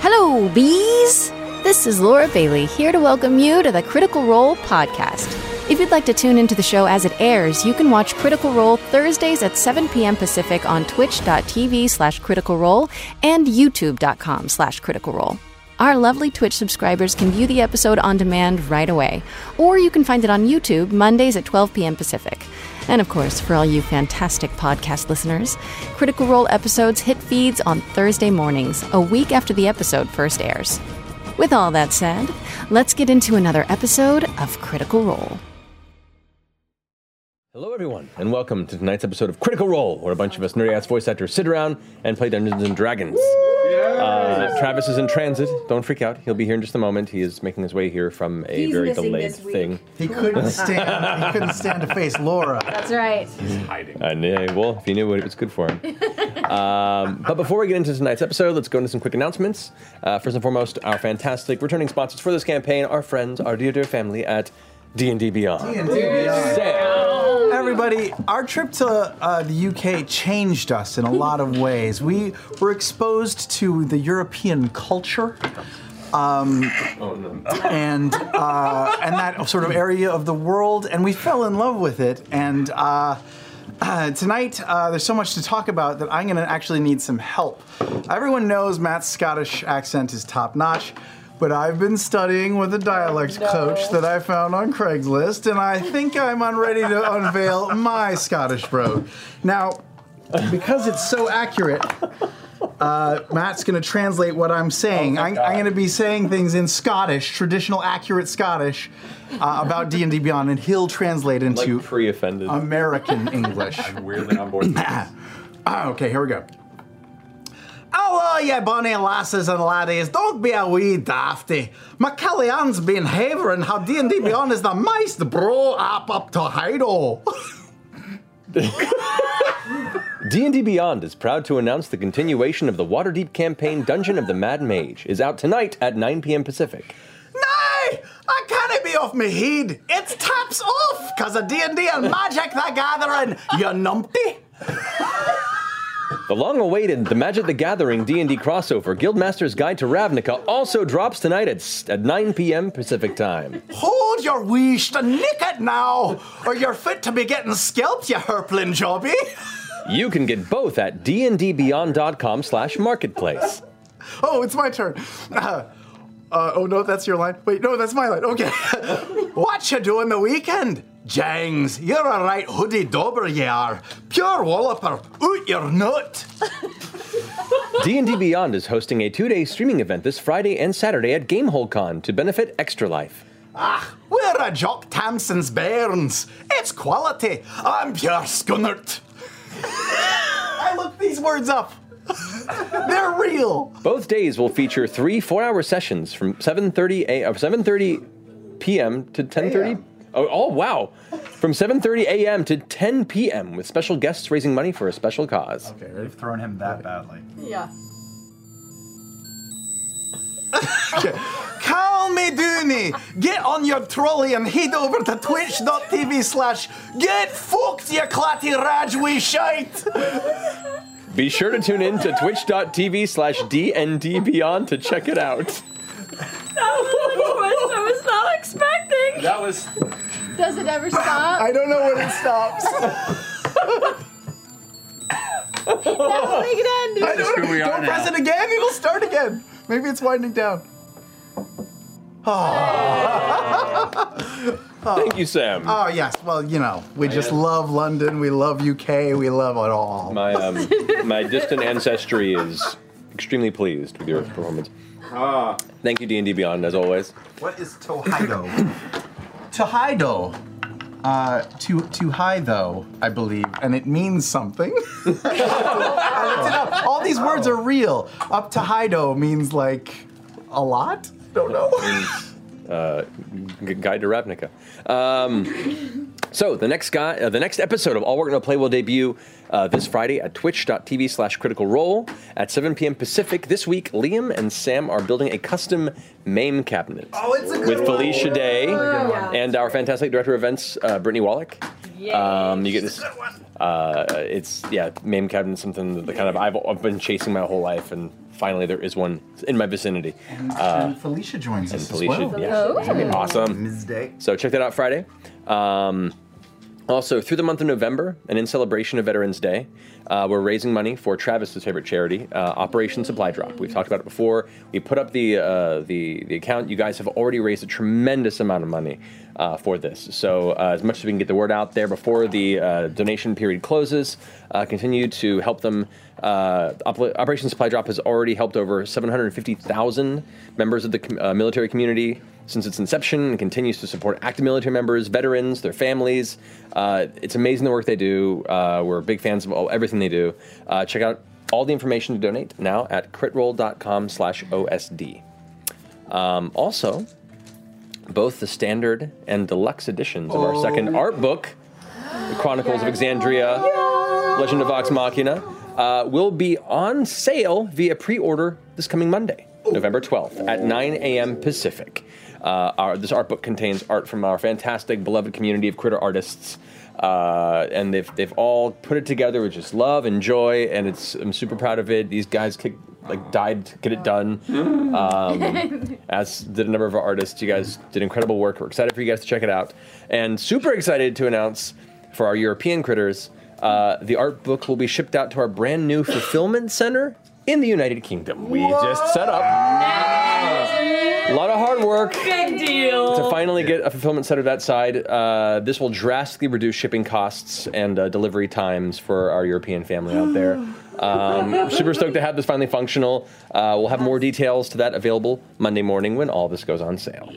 Hello, bees! This is Laura Bailey here to welcome you to the Critical Role podcast. If you'd like to tune into the show as it airs, you can watch Critical Role Thursdays at 7 p.m. Pacific on twitch.tv slash critical role and youtube.com slash critical role. Our lovely Twitch subscribers can view the episode on demand right away, or you can find it on YouTube Mondays at 12 p.m. Pacific. And of course, for all you fantastic podcast listeners, Critical Role episodes hit feeds on Thursday mornings, a week after the episode first airs. With all that said, let's get into another episode of Critical Role. Hello, everyone, and welcome to tonight's episode of Critical Role, where a bunch of us nerdy ass voice actors sit around and play Dungeons and Dragons. Uh, Travis is in transit. Don't freak out. He'll be here in just a moment. He is making his way here from a He's very missing delayed this week. thing. He couldn't stand. He couldn't stand to face Laura. That's right. I knew. Well, if he knew what it was good for him. Um, but before we get into tonight's episode, let's go into some quick announcements. Uh, first and foremost, our fantastic returning sponsors for this campaign, our friends, our dear dear family at D and D Beyond. Say- Everybody, our trip to uh, the UK changed us in a lot of ways. We were exposed to the European culture. Um, and uh, and that sort of area of the world, and we fell in love with it. And uh, uh, tonight, uh, there's so much to talk about that I'm going to actually need some help. Everyone knows Matt's Scottish accent is top notch. But I've been studying with a dialect coach that I found on Craigslist, and I think I'm on ready to unveil my Scottish brogue. Now, because it's so accurate, uh, Matt's going to translate what I'm saying. I'm, I'm going to be saying things in Scottish, traditional, accurate Scottish, uh, about D and D Beyond, and he'll translate into like pre-offended. American English. I'm weirdly on board. okay, here we go. Oh, well, ye bonny lasses and laddies, don't be a wee dafty. McCallian's been havering how D&D Beyond is the most bro app up to Hydel. D&D Beyond is proud to announce the continuation of the Waterdeep campaign Dungeon of the Mad Mage is out tonight at 9 p.m. Pacific. Nay, I can't be off me head. It's taps off, cause of D&D and Magic the Gathering, you numpty. The long-awaited The Magic the Gathering D&D crossover Guildmaster's Guide to Ravnica also drops tonight at, s- at 9 p.m. Pacific time. Hold your weesh and nick it now, or you're fit to be getting scalped, you hurpling jobby. You can get both at dndbeyond.com slash marketplace. Oh, it's my turn. Uh, uh, oh no, that's your line. Wait, no, that's my line. Okay. what you doing the weekend? Jangs, you're a right hoodie dauber, ye are. Pure walloper, oot your nut. D&D Beyond is hosting a two-day streaming event this Friday and Saturday at GameholeCon to benefit Extra Life. We're a Jock Tamson's bairns. It's quality. I'm pure scunnert. I looked these words up. They're real. Both days will feature three four-hour sessions from 7:30 a uh, of 7:30 p.m. to 10:30. Oh, oh, wow! From 7:30 a.m. to 10 p.m. with special guests raising money for a special cause. Okay, They've thrown him that badly. Yeah. Call me Dooney. Get on your trolley and head over to twitch.tv slash get fucked, you clatty raj we shite. Be sure to tune in to Twitch.tv/dndbeyond to check it out. I was not expecting. That was Does it ever stop? I don't know when it stops. How make it end? who we are don't press now. it again. It'll start again. Maybe it's winding down. Thank you, Sam. Oh, yes. Well, you know, we just love London. We love UK. We love it all. my um, my distant ancestry is extremely pleased with your performance. Thank you, D&D Beyond, as always. What is Tohido? Tohido. Uh, to to high though, I believe, and it means something. I looked it up. All these words are real. Up to Hido means like a lot. Don't know. uh, G- Guide to Ravnica. Um, so the next guy, uh, the next episode of All We're Gonna Play will debut uh, this Friday at twitch.tv slash critical role. At 7 p.m. Pacific this week, Liam and Sam are building a custom MAME cabinet. Oh, it's a good With Felicia one. Oh, Day Yeah. and our fantastic director of events, uh, Brittany Wallach. Um, you get this. Uh, it's yeah, MAME cabinet, something that the kind of I've, I've been chasing my whole life, and finally there is one in my vicinity. Uh, And, Uh, and Felicia joins and us Felicia, as well. yeah, it's gonna be awesome. So check that out Friday. Um, also, through the month of November, and in celebration of Veterans Day, uh, we're raising money for Travis's favorite charity, uh, Operation Supply Drop. We've talked about it before. We put up the uh, the the account. You guys have already raised a tremendous amount of money uh, for this. So uh, as much as we can get the word out there before the uh, donation period closes, uh, continue to help them. Uh, Op- Operation Supply Drop has already helped over 750,000 members of the com- uh, military community since its inception and continues to support active military members, veterans, their families. Uh, it's amazing the work they do. Uh, we're big fans of all, everything they do. Uh, check out all the information to donate now at critroll.com slash OSD. Um, also, both the standard and deluxe editions of our Oh. second art book, The Chronicles of Exandria, Legend of Vox Machina, uh, will be on sale via pre order this coming Monday, November 12th at 9 a.m. Pacific. Uh, our, this art book contains art from our fantastic, beloved community of critter artists. Uh, and they've, they've all put it together with just love and joy, and it's I'm super proud of it. These guys kick, like died to get it done. Um, as did a number of our artists. You guys did incredible work. We're excited for you guys to check it out. And super excited to announce for our European critters, uh, the art book will be shipped out to our brand new fulfillment center in the United Kingdom. We just set up. A lot of hard work. Big deal. To finally get a fulfillment center that side, uh, this will drastically reduce shipping costs and uh, delivery times for our European family out there. Um, super stoked to have this finally functional. Uh, we'll have more details to that available Monday morning when all this goes on sale.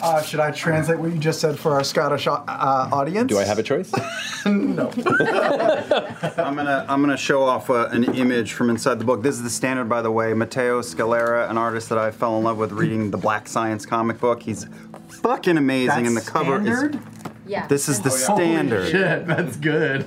Uh, should I translate what you just said for our Scottish au- uh, audience? Do I have a choice? no. I'm gonna I'm gonna show off uh, an image from inside the book. This is the standard, by the way. Matteo Scalera, an artist that I fell in love with reading the Black Science comic book. He's fucking amazing, and the cover is. Yeah. This Oh, is the Holy standard. shit, that's good.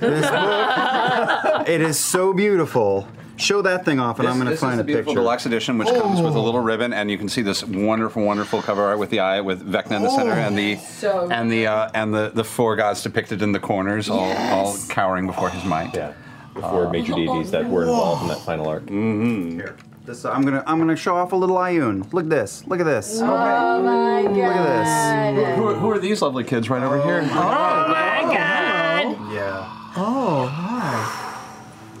It is so beautiful. Show that thing off, and I'm gonna this is find the a picture. beautiful deluxe edition, which comes with a little ribbon, and you can see this wonderful, wonderful cover art with the eye with Vecna in the center, and the So- and the uh, and the the four gods depicted in the corners, all all cowering before his might. Yeah, before major deities that were involved in that final arc. Mm-hmm. This, uh, I'm gonna I'm gonna show off a little Ayun. Look at this. Look at this. Oh my god. Look at this. Who, who are these lovely kids right over here? Oh, Yeah. Oh, hi.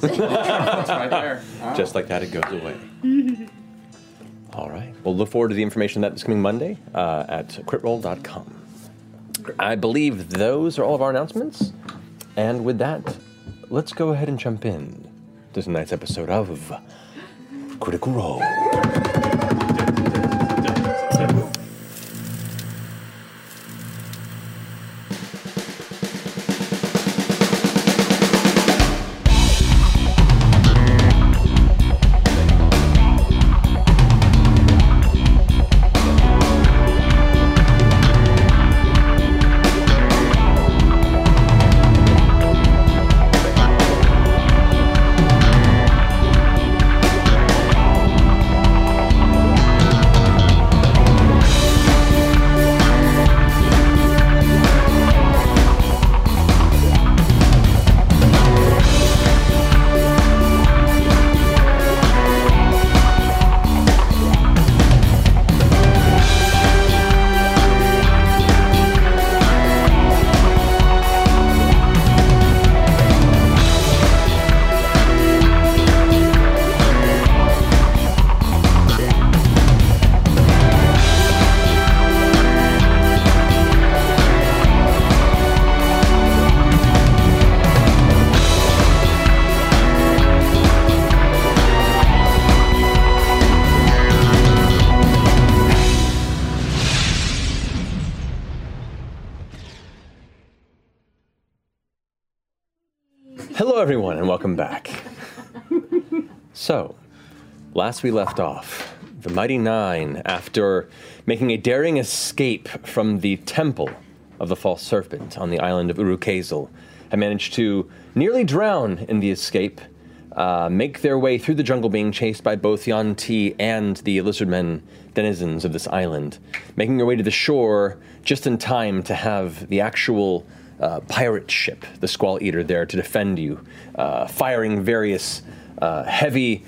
right there. Just like that, it goes away. All right. We'll look forward to the information that is coming Monday uh, at critroll.com. I believe those are all of our announcements. And with that, let's go ahead and jump in to tonight's episode of Critical Role. Hello, everyone, and welcome back. so, last we left off, the Mighty Nine, after making a daring escape from the temple of the false serpent on the island of Urukazel, have managed to nearly drown in the escape, uh, make their way through the jungle, being chased by both Yan Ti and the lizardmen, denizens of this island, making their way to the shore just in time to have the actual uh, pirate ship, the Squall Eater, there to defend you, uh, firing various uh, heavy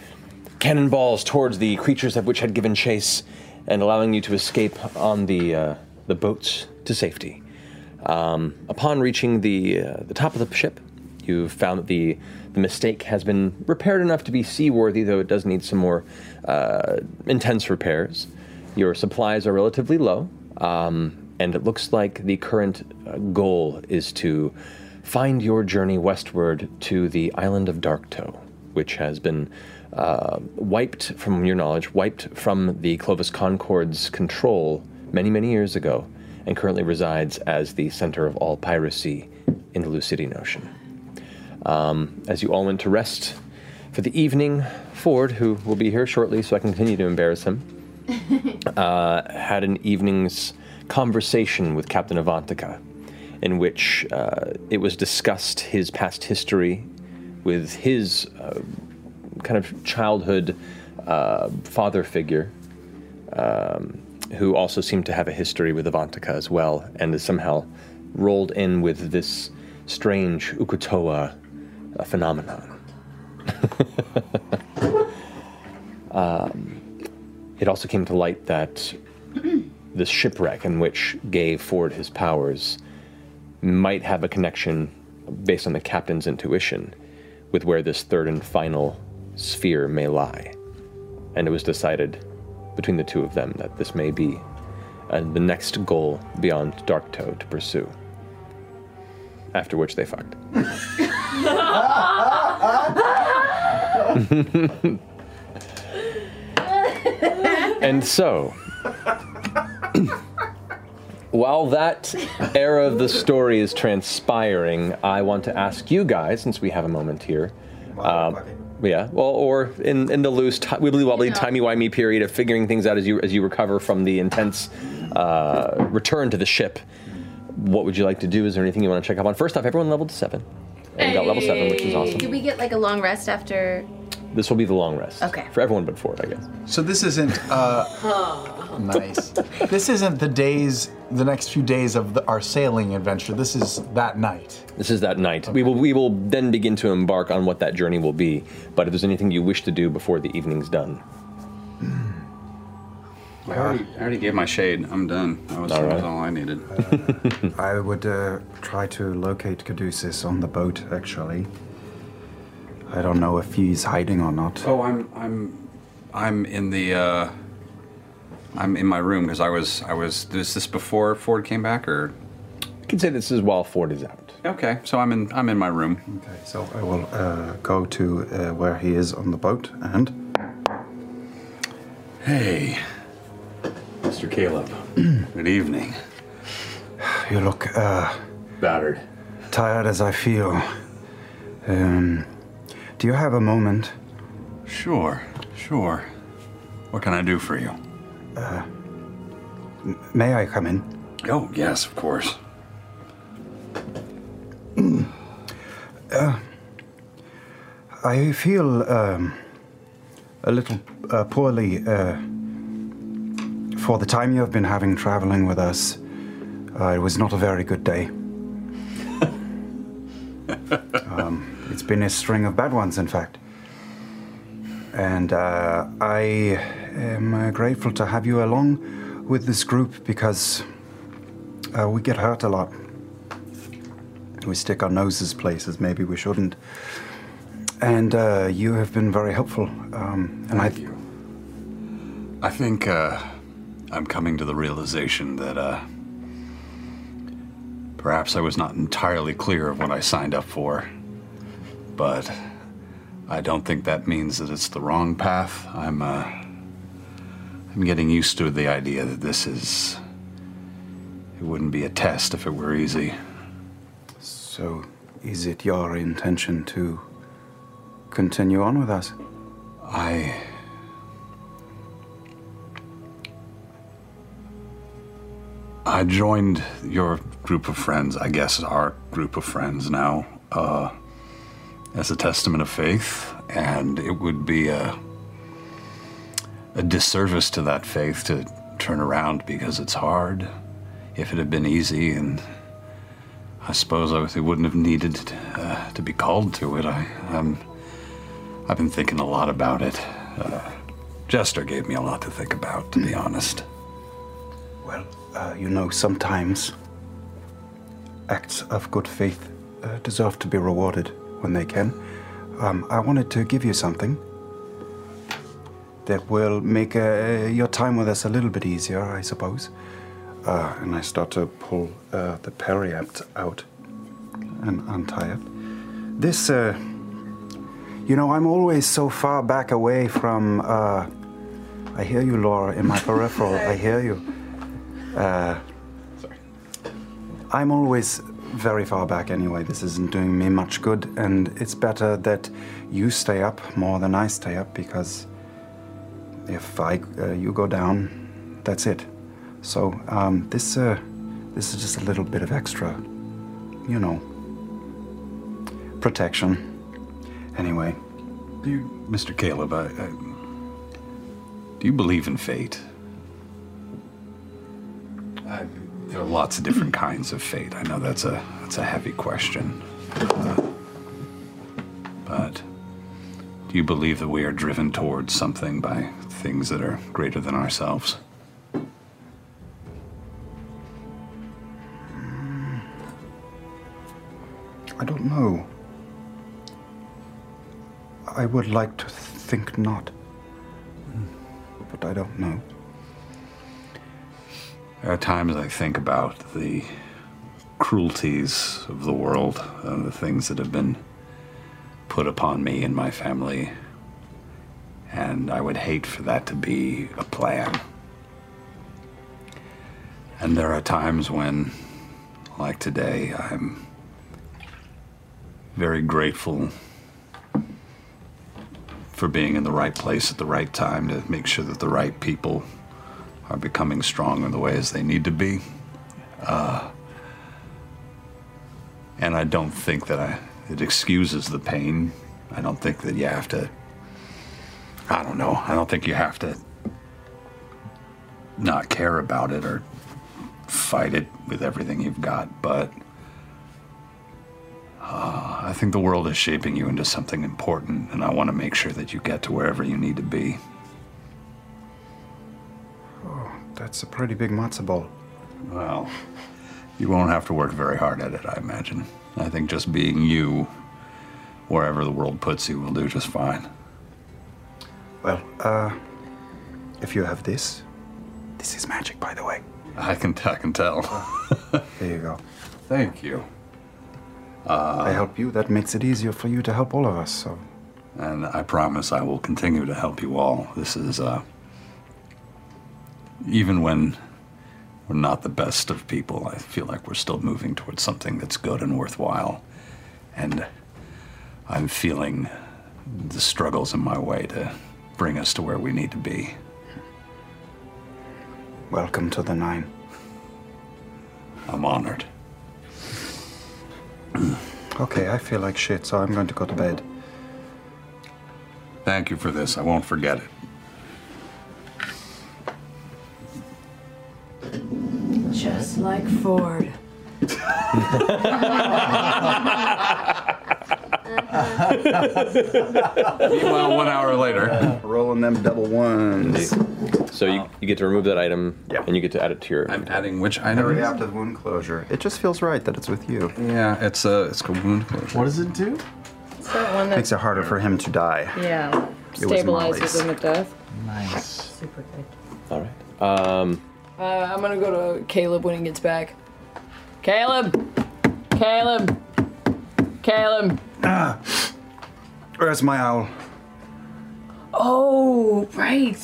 cannonballs towards the creatures that which had given chase, and allowing you to escape on the uh, the boats to safety. Um, upon reaching the uh, the top of the ship, you've found that the the mistake has been repaired enough to be seaworthy, though it does need some more uh, intense repairs. Your supplies are relatively low, um, and it looks like the current uh, goal is to find your journey westward to the island of Darktoe, which has been uh, wiped from your knowledge, wiped from the Clovis Concord's control many, many years ago, and currently resides as the center of all piracy in the Lucidian Ocean. Um, as you all went to rest for the evening, Ford, who will be here shortly, so I can continue to embarrass him, uh, had an evening's conversation with Captain Avantika, in which uh, it was discussed his past history with his uh, kind of childhood uh, father figure, um, who also seemed to have a history with Avantika as well, and is somehow rolled in with this strange Ukutoa uh, phenomenon. um, it also came to light that this shipwreck in which gave Ford his powers might have a connection, based on the captain's intuition, with where this third and final sphere may lie. And it was decided between the two of them that this may be uh, the next goal beyond Darktoe to pursue. After which they fucked. and so, while that era of the story is transpiring, I want to ask you guys, since we have a moment here, um, yeah, well, or in, in the loose, ti wibbly wobbly, timey wimey period of figuring things out as you as you recover from the intense uh, return to the ship. What would you like to do? Is there anything you want to check up on? First off, everyone leveled to seven. And we got level seven, which is Did awesome. we get like a long rest after? This will be the long rest. Okay. For everyone but Ford, I guess. So this isn't uh, nice. This isn't the days, the next few days of the, our sailing adventure. This is that night. This is that night. We will we will then begin to embark on what that journey will be. But if there's anything you wish to do before the evening's done, I already, I already gave my shade. I'm done. That was, that was all I needed. Uh, I would uh, try to locate Caduceus on the boat, actually. I don't know if he's hiding or not. Oh, I'm I'm I'm in the uh, I'm in my room because I was I was is this before Ford came back or you can say this is while Ford is out. okay so I'm in I'm in my room. Okay, so I will uh, go to uh, where he is on the boat and. Hey, Mr. Caleb. Good evening. You look uh, Battered. tired as I feel. Um, do you have a moment? Sure, sure. What can I do for you? May I come in? Oh yes, of course. Uh, I feel um, a little uh, poorly uh, for the time you have been having traveling with us. Uh, it was not a very good day. um, Um, it's been a string of bad ones, in fact. And uh, I am uh, grateful to have you along with this group because uh, we get hurt a lot. We stick our noses places maybe we shouldn't. And uh, you have been very helpful. Um, and I, Thank you. I think uh, I'm coming to the realization that uh, perhaps I was not entirely clear of what I signed up for, but I don't think that means that it's the wrong path. I'm uh, I'm getting used to the idea that this is. It wouldn't be a test if it were easy. so, is it your intention to continue on with us? I. I joined your group of friends, I guess our group of friends now, uh, as a testament of faith, and it would be a, a disservice to that faith to turn around because it's hard. If it had been easy, and I suppose I would- it wouldn't have needed uh, to be called to it. I, um, I've been thinking a lot about it. Uh, Jester gave me a lot to think about, to be honest. Well, uh, you know, sometimes acts of good faith uh, deserve to be rewarded when they can. Um, I wanted to give you something that will make uh, your time with us a little bit easier, I suppose. Uh, and I start to pull uh, the periapt out and untie it. This, uh, you know, I'm always so far back away from. Uh, I hear you, Laura, in my peripheral. I hear you. Uh, I'm always very far back anyway. This isn't doing me much good, and it's better that you stay up more than I stay up because if I uh, you go down, that's it. So um, this uh, this is just a little bit of extra, you know, protection. Anyway, Do you, Mr. Caleb, I, I, do you believe in fate? I, there are lots of different kinds of fate. I know that's a that's a heavy question, Uh, but do you believe that we are driven towards something by things that are greater than ourselves? I don't know. I would like to think not, but I don't know. There are times I think about the cruelties of the world and the things that have been put upon me and my family. And I would hate for that to be a plan. And there are times when, like today, I'm very grateful for being in the right place at the right time to make sure that the right people are becoming strong in the ways they need to be. Uh, and I don't think that I, it excuses the pain. I don't think that you have to, I don't know, I don't think you have to not care about it or fight it with everything you've got, but uh, I think the world is shaping you into something important, and I want to make sure that you get to wherever you need to be. That's a pretty big matzo ball. Well, you won't have to work very hard at it, I imagine. I think just being you, wherever the world puts you, will do just fine. Well, uh, if you have this, this is magic, by the way. I can, I can tell. Here you go. Thank you. I help you. That makes it easier for you to help all of us. So And I promise I will continue to help you all. This is, uh, even when we're not the best of people, I feel like we're still moving towards something that's good and worthwhile. And I'm feeling the struggles in my way to bring us to where we need to be. welcome to the nine. I'm honored. Okay, I feel like shit, so I'm going to go to bed. Thank you for this. I won't forget it. Just like Ford. Meanwhile, one hour later, Uh, rolling them double ones. So you, you get to remove that item, and you get to add it to your. I'm adding which Every item? apt of wound closure. It just feels right that it's with you. Yeah, it's uh, a it's a wound closure. What does it do? It's that one that. Makes it harder for him to die. Yeah. It was Molly's. Stabilizes him at death. Nice. Super good. All right. Um, Uh, I'm gonna go to Caleb when he gets back. Caleb! Caleb! Caleb! Where's my owl? Oh, right!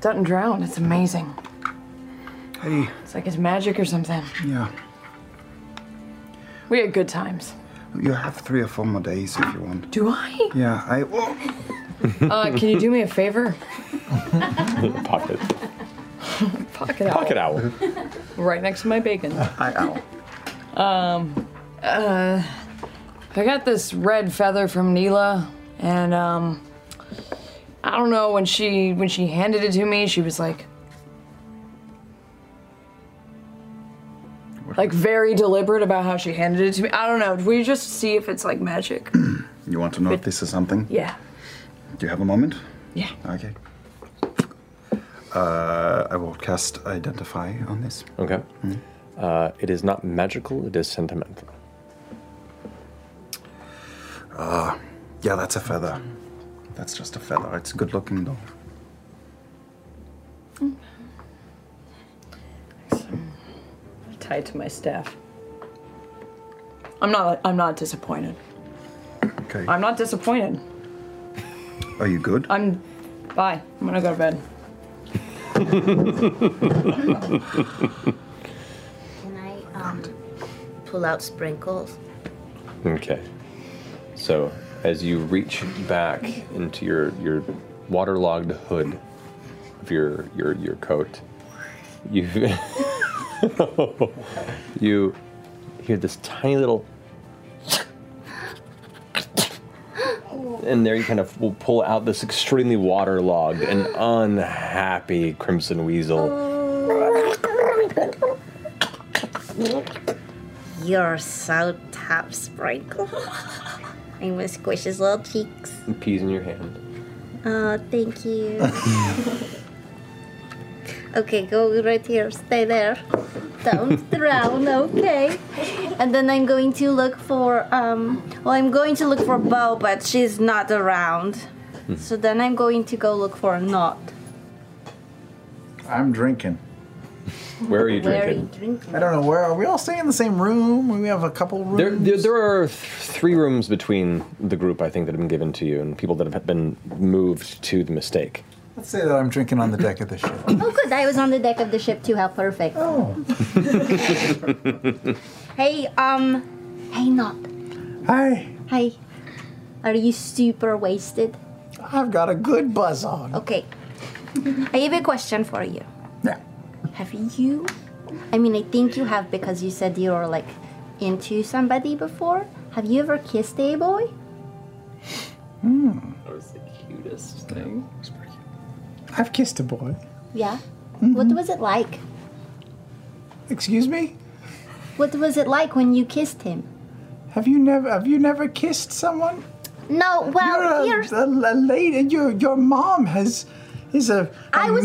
Doesn't drown. It's amazing. Hey, It's like it's magic or something. yeah. We had good times. You have three or four more days if you want. Do I? Yeah, I. Oh, Uh, can you do me a favor? pocket. Pocket out. Pocket owl. Right next to my bacon. I owl. Um, uh, I got this red feather from Neela, and um, I don't know when she when she handed it to me, she was like, like very deliberate about how she handed it to me. I don't know. We just see if it's like magic. You want to know if this is something? yeah. Do you have a moment? Yeah. Okay. Uh, I will cast Identify on this. Okay. Uh, it is not magical, it is sentimental. Ah, yeah, that's a feather. That's just a feather. It's good looking though. Tied to my staff. I'm not. I'm not disappointed. Okay. I'm not disappointed. Are you good? I'm. Bye. I'm gonna go to bed. Can I um, pull out sprinkles? Okay. So as you reach back into your your waterlogged hood of your your your coat, you you hear this tiny little and there you kind of will pull out this extremely waterlogged and unhappy crimson weasel. You're so top sprinkle. I'm gonna squish his little cheeks. Peas in your hand. Oh, thank you. okay, go right here. Stay there. Don't drown, okay? And then I'm going to look for um well I'm going to look for Bo, but she's not around. So then I'm going to go look for Not. I'm drinking. Where are you Where are drinking? you drinking? I don't know where. Are we all staying in the same room? We have a couple rooms. There, there, there are th- three rooms between the group, I think, that have been given to you and people that have been moved to the mistake. Let's say that I'm drinking on the deck of the ship. Oh, good. I was on the deck of the ship too. How perfect. Oh. Hey, um, hey, not. Hi. Hi. Are you super wasted? I've got a good buzz on. Okay. I have a question for you. Yeah. Have you? I mean, I think you have because you said you were like into somebody before. Have you ever kissed a boy? Hmm. That was the cutest thing. I've kissed a boy. Yeah. What was it like? Mm-hmm. Excuse me? What was it like when you kissed him? Have you never have you never kissed someone? No. Well, you're here's. a, a, a lady. Your your mom has is a a I was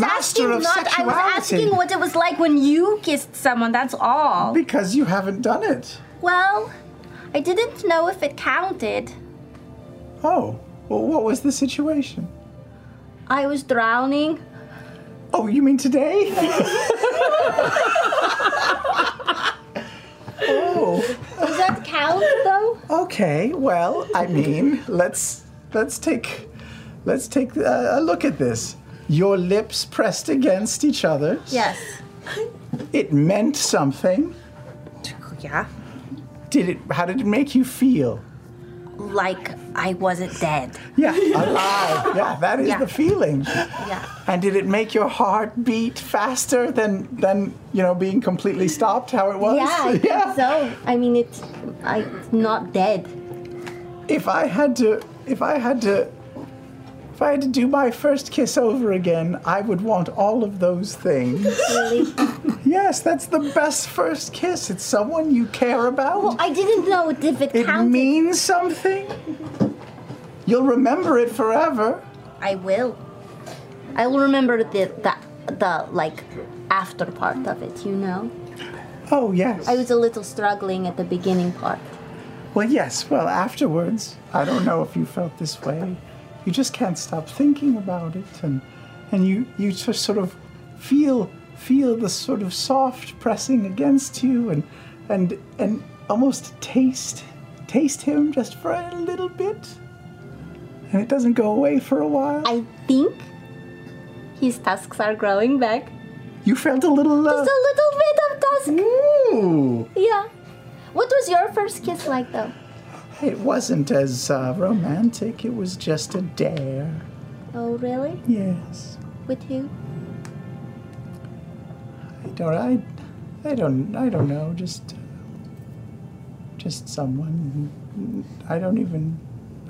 asking master of not. I sexuality. was asking what it was like when you kissed someone. That's all. because you haven't done it. Well, I didn't know if it counted. Oh, well, what was the situation? I was drowning. Oh, you mean today? oh, Does that count though? okay. Well, I mean, let's let's take let's take uh, a, a look at this. Your lips pressed against each other. Yes. It meant something. Yeah. Did it? How did it make you feel? Like I wasn't dead. Yeah, alive. Yeah, that is Yeah. the feeling. Yeah. And did it make your heart beat faster than than you know being completely stopped? How it was? Oh, Yeah, I think so. I mean, it's I, it's not dead. If I had to, if I had to, if I had to do my first kiss over again, I would want all of those things. Really. yes, that's the best first kiss. It's someone you care about. Well, I didn't know if it, it counted. means something. You'll remember it forever. I will. I will remember the the the like after part of it. You know, Oh yes. I was a little struggling at the beginning part. Well, yes. Well, afterwards, I don't know if you felt this way. You just can't stop thinking about it, and and you you just sort of feel feel the sort of soft pressing against you, and and and almost taste taste him just for a little bit, and it doesn't go away for a while. I think his tusks are growing back. you felt a little. Uh, Just a little bit of tusk. Ooh. Yeah. What was your first kiss like though? It wasn't as uh, romantic. It was just a dare. Oh, really? Yes. With who? I don't I I don't I don't know just just someone. I don't even.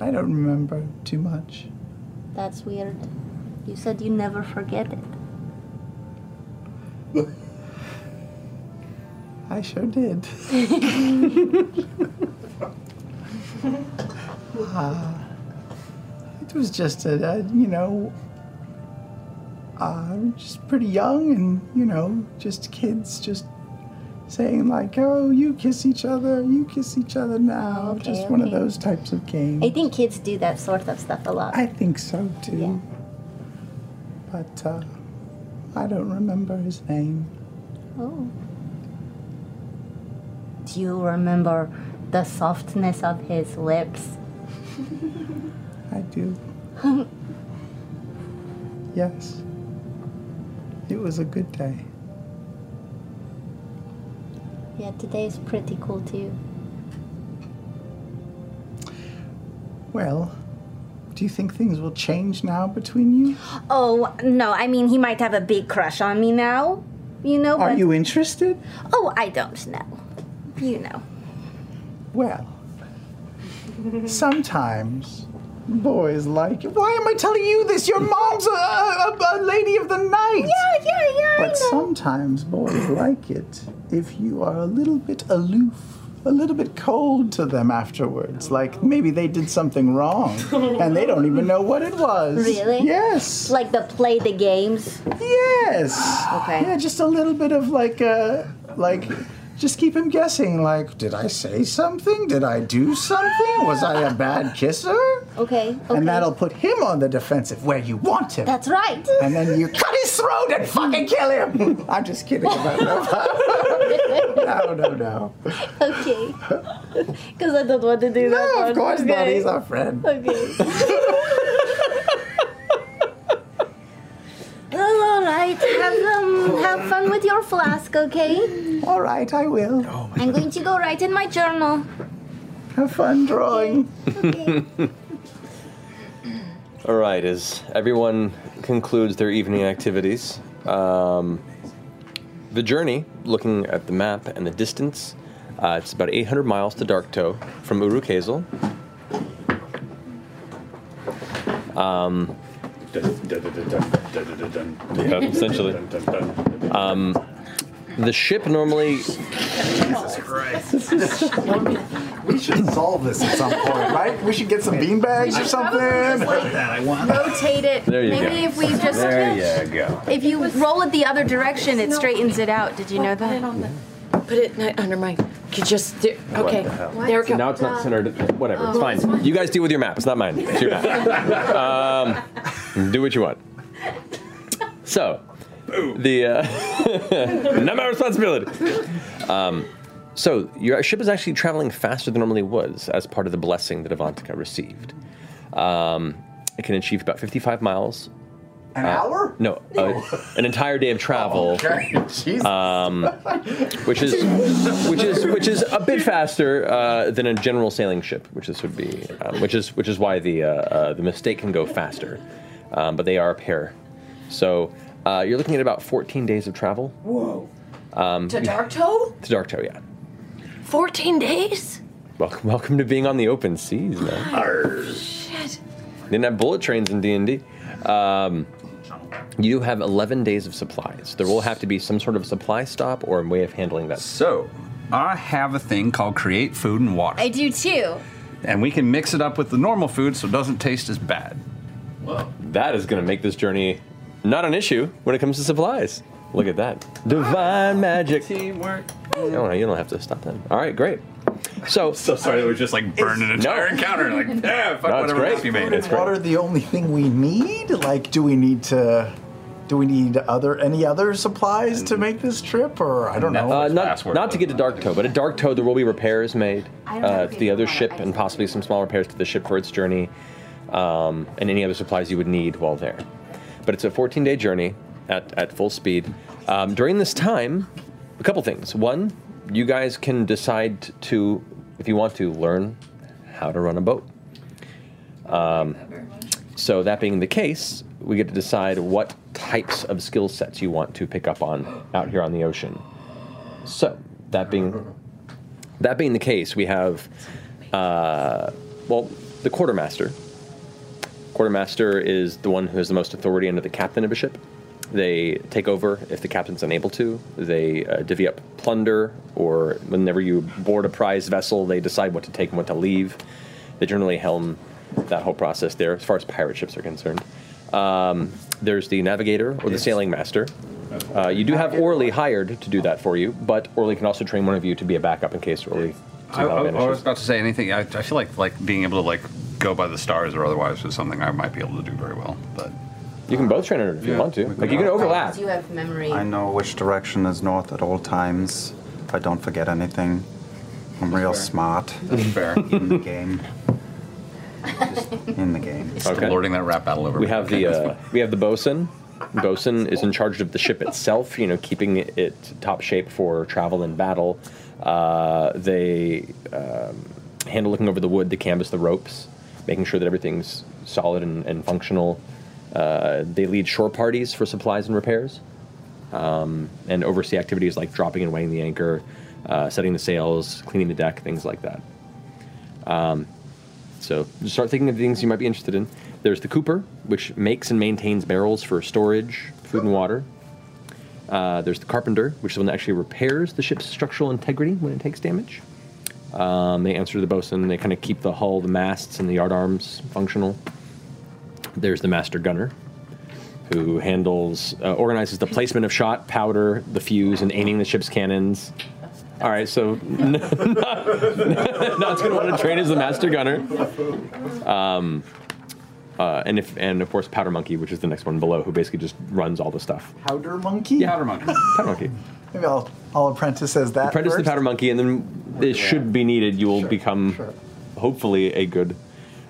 I don't remember too much. That's weird. You said you never forget it. I sure did. uh, it was just a, a you know, uh, just pretty young and, you know, just kids just saying, like, oh, you kiss each other, you kiss each other now. Okay, just one of okay. those types of games. I think kids do that sort of stuff a lot. I think so too. Yeah. But uh, I don't remember his name. Oh. Do you remember the softness of his lips? I do. yes. It was a good day. Yeah, today's pretty cool too. Well, do you think things will change now between you? Oh, no, I mean, he might have a big crush on me now. You know, Are Oh, but. you interested? Oh, I don't know. You know. Well, sometimes boys like. Why am I telling you this? Your mom's a, a, a- a lady of the night. Yeah, yeah, yeah. I But know. sometimes boys like it if you are a little bit aloof, a little bit cold to them afterwards. Like maybe they did something wrong and they don't even know what it was. Really? Yes. Like the play the games. yes. Okay. Yeah, just a little bit of like, uh, like. Just keep him guessing, like, did I say something? Did I do something? Was I a bad kisser? Okay, okay. And that'll put him on the defensive where you want him. That's right. and then you cut his throat and fucking kill him. I'm just kidding about that. no, no, no. okay. Because I don't want to do that. No, one. of course not. Okay. He's our friend. Okay. Well, all right. Have um, have fun with your flask, okay? All right, I will. I'm going to go write in my journal. Have fun drawing. All right, as everyone concludes their evening activities, um, the journey, looking at the map and the distance, uh, it's about 800 miles to Darktoe from Urukazel. Um, yeah, essentially. Um, the ship normally Jesus Christ. we should solve this at some point, right? We should get some beanbags or something. Rotate it. There you Maybe go. if we just you Oh, go. if you roll it the other direction, it straightens it out. Did you know Put it that? on the. Put it ni- under my. Could just. There, okay. hell? There we go. Oh. Now it's not centered. Whatever, it's fine. You guys deal with your map. It's not mine. It's your map. um, do what you want. So, the uh, not my responsibility. Um, so your ship is actually traveling faster than it normally was as part of the blessing that Avantika received. Um, it can achieve about 55 miles. Uh, An hour? Oh, No, uh, an entire day of travel Um, Jesus. which is which is which is a bit faster uh, than a general sailing ship, which this would be, um, which is which is why the uh, uh, the mistake can go faster, um, but they are a pair, so uh, you're looking at about 14 days of travel Whoa. to Dark Toe? to Darktoe. Yeah, 14 days? welcome welcome to being on the open seas, man. Shit. Didn't have bullet trains in D and D. Um, you have 11 days of supplies. There will have to be some sort of supply stop or a way of handling that. So, I have a thing called create food and water. I do too. and we can mix it up with the normal food so it doesn't taste as bad. That is going to make this journey not an issue when it comes to supplies. Look at that. Divine magic. Oh, Teamwork. No, no, you don't have to stop that. All right, great. So, So sorry that we just like burned an entire encounter. Like, yeah, fuck No, it's whatever great. else you made. It's Is great. water the only thing we need? Like, do we need to? Do we need other any other supplies to make this trip, or I don't know? No. uh, not, Password. not to get to Dark Toe, but at Dark Toe, there will be repairs made I don't have uh, to the other creative ship thought. I and just- possibly some small repairs to the ship for its journey um, and any other supplies you would need while there. But it's a 14 day journey at, at full speed. Um, during this time, a couple things. One, you guys can decide to, if you want to, learn how to run a boat. Um, So that being the case, we get to decide what types of skill sets you want to pick up on out here on the ocean. So that being That being the case, we have, uh, well, the quartermaster. Quartermaster is the one who has the most authority under the captain of a ship. They take over if the captain's unable to. They uh, divvy up plunder, or whenever you board a prize vessel, they decide what to take and what to leave. They generally helm that whole process there, as far as pirate ships are concerned. Um, there's the navigator or the sailing master. Uh, you do have Orly hired to do that for you, but Orly can also train one of you to be a backup in case Orly. I, I- I was about to say anything. I, I feel like like being able to like go by the stars or otherwise was something I might be able to do very well. But you can both train under if you want to. Like you can overlap. Do you have memory? I know which direction is north at all times. I don't forget anything. I'm real smart. That's fair. In the game. in the game. Still lording that rap battle over. We me. have Okay, the that's uh, we have the bosun. Bosun is in charge of the ship itself. You know, keeping it top shape for travel and battle. Uh, they um, handle looking over the wood, the canvas, the ropes, making sure that everything's solid and, and functional. Uh, they lead shore parties for supplies and repairs, um, and oversee activities like dropping and weighing the anchor, uh, setting the sails, cleaning the deck, things like that. Um, so just start thinking of things you might be interested in. There's the Cooper, which makes and maintains barrels for storage, food, and water. Uh, there's the Carpenter, which is the one that actually repairs the ship's structural integrity when it takes damage. Um, they answer to the bosun. They kind of keep the hull, the masts, and the yard arms functional. There's the Master Gunner, who handles, uh, organizes the placement of shot, powder, the fuse, and aiming the ship's cannons. All right, so Nod's gonna want to train as the master gunner. Um, uh, and if and of course Powder Monkey, which is the next one below, who basically just runs all the stuff. Powder monkey? Powder monkey. Powder monkey. Maybe I'll, I'll apprentice as that. Apprentice first. the Powder Monkey, and then it should be needed. You will become hopefully a good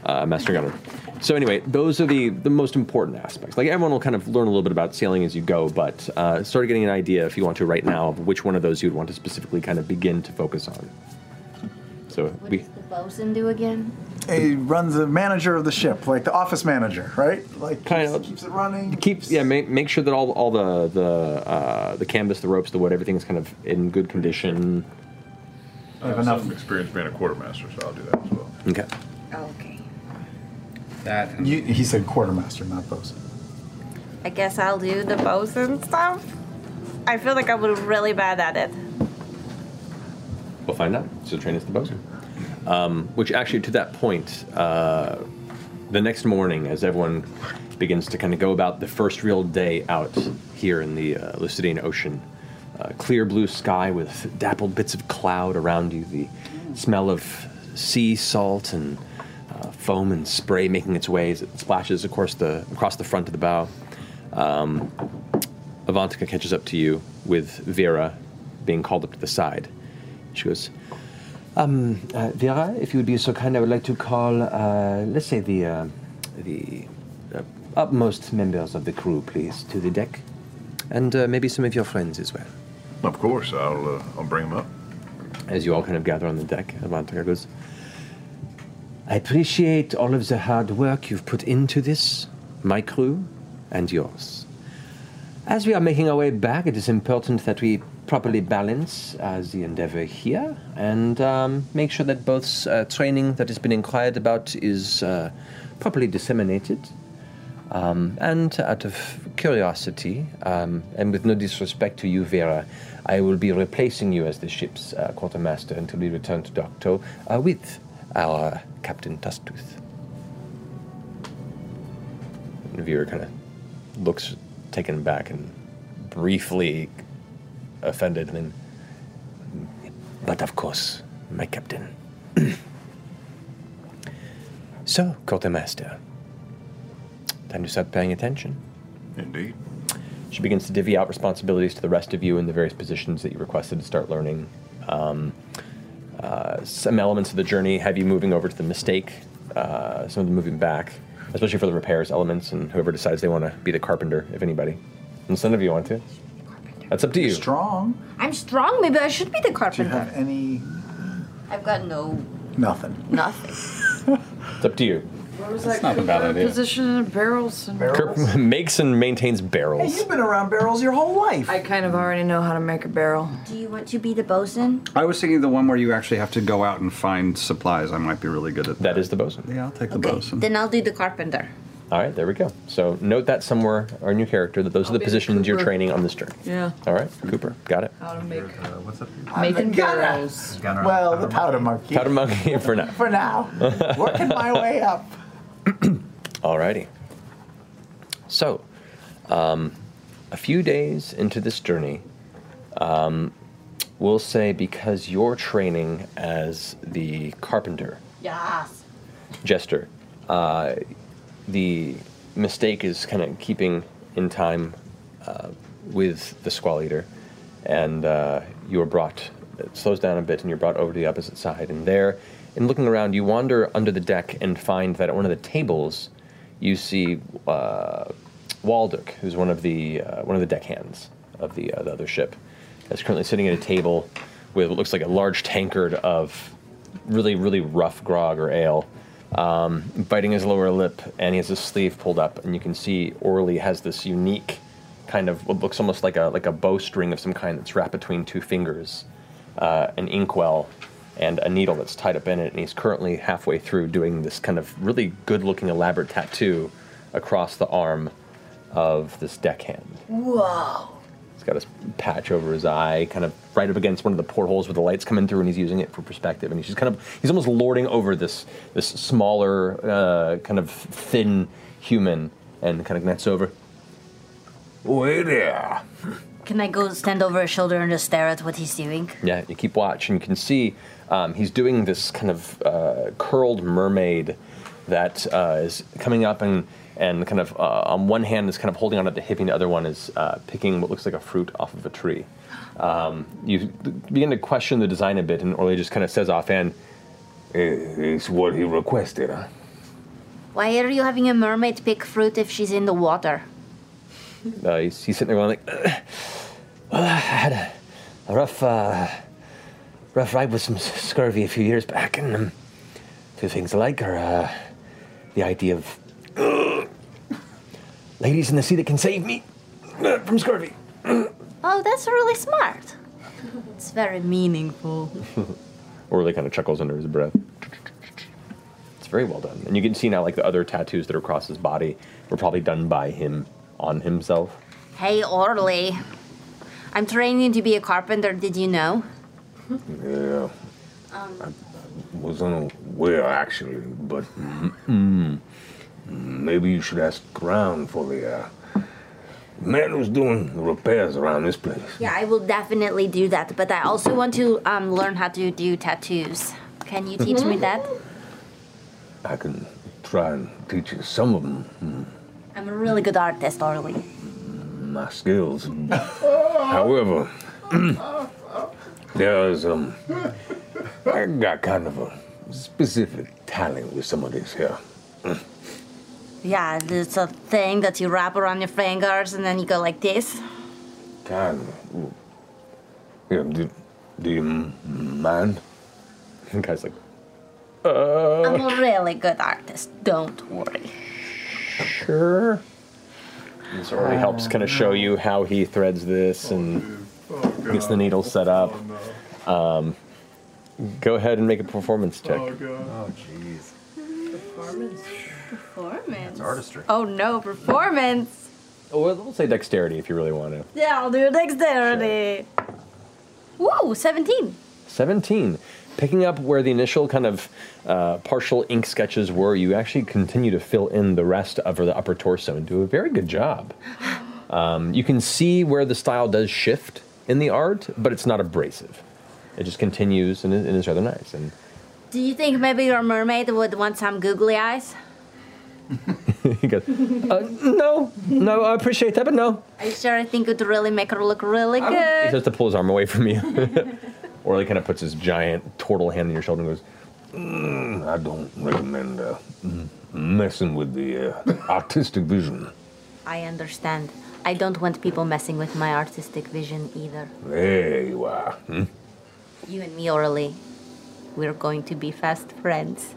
uh, master gunner. So anyway, those are the the most important aspects. Like everyone will kind of learn a little bit about sailing as you go, but uh, start getting an idea if you want to right now of which one of those you'd want to specifically kind of begin to focus on. So What we. does the bosun do again? He runs the manager of the ship, like the office manager, right? Like kind keeps, of keeps it running. keeps yeah make, make sure that all all the the uh, the canvas the ropes the wood everything's kind of in good condition I have enough experience being a quartermaster, so I'll do that as well. okay Okay. That you, he said quartermaster, not bosun. I guess I'll do the bosun stuff. I feel like I'm really bad at it. we'll find out so train is the bosun um, which actually to that point uh, the next morning as everyone begins to kind of go about the first real day out here in the uh, Lucidian ocean uh, clear blue sky with dappled bits of cloud around you the smell of sea salt and uh, foam and spray making its way as it splashes across the across the front of the bow. Um, Avantika catches up to you with Vera being called up to the side. She goes, um, uh, Vera, if you would be so kind, I would like to call, uh, let's say, the uh, the uh, upmost members of the crew, please, to the deck, and uh, maybe some of your friends as well. Of course, I'll uh, I'll bring him up. As you all kind of gather on the deck, Avantika goes, I appreciate all of the hard work you've put into this, my crew and yours. As we are making our way back, it is important that we properly balance uh, the endeavor here and um, make sure that both uh, training that has been inquired about is uh, properly disseminated. Um, and out of curiosity, um, and with no disrespect to you, Vera, I will be replacing you as the ship's uh, quartermaster until we return to Docto uh, with our Captain Tusktooth. And Vera kind of looks taken back and briefly offended, and then, but of course, my captain. so, quartermaster, time to start paying attention. Indeed. She begins to divvy out responsibilities to the rest of you in the various positions that you requested to start learning. Um, uh, some elements of the journey have you moving over to the mistake, uh, some of them moving back, especially for the repairs elements and whoever decides they want to be the carpenter, if anybody. Unless none of you want to. That's up to you. Strong. I'm strong. Maybe I should be the Do you carpenter. have any? I've got no Nothing. nothing. It's up to you. What was That's that? not a bad idea. Position in barrels. And Kirk makes and maintains barrels. been around barrels your whole life. I kind of already know how to make a barrel. Do you want to be the bosun? I was thinking the one where you actually have to go out and find supplies. I might be really good at that. That is the bosun. Yeah, I'll take the bosun. Then I'll do the carpenter. All right, there we go. So note that somewhere our new character that those are I'll the be the positions you're Cooper. training on this journey. Yeah. All right, Cooper, got it. How to make Uh, what's up? making barrels. Well, the powder monkey. Powder monkey for now. For now, working my way up. Alrighty. So, um, a few days into this journey, um, we'll say because you're training as the carpenter, Yes. jester, uh, the mistake is kind of keeping in time uh, with the squall eater, and uh, you are brought. It slows down a bit, and you're brought over to the opposite side. And there, in looking around, you wander under the deck and find that at one of the tables, you see uh, Walduck, who's one of the uh, one of the deckhands of the uh, the other ship, that's currently sitting at a table with what looks like a large tankard of really really rough grog or ale, um, biting his lower lip, and he has his sleeve pulled up, and you can see Orly has this unique kind of what looks almost like a like a bowstring of some kind that's wrapped between two fingers, uh, an inkwell, and a needle that's tied up in it. And he's currently halfway through doing this kind of really good-looking elaborate tattoo across the arm of this deckhand. Whoa. He's got his patch over his eye, kind of right up against one of the portholes where the light's coming through, and he's using it for perspective. And he's just kind of he's almost lording over this this smaller, uh, kind of thin human, and kind of knocks over. Wait there. Can I go stand over his shoulder and just stare at what he's doing? Yeah, you keep watch, and you can see um, he's doing this kind of uh, curled mermaid that uh, is coming up and and kind of uh, on one hand is kind of holding on at the hip, and the other one is uh, picking what looks like a fruit off of a tree. Um, you begin to question the design a bit, and Orly just kind of says offhand, "It's what he requested, huh?" Why are you having a mermaid pick fruit if she's in the water? Uh, he's, he's sitting there going like, "Well, I had a, a rough, uh, rough ride with some scurvy a few years back, and um, two things I like are uh, the idea of um, ladies in the sea that can save me uh, from scurvy." Oh, that's really smart. It's very meaningful. Orly kind of chuckles under his breath. It's very well done, and you can see now like the other tattoos that are across his body were probably done by him on himself. Hey, Orly. I'm training to be a carpenter, did you know? Yeah. I was unaware, actually, but mm, mm, maybe you should ask around for the uh, man who's doing the repairs around this place. Yeah, I will definitely do that, but I also want to um, learn how to do tattoos. Can you teach me that? I can try and teach you some of them, I'm a really good artist, Orly. my skills. However, there's um, I got kind of a specific talent with some of this here. Yeah, it's a thing that you wrap around your fingers and then you go like this. Kind of. ooh. Yeah, do, do you m- mind? The guy's like, I'm a really good artist, don't worry. sure. And so Orly helps kind of show you how he threads this and gets the needle set up. Um, go ahead and make a performance check. Oh, jeez. Performance? Artistry. Oh no, performance! Oh, well, we'll say dexterity if you really want to. Yeah, I'll do dexterity. Woo, 17. 17. Picking up where the initial kind of uh, partial ink sketches were, you actually continue to fill in the rest of the upper torso and do a very good job. Um, you can see where the style does shift in the art, but it's not abrasive. It just continues and, it- and it's rather nice. And Do you think maybe your mermaid would want some googly eyes? he goes, uh, no, no, I appreciate that, but no. Are you sure I think it would really make her look really He good? starts to pull his arm away from you. Orly kind of puts his giant turtle hand on your shoulder and goes, Mm, I don't recommend uh, m- messing with the uh, artistic vision. I understand. I don't want people messing with my artistic vision either. There you are. Hmm? You and me, Orly, we're going to be fast friends.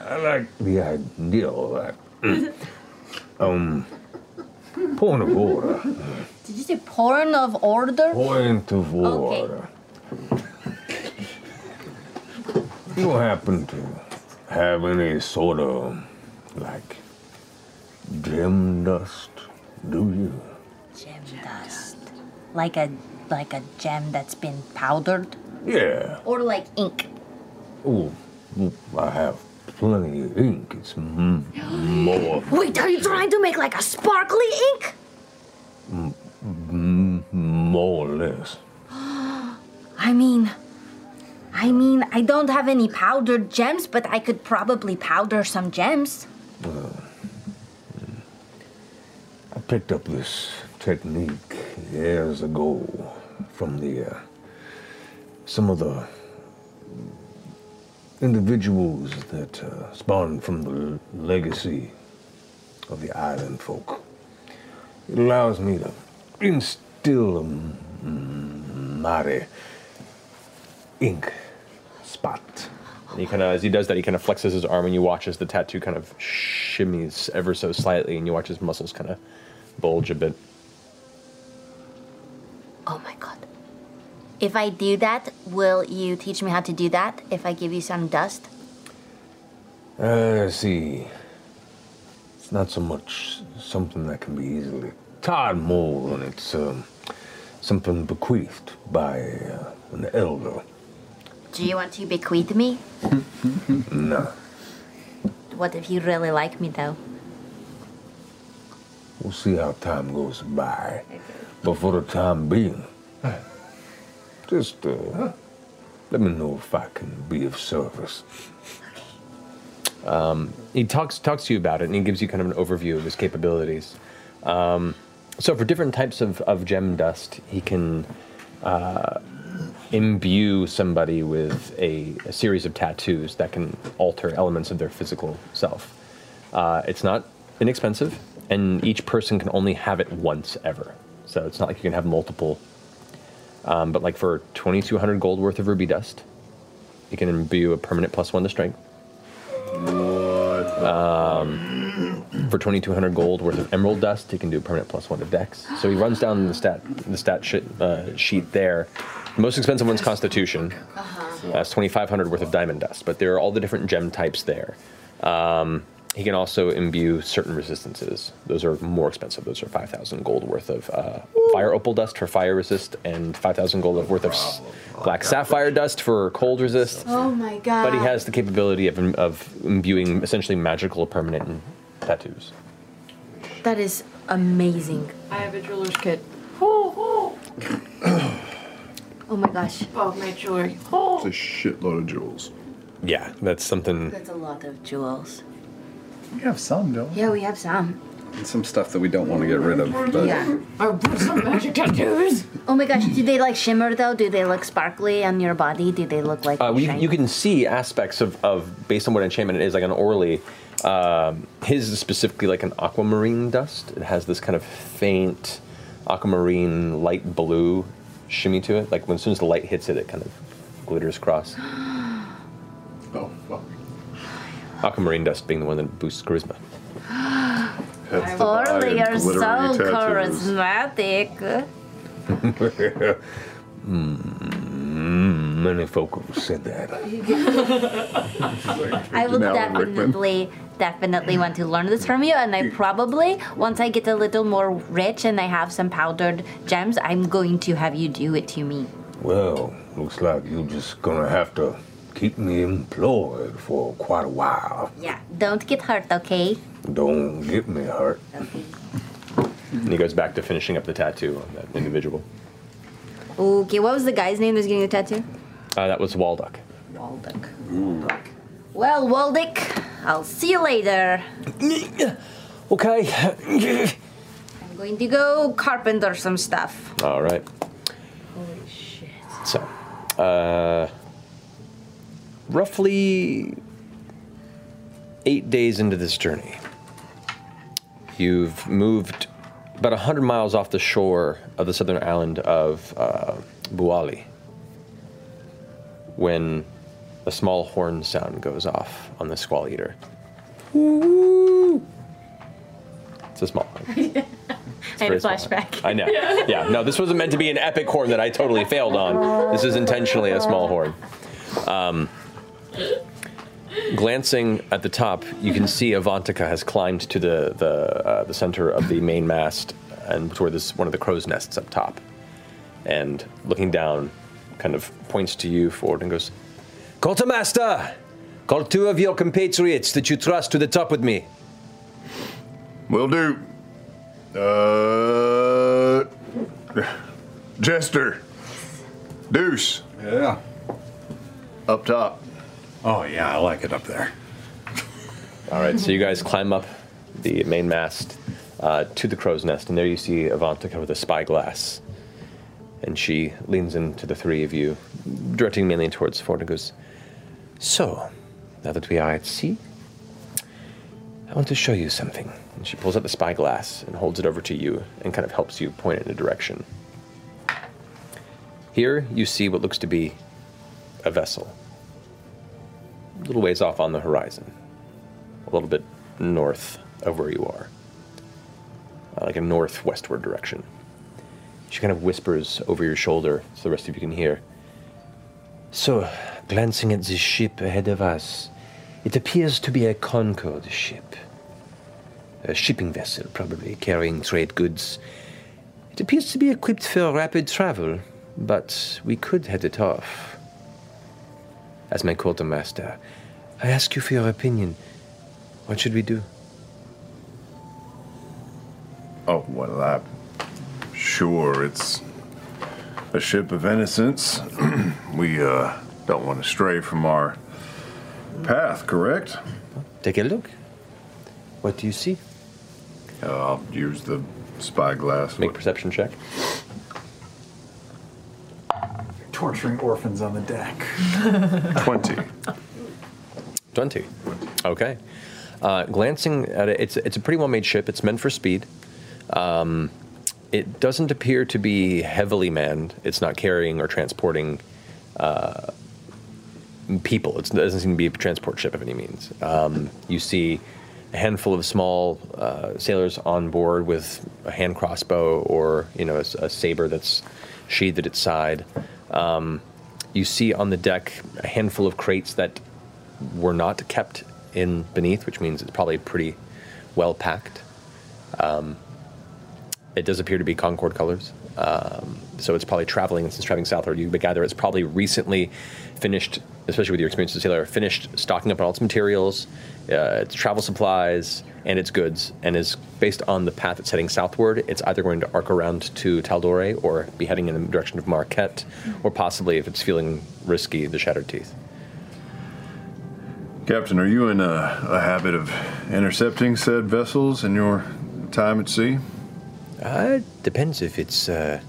I like the idea of that. um, point of order. Did you say porn of order? Point of Okay. order. You happen to have any sort of like gem dust, do you? Gem dust. Like a like a gem that's been powdered? Yeah. Or like ink. Oh, I have plenty of ink. It's m- more Wait, are you trying to make like a sparkly ink? M- m- more or less. I mean I mean I don't have any powdered gems, but I could probably powder some gems. Well, Uh, I picked up this technique years ago from the uh, some of the individuals that uh, spawned from the legacy of the island folk. It allows me to instill a m- mighty ink spot. And he kind of, as he does that, he kind of flexes his arm, and you watch as the tattoo kind of shimmies ever so slightly, and you watch his muscles kind of bulge a bit. Oh my god. If I do that, will you teach me how to do that if I give you some dust? Uh, see, it's not so much something that can be easily tied more than it's um, something bequeathed by uh, an elder. Do you want to bequeath me? no. What if you really like me though? We'll see how time goes by. But for the time being, just uh, let me know if I can be of service. Um, he talks talks to you about it, and he gives you kind of an overview of his capabilities. Um, so, for different types of, of gem dust, he can uh, imbue somebody with a, a series of tattoos that can alter elements of their physical self. Uh, it's not inexpensive, and each person can only have it once ever. So it's not like you can have multiple. Um, but like for 2,200 gold worth of ruby dust, you can imbue a permanent plus one to strength. Um, for 2,200 gold worth of emerald dust, he can do permanent plus one to dex. So he runs down the stat the stat sheet, uh, sheet there. The most expensive one's constitution. That's 2,500 worth of diamond dust, but there are all the different gem types there. Um, he can also imbue certain resistances. Those are more expensive. Those are 5,000 gold worth of uh, fire opal dust for fire resist, and 5,000 gold worth of s- black sapphire dust for cold resist. Oh my god. But he has the capability of, of imbuing essentially magical permanent tattoos. That is amazing. I have a jeweler's kit. Oh my gosh. Oh, my jewelry. It's a shitload of jewels. Yeah, that's something. That's a lot of jewels. We have some, don't Yeah, we have some. And some stuff that we don't want to get rid of. But Yeah. I some magic tattoos. Oh my gosh, do they like shimmer though? Do they look sparkly on your body? Do they look like Uh, well, you, shiny? you can see aspects of, of based on what enchantment it is, like an Orly. Um, his is specifically like an aquamarine dust. It has this kind of faint aquamarine light blue shimmy to it. Like when as soon as the light hits it, it kind of glitters across. Oh, fuck. Aquamarine dust being the one that boosts charisma. That's the iron Orly, you're Oh, so glittery tattoos. charismatic. Mm, Hmm, many folk have said that. I will Now, Rickman. definitely, definitely want to learn this from you. And I probably, once I get a little more rich and I have some powdered gems, I'm going to have you do it to me. Well, looks like you're just gonna have to keep me employed for quite a while. Yeah. Don't get hurt, okay? Don't get me hurt. And he goes back to finishing up the tattoo on that individual. Okay, what was the guy's name that's getting the tattoo? Uh, that was Walduck. Walduck. Well, Waldick, I'll see you later. Okay. I'm going to go carpenter some stuff. All right. Holy shit. So, uh, roughly eight days into this journey, you've moved about 100 miles off the shore of the southern island of uh, Buali when a small horn sound goes off on the squall eater. It's a small horn. I had a very small. flashback. I know. Yeah, no, this wasn't meant to be an epic horn that I totally failed on. This is intentionally a small horn. Um, glancing at the top, you can see Avantika has climbed to the the, uh, the center of the main mast and toward this one of the crow's nests up top. And looking down, kind of points to you forward and goes, "Call to master. Call two of your compatriots that you trust to the top with me." Will do. Uh, Jester, Deuce. Yeah. Up top. Oh yeah, I like it up there. All right, so you guys climb up the main mast uh, to the crow's nest, and there you see Avantika with a spyglass. And she leans into the three of you, directing mainly towards Ford, and goes, So, now that we are at sea, I want to show you something. And she pulls out the spyglass and holds it over to you and kind of helps you point it in a direction. Here, you see what looks to be a vessel, a little ways off on the horizon a little bit north of where you are, uh, like a northwestward direction. She kind of whispers over your shoulder so the rest of you can hear. So, glancing at the ship ahead of us, it appears to be a Concord ship. A shipping vessel, probably, carrying trade goods. It appears to be equipped for rapid travel, but we could head it off. As my quartermaster, I ask you for your opinion. What should we do? Oh, well, I. Sure, it's a ship of innocence. we uh, don't want to stray from our path, correct? Take a look. What do you see? Uh, I'll use the spyglass. Make perception check. Torturing orphans on the deck. 20. 20. Okay. Uh, glancing at it, it's, it's a pretty well made ship. It's meant for speed. Um, it doesn't appear to be heavily manned. It's not carrying or transporting uh, people. It's, it doesn't seem to be a transport ship of any means. Um, you see a handful of small uh, sailors on board with a hand crossbow or you know a, s- a saber that's sheathed at its side. Um, you see on the deck a handful of crates that were not kept in beneath, which means it's probably pretty well packed. Um, it does appear to be Concord colors, um, so it's probably traveling. and Since traveling southward, you would gather it's probably recently finished, especially with your experience as a sailor, finished stocking up on all its materials, uh, its travel supplies, and its goods, and is based on the path it's heading southward. It's either going to arc around to Taldore or be heading in the direction of Marquette, or possibly, if it's feeling risky, the Shattered Teeth. Captain, are you in a, a habit of intercepting said vessels in your time at sea? Uh, depends if it's uh,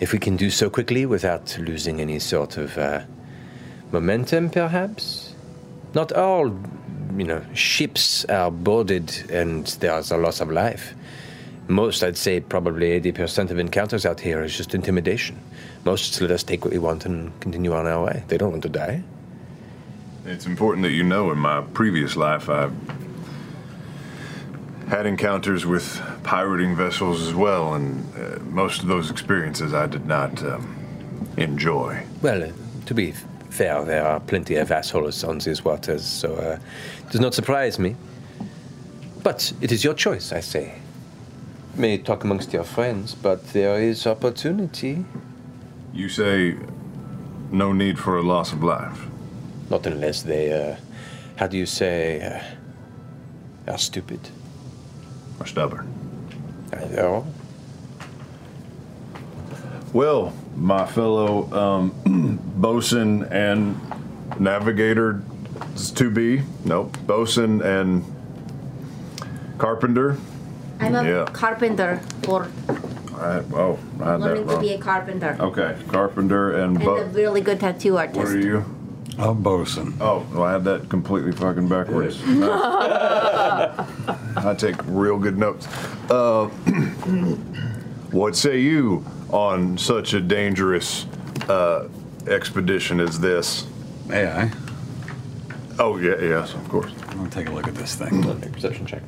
if we can do so quickly without losing any sort of uh, momentum, perhaps. Not all, you know, ships are boarded and there's a loss of life. Most, I'd say, probably eighty percent of encounters out here is just intimidation. Most just let us take what we want and continue on our way. They don't want to die. It's important that you know in my previous life I had encounters with pirating vessels as well, and uh, most of those experiences I did not um, enjoy. Well, uh, to be f- fair, there are plenty of assholes on these waters, so uh, it does not surprise me. But it is your choice, I say. May talk amongst your friends, but there is opportunity. You say no need for a loss of life. Not unless they, uh, how do you say, uh, are stupid. Or stubborn. Either Well, my fellow um, bosun and navigator to be, nope, bosun and carpenter. I'm a yeah. carpenter. Or I, oh, I had that learning to wrong. be a carpenter. Okay, carpenter and And a bo- really good tattoo what artist. are you? A bosun. Oh, well, I had that completely fucking backwards. I take real good notes. Uh, what say you on such a dangerous uh, expedition as this? May I? Oh, yeah, yes, of course. I'll take a look at this thing. Make perception check.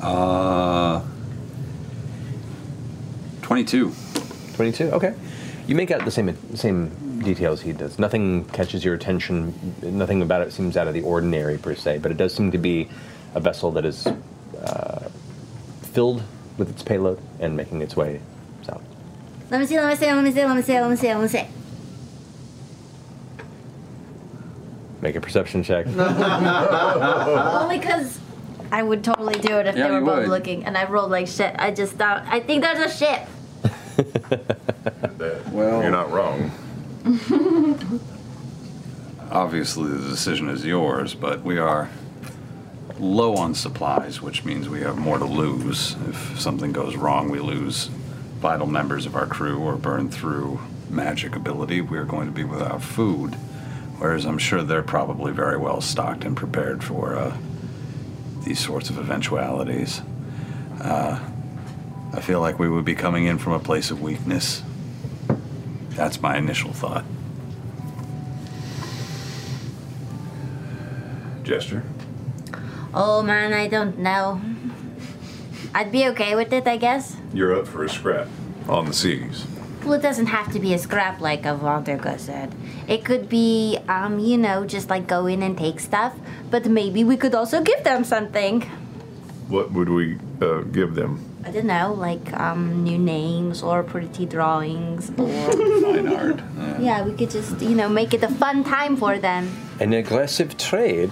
Uh, 22. 22, okay. You make out the same same details he does. Nothing catches your attention. Nothing about it seems out of the ordinary per se, but it does seem to be a vessel that is uh, filled with its payload and making its way south. Let me see, let me see, let me see, let me see, let me see, let me see. Make a perception check. Only because I would totally do it if Yeah, they were you both would. looking, and I rolled like shit. I just thought, I think there's a ship. Well, you're not wrong. obviously, the decision is yours, but we are low on supplies, which means we have more to lose. If something goes wrong, we lose vital members of our crew or burn through magic ability. We're going to be without food. Whereas I'm sure they're probably very well stocked and prepared for uh, these sorts of eventualities. Uh, I feel like we would be coming in from a place of weakness. That's my initial thought. Gesture. Oh man, I don't know. I'd be okay with it, I guess. You're up for a scrap on the seas. Well, it doesn't have to be a scrap like Avandriga said. It could be, um, you know, just like go in and take stuff, but maybe we could also give them something. What would we uh, give them? I don't know, like um, new names or pretty drawings or. Fine art. yeah, we could just, you know, make it a fun time for them. An aggressive trade?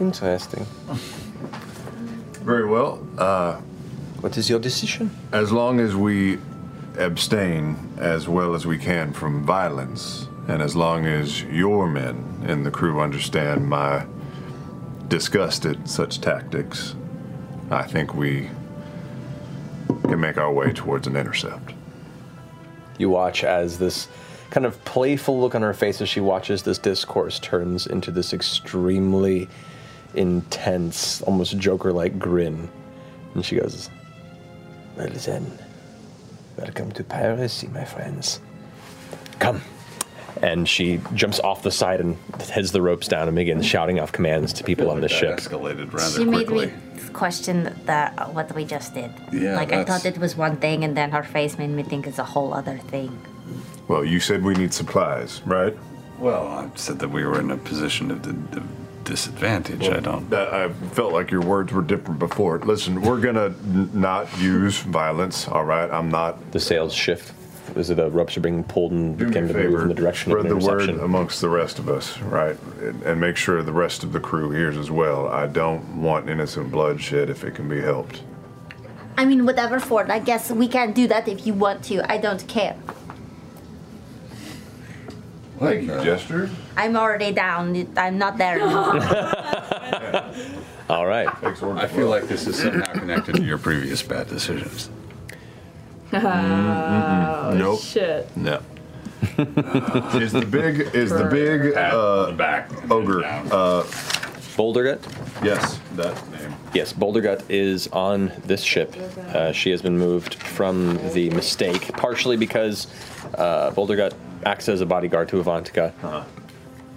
Interesting. Very well. Uh, what is your decision? As long as we abstain as well as we can from violence, and as long as your men and the crew understand my disgust at such tactics, I think we can make our way towards an intercept. You watch as this kind of playful look on her face as she watches this discourse turns into this extremely intense, almost Joker like grin. And she goes, Well then, welcome to Paris, my friends. Come. And she jumps off the side and heads the ropes down and begins shouting off commands to people on the ship. Escalated she made me question that what we just did. Yeah, like I that's- thought it was one thing, and then her face made me think it's a whole other thing. Well, you said we need supplies, right? Well, I said that we were in a position of, d- of disadvantage. I don't. That- I felt like your words were different before. Listen, we're gonna n- not use violence. All right, I'm not. The sails shift. Is it the ropes are being pulled and Do me a begin to move favor, in the direction of spread an the word interception? amongst the rest of us, right? And, and make sure the rest of the crew hears as well. I don't want innocent bloodshed if it can be helped. I mean, whatever for. I guess we can do that if you want to. I don't care. Thank you, Jester. I'm already down. I'm not there. anymore. All right. I feel like this is somehow connected to your previous bad decisions. Mm-mm. Nope. Oh, Shit. No. is the big is the big uh, back ogre uh, Bouldergut? Yes, that name. Yes, Bouldergut is on this ship. Uh, she has been moved from the mistake, partially because uh, Bouldergut acts as a bodyguard to Avantika, Uh-huh.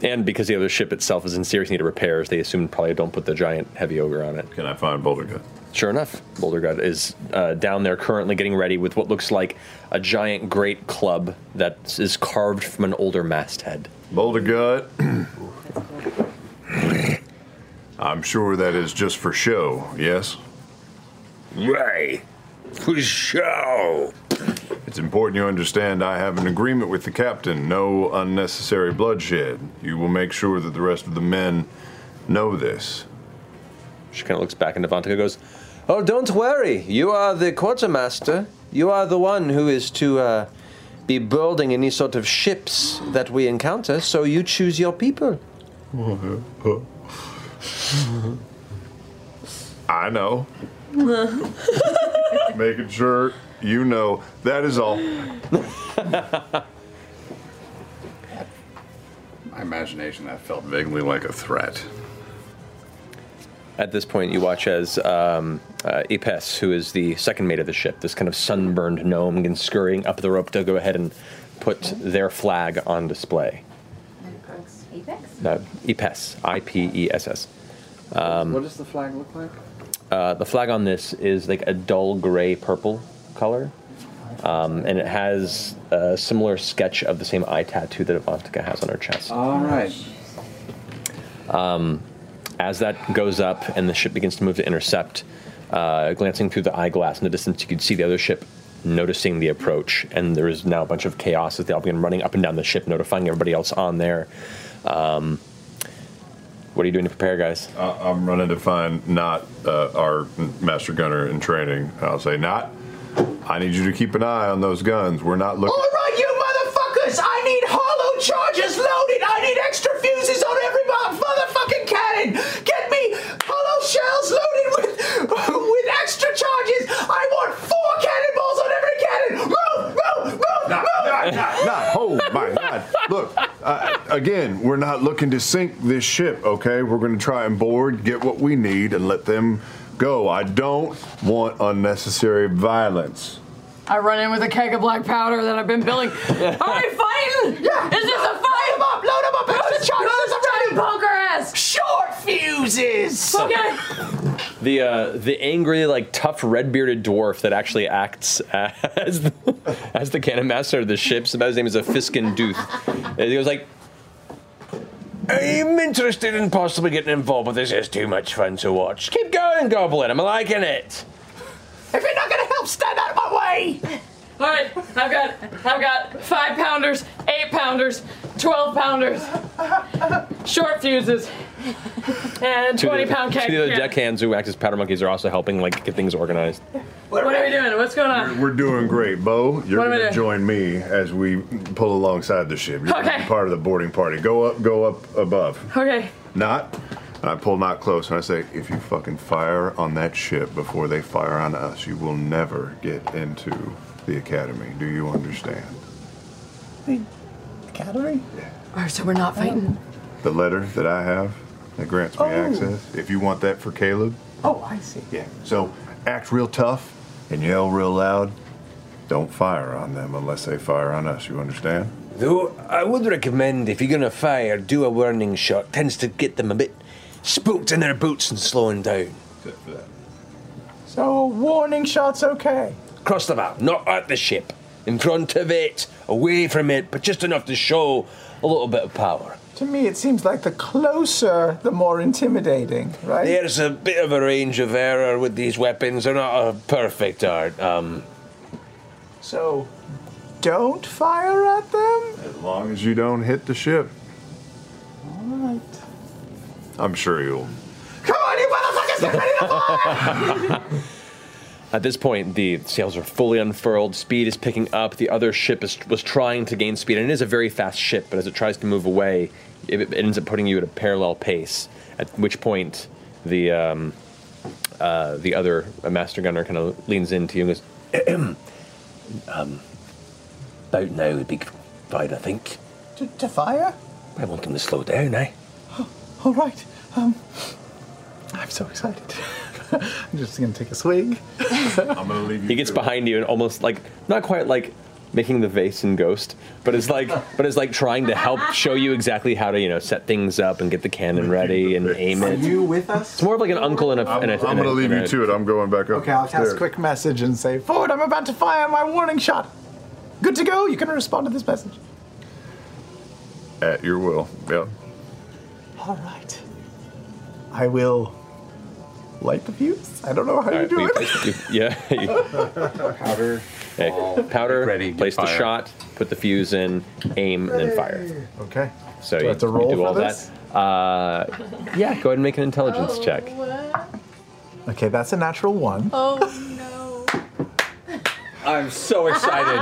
and because the other ship itself is in serious need of repairs. They assume probably don't put the giant heavy ogre on it. Can I find Bouldergut? Sure enough, Bouldergut is uh, down there currently getting ready with what looks like a giant great club that is carved from an older masthead. Bouldergut. I'm sure that is just for show, yes? Right. For show. It's important you understand I have an agreement with the captain no unnecessary bloodshed. You will make sure that the rest of the men know this. She kind of looks back, and Avantika goes, Oh, don't worry. You are the quartermaster. You are the one who is to uh, be boarding any sort of ships that we encounter, so you choose your people. I know. Making sure you know. That is all. My imagination, that felt vaguely like a threat. At this point, you watch as um, uh, Ipes, who is the second mate of the ship, this kind of sunburned gnome, comes scurrying up the rope to go ahead and put their flag on display. Apex. Uh, IPESS. I P E S S. Um, what does the flag look like? Uh, the flag on this is like a dull gray purple color, um, and it has a similar sketch of the same eye tattoo that Ivantika has on her chest. All right. Um, as that goes up and the ship begins to move to intercept, uh, glancing through the eyeglass in the distance, you could see the other ship noticing the approach, and there is now a bunch of chaos as they all begin running up and down the ship, notifying everybody else on there. Um, what are you doing to prepare, guys? I, I'm running to find not uh, our master gunner in training. I'll say, not. I need you to keep an eye on those guns. We're not looking. Oh, right, you motherfuckers! I need hollow charges loaded! I need extra fuses on every mo- motherfucking cannon! Get me hollow shells loaded with with extra charges! I want four cannonballs on every cannon! Move! Move! Move! Not, not, not, not. Oh my God! Look, uh, again, we're not looking to sink this ship. Okay, we're going to try and board, get what we need, and let them go. I don't want unnecessary violence. I run in with a keg of black powder that I've been building. Are we fighting? Yeah. Is this a fight? Load them up! Load them up! Extra charges! I'm ready. Poker ass. Short fuses. Okay. The uh, the angry, like tough red bearded dwarf that actually acts as the, as the cannon master of the ship. Sometimes his name is a Fiskin Dooth. And He goes like, I'm interested in possibly getting involved, but this is too much fun to watch. Keep going, Goblin, I'm liking it. If you're not gonna help, stand out of my way. All right, I've got I've got five pounders, eight pounders, twelve pounders, short fuses, and Two of twenty the- pound keg. Two of the Yeah. deckhands who act as powder monkeys are also helping like get things organized. What are we doing? What's going on? We're doing great, Bo. You're What am I going to doing? join me as we pull alongside the ship. You're gonna Okay. be part of the boarding party. Go up, go up above. Okay. Not. And I pull not close and I say, if you fucking fire on that ship before they fire on us, you will never get into the academy. Do you understand? Academy. All right, so we're not fighting. The letter that I have that grants me Oh. access. If you want that for Caleb, Oh, I see. yeah. So act real tough and yell real loud. Don't fire on them unless they fire on us. You understand? Though I would recommend if you're gonna fire, do a warning shot. Tends to get them a bit spooked in their boots and slowing down. Except for that. So warning shots okay. Cross them out, not at the ship, in front of it, away from it, but just enough to show a little bit of power. To me, it seems like the closer, the more intimidating, right? There's a bit of a range of error with these weapons. They're not a perfect art. Um, So, don't fire at them. As long as you don't hit the ship, All right. I'm sure you'll. Come on, you motherfuckers! Get ready to At this point, the sails are fully unfurled. Speed is picking up. The other ship is, was trying to gain speed, and it is a very fast ship. But as it tries to move away, it, it ends up putting you at a parallel pace. At which point, the um, uh, the other master gunner kind of leans into you and goes, um, about now would be fine, I think. To, to fire? I want them to slow down, eh? All right. Um, I'm so excited. I'm just gonna take a swig. I'm gonna leave you. He gets behind you and almost like not quite like making the vase and ghost, but it's like but it's like trying to help show you exactly how to you know set things up and get the cannon ready and aim Are it. you with us? It's more of like an uncle and a. and a- I'm and a- gonna leave and you a- to it. I'm going back up. Okay, I'll cast upstairs. a quick message and say, Forward, I'm about to fire my warning shot. Good to go. You can respond to this message. At your will. Yep. All right. I will light the fuse. I don't know how you do you it. place- you- yeah. you- Okay, Powder. Ready. Place the fire. shot. Put the fuse in. Aim and then fire. Okay. So Do I you, have to you roll do for all this? that. Uh, yeah. Go ahead and make an intelligence check. Okay, that's a natural one. Oh, I'm so excited.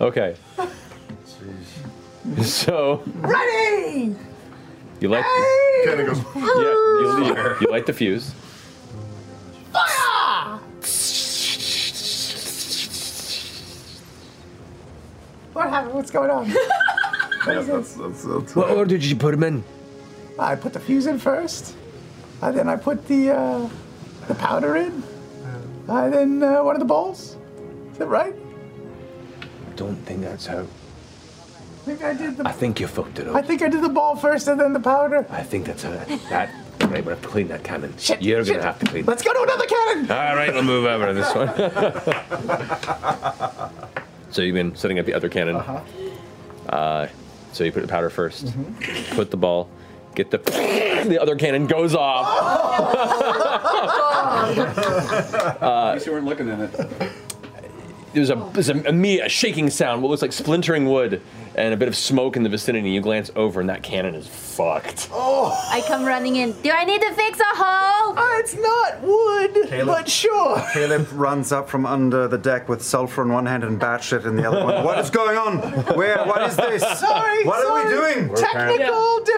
Okay. So ready! you light. Kind of goes. Yeah. You, you, you light the fuse. Fire! What happened? What's going on? Yeah, that's, that's, that's, What order did you put him in? I put the fuse in first. I then I put the uh, the powder in. I then uh, one of the balls. Is that right? I don't think that's how. think I did I the. think you fucked it up. I think I did the ball first and then the powder. I think that's a, that. I'm able to clean that cannon. Shit, You're shit. gonna have to clean. Let's go to another cannon. All right, we'll move over to this one. So you've been setting up the other cannon. uh Uh-huh. so you put the powder 1st Mm-hmm. put the ball, get the the other cannon goes off. Uh, you weren't looking at it. there's a there's a, immediate a shaking sound, what looks like splintering wood, and a bit of smoke in the vicinity. You glance over, and that cannon is fucked. Oh! I come running in. Do I need to fix a hole? Oh, it's not wood, but sure. Caleb runs up from under the deck with sulfur in one hand and batshit in the other one. What is going on? Where? What is this? Sorry, What are sorry. we doing? Technical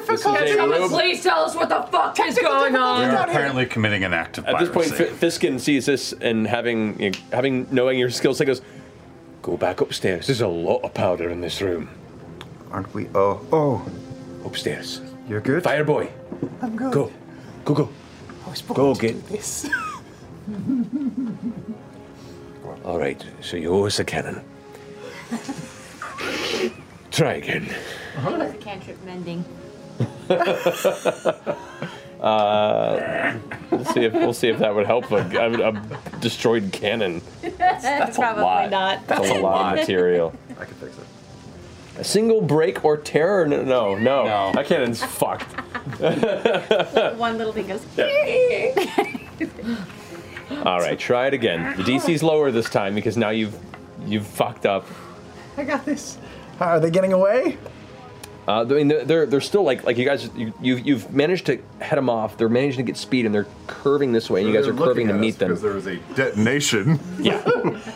Can someone please tell us what the fuck is going You're on? apparently committing an act of Um, At this piracy. point, F- Fiskin sees this and having you know, having knowing your skill set goes, go back upstairs. There's a lot of powder in this room. Aren't we? Oh, oh, upstairs. You're good. Fireboy, I'm good. Oh, go, go, go. I was Go born to get- do this. All right, so you owe us a cannon. Try again. I think it was a cantrip mending. Uh, we'll see if we'll see if that would help a, a, a destroyed cannon. That's, a lot. That's a lot of material. I can fix it. A single break or tear? No, no, no. That cannon's fucked. One little thing goes. All right, try it again. The DC's lower this time because now you've you've fucked up. I got this. Are they getting away? Uh, I mean, they're, they're they're still like like you guys you you've, you've managed to head them off. They're managing to get speed and they're curving this way, and you guys are They're looking curving to at us meet them. Because there was a detonation. Yeah.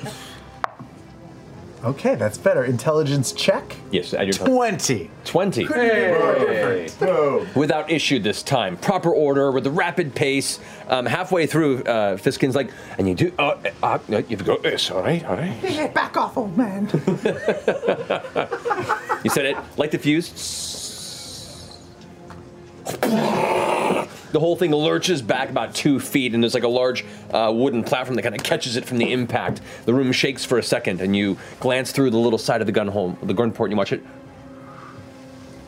Okay, that's better. Intelligence check. Yes, add your twenty. Twenty. Couldn't be more Hey. Without issue this time. Proper order with a rapid pace. Um, halfway through, uh, Fiskin's like, and you do. Uh, uh, uh, you've got this. All right, all right. Hey, back off, old man. You said it. Light the fuse. The whole thing lurches back about two feet, and there's like a large uh, wooden platform that kind of catches it from the impact. The room shakes for a second, and you glance through the little side of the gun hole, the gun port, and you watch it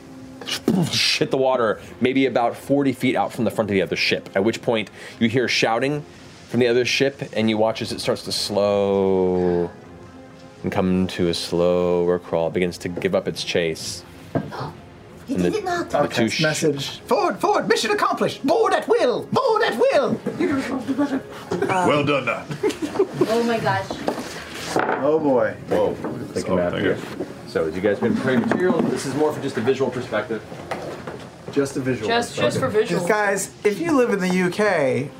hit the water, maybe about 40 feet out from the front of the other ship. At which point, you hear shouting from the other ship, and you watch as it starts to slow and come to a slower crawl. It begins to give up its chase. You And the- did it not. the two sh- message. Forward, forward. Mission accomplished. Board at will. Board at will. well done, Dot. Oh my gosh. Oh boy. Whoa. Oh, here. So, you guys been creating material? This is more for just a visual perspective. Just a visual. Just- just for visual. Guys, if you live in the UK,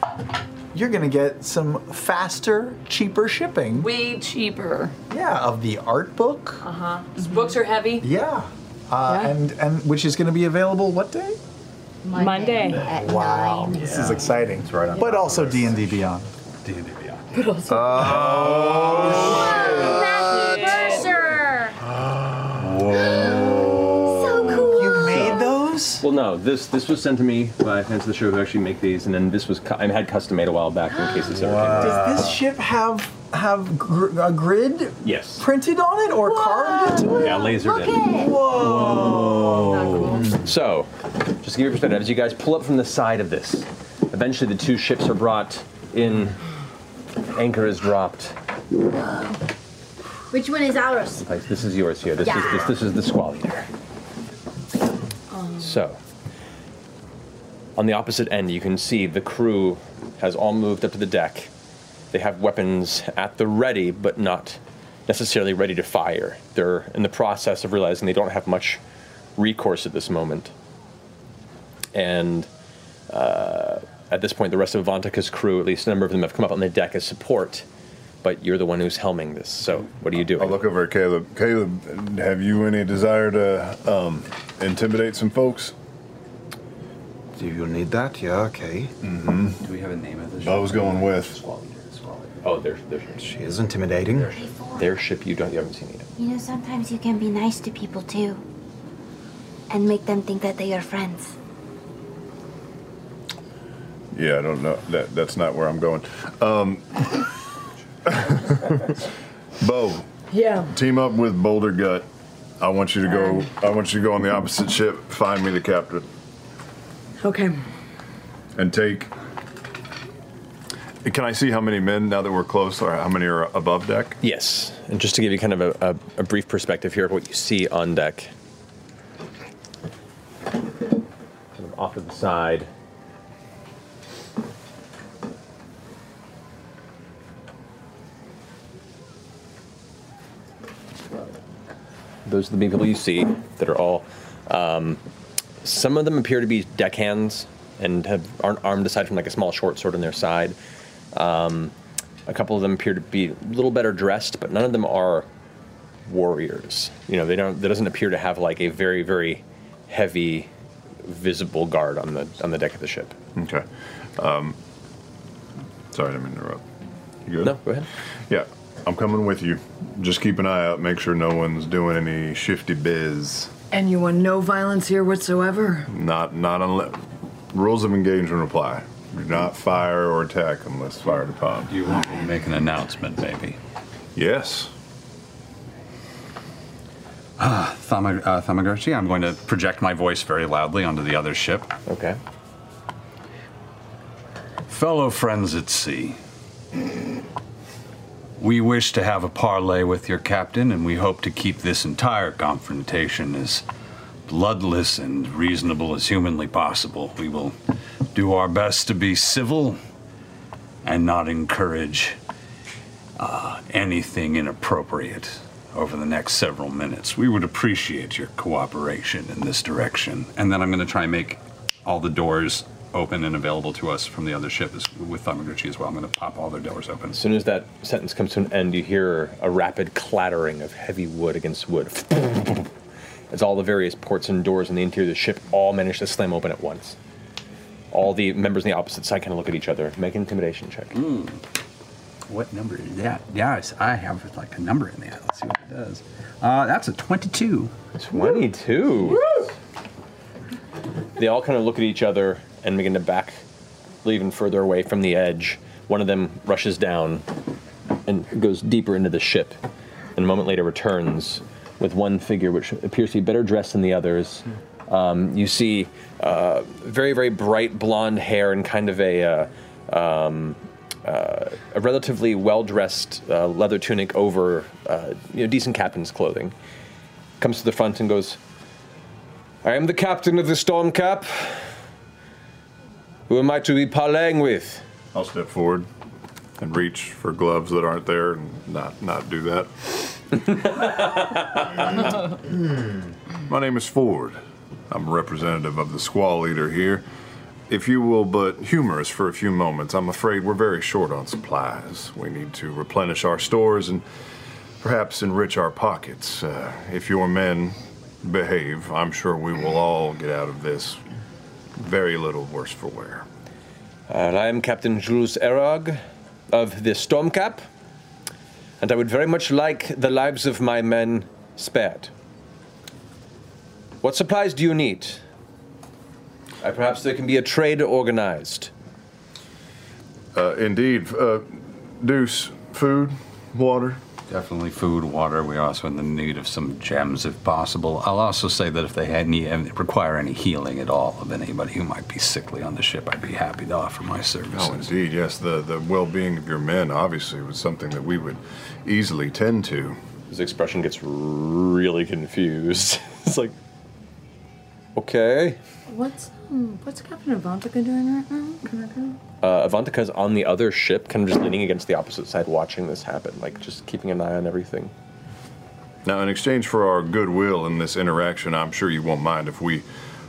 you're gonna get some faster, cheaper shipping. Way cheaper. Yeah, of the art book. Uh huh. These books are heavy. Yeah. Uh, And and which is going to be available what day? Monday. wow, Um, this is exciting. It's right on. But also D and D Beyond. D and D But also. Oh, Mercer! Whoa. So cool. You made those? Well, no. This this was sent to me by fans of the show who actually make these, and then this was cu- I had custom made a while back in case this ever came. Does this ship have have gr- a grid Yes. printed on it or carved into it? Yeah, lasered in. Whoa. So, just to give you a perspective, as you guys pull up from the side of this, eventually the two ships are brought in. Anchor is dropped. Which one is ours? Like, this is yours here. This is this, this is the squally there. So, on the opposite end, you can see the crew has all moved up to the deck. They have weapons at the ready, but not necessarily ready to fire. They're in the process of realizing they don't have much recourse at this moment. And uh, at this point, the rest of Avantika's crew, at least a number of them, have come up on the deck as support. But you're the one who's helming this, so what are you doing? I'll look over at Caleb. Caleb, have you any desire to um, intimidate some folks? Do you need that? Yeah, okay. Mm-hmm. Do we have a name of the I was going with. Oh, there's, there's. She is intimidating. Their, ship, you don't, you haven't seen it. You know, sometimes you can be nice to people too. And make them think that they are friends. Yeah, I don't know. That that's not where I'm going. Um, Bo, Yeah. team up with Boulder Gut I want you to go. I want you to go on the opposite ship. Find me the captain Okay. and take. Can I see how many men now that we're close, or how many are above deck? Yes, and just to give you kind of a, a, a brief perspective here of what you see on deck, kind of off to the side. Those are the main people you see that are all. Um, some of them appear to be deckhands and have, aren't armed aside from like a small short sword on their side. Um, a couple of them appear to be a little better dressed, but none of them are warriors. You know, they don't. There doesn't appear to have like a very very heavy visible guard on the on the deck of the ship. Okay. Um, sorry, I didn't mean to interrupt. You good? No, go ahead. Yeah, I'm coming with you. Just keep an eye out. Make sure no one's doing any shifty biz. And you want no violence here whatsoever? Not not unless rules of engagement apply. Do not fire or attack unless fired upon. You want to make an announcement, maybe? Yes. Ah, Thama, uh, Thamagotchi, I'm going to project my voice very loudly onto the other ship. Okay. Fellow friends at sea, we wish to have a parley with your captain, and we hope to keep this entire confrontation as bloodless and reasonable as humanly possible. We will do our best to be civil and not encourage uh, anything inappropriate over the next several minutes. We would appreciate your cooperation in this direction. And then I'm going to try and make all the doors open and available to us from the other ship as, with Thamaguchi as well. I'm going to pop all their doors open. As soon as that sentence comes to an end, you hear a rapid clattering of heavy wood against wood. As all the various ports and doors in the interior of the ship all manage to slam open at once. All the members on the opposite side kind of look at each other. Make an intimidation check. Hmm. What number is that? Yes, I have like a number in there. Let's see what it does. Uh, that's a 22. 22? They all kind of look at each other and begin to back even further away from the edge. One of them rushes down and goes deeper into the ship, and a moment later returns with one figure which appears to be better dressed than the others. Um, you see uh, very, very bright blonde hair and kind of a, uh, um, uh, a relatively well dressed uh, leather tunic over uh, you know, decent captain's clothing. Comes to the front and goes, I am the captain of the Storm Cap. Who am I to be parleying with? I'll step forward and reach for gloves that aren't there and not not do that. Hmm. My name is Ford. I'm a representative of the Squall Eater here. If you will but humor us for a few moments, I'm afraid we're very short on supplies. We need to replenish our stores and perhaps enrich our pockets. Uh, if your men behave, I'm sure we will all get out of this very little worse for wear. Uh, I am Captain Jules Erog of the Stormcap, and I would very much like the lives of my men spared. What supplies do you need? Uh, perhaps there can be a trade organized. Uh, indeed. Uh, Deuce, food, water. Definitely food, water. We're also in the need of some gems if possible. I'll also say that if they had any, require any healing at all of anybody who might be sickly on the ship, I'd be happy to offer my services. Oh, indeed, yes. The, the well being of your men, obviously, was something that we would easily tend to. His expression gets really confused. it's like, okay. What's um, what's Captain Avantika doing right now? Can I go? Uh, Avantika's on the other ship, kind of just leaning against the opposite side, watching this happen, like just keeping an eye on everything. Now, in exchange for our goodwill in this interaction, I'm sure you won't mind if we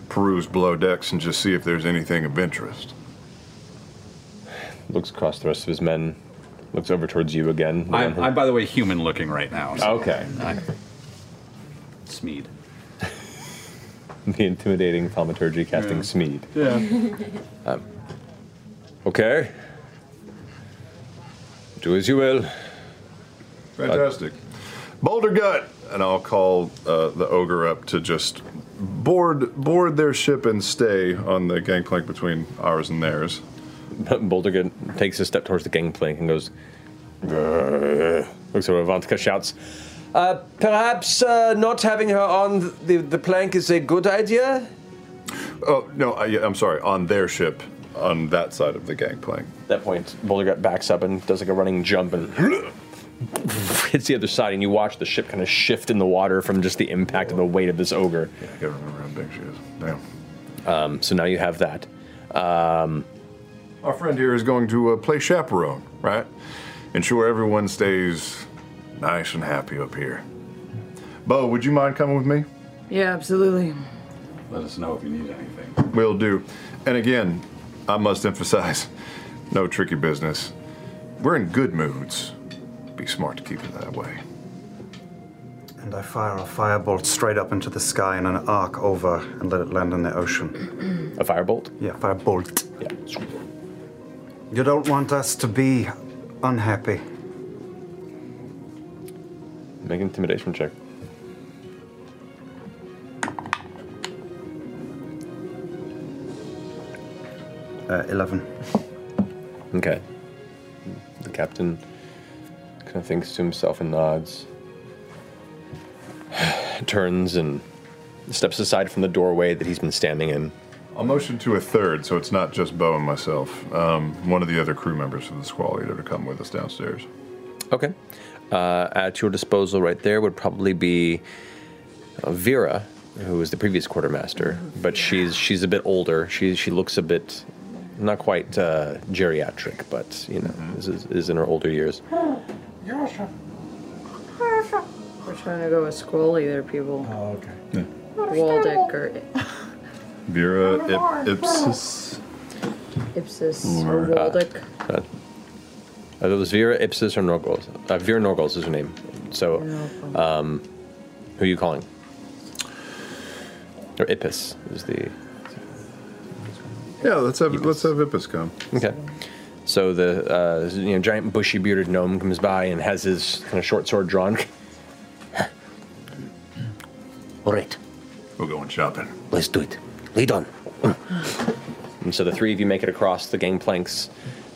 peruse below decks and just see if there's anything of interest. Looks across the rest of his men, looks over towards you again. I'm, I'm, by the way, human looking right now. Okay. I- Smeed. the intimidating thaumaturgy casting Smeed. Um, okay. Do as you will. Fantastic. Boulder Gut! And I'll call uh, the ogre up to just board board their ship and stay on the gangplank between ours and theirs. Bouldergood takes a step towards the gangplank and goes. "Grr." Looks over. Avantika shouts, Uh, perhaps uh, not having her on the, the plank is a good idea? Oh, no, I, I'm sorry, on their ship, on that side of the gangplank. At that point, Bouldergut backs up and does like a running jump and hits the other side, and you watch the ship kind of shift in the water from just the impact of the weight of this ogre. Yeah, I gotta remember how big she is. Damn. Um, so now you have that. Um, Our friend here is going to uh, play chaperone, right? Ensure everyone stays nice and happy up here. Bo, would you mind coming with me? Yeah, absolutely. Let us know if you need anything. Will do. And again, I must emphasize no tricky business. We're in good moods. Be smart to keep it that way. And I fire a firebolt straight up into the sky in an arc over and let it land in the ocean. A firebolt? Yeah, firebolt. Yeah. You don't want us to be unhappy. Make an intimidation check. Uh, 11. Okay. The captain kind of thinks to himself and nods, turns and steps aside from the doorway that he's been standing in. I'll motion to a third, so it's not just Bo and myself. Um, one of the other crew members of the Squall Eater to come with us downstairs. Okay. Uh, at your disposal, right there, would probably be uh, Vera, who was the previous quartermaster, but she's she's a bit older. She she looks a bit not quite uh, geriatric, but you know, is, is, is in her older years. Yasha. We're trying to go with scroll either people. Oh, okay. Waldeck or Vera Ip- Ipsis. Ipsis Or, or uh, Waldeck. Uh, it was Uh, Vera Ipsis or Norgals. Uh, Vera Norgals is her name. So, um, who are you calling? Or Ipis is the. Yeah, let's have let's have Ipis come. Okay. So the uh, you know giant bushy bearded gnome comes by and has his kind of short sword drawn. All right. We're going shopping. Let's do it. Lead on. Mm. And so the three of you make it across the gangplanks.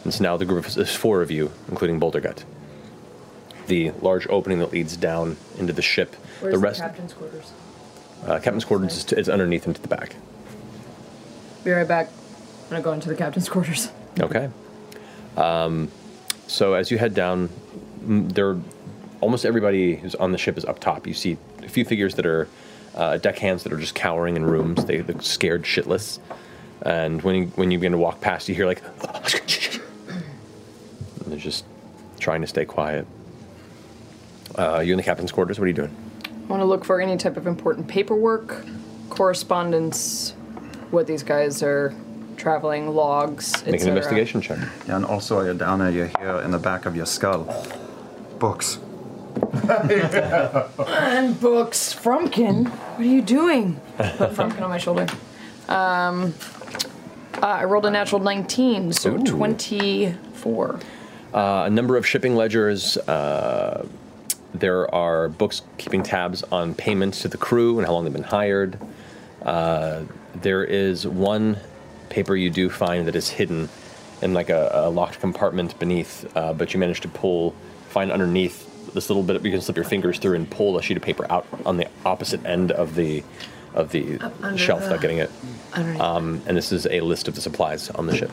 And so now the group is four of you, including Bouldergut. The large opening that leads down into the ship. Where's the rest, captain's quarters? uh, Captain's quarters is, is underneath into the back. Be right back. I'm gonna go into the captain's quarters. Okay. Um, so as you head down, mm, there, almost everybody who's on the ship is up top. You see a few figures that are uh, deckhands that are just cowering in rooms. They look scared shitless. And when you, when you begin to walk past, you hear like, and they're just trying to stay quiet. Uh, you in the captain's quarters? What are you doing? I want to look for any type of important paperwork, correspondence, what these guys are traveling, logs, etc. Make an investigation. check. Yeah, and also while you're down there, you hear in the back of your skull books. And books. Frumpkin, what are you doing? Put Frumpkin on my shoulder. Um, uh, I rolled a natural 19, so Ooh. 24. Uh, a number of shipping ledgers. Uh, there are books keeping tabs on payments to the crew and how long they've been hired. Uh, there is one paper you do find that is hidden in like a, a locked compartment beneath, uh, but you manage to pull, find underneath this little bit. You can slip your fingers through and pull a sheet of paper out on the opposite end of the of the Up under shelf the- without getting it. Underneath. Um, and this is a list of the supplies on the ship.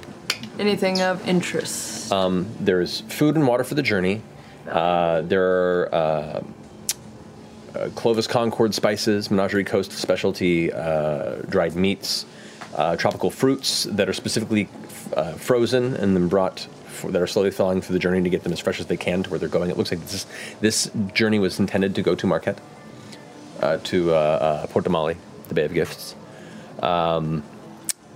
Anything of interest? Um, there's food and water for the journey. Uh, there are uh, uh, Clovis Concord spices, Menagerie Coast specialty uh, dried meats, uh, tropical fruits that are specifically uh, frozen and then brought. For, that are slowly thawing through the journey to get them as fresh as they can to where they're going. It looks like this this journey was intended to go to Marquette, uh, to uh, uh, Port de Mali, the Bay of Gifts. Um,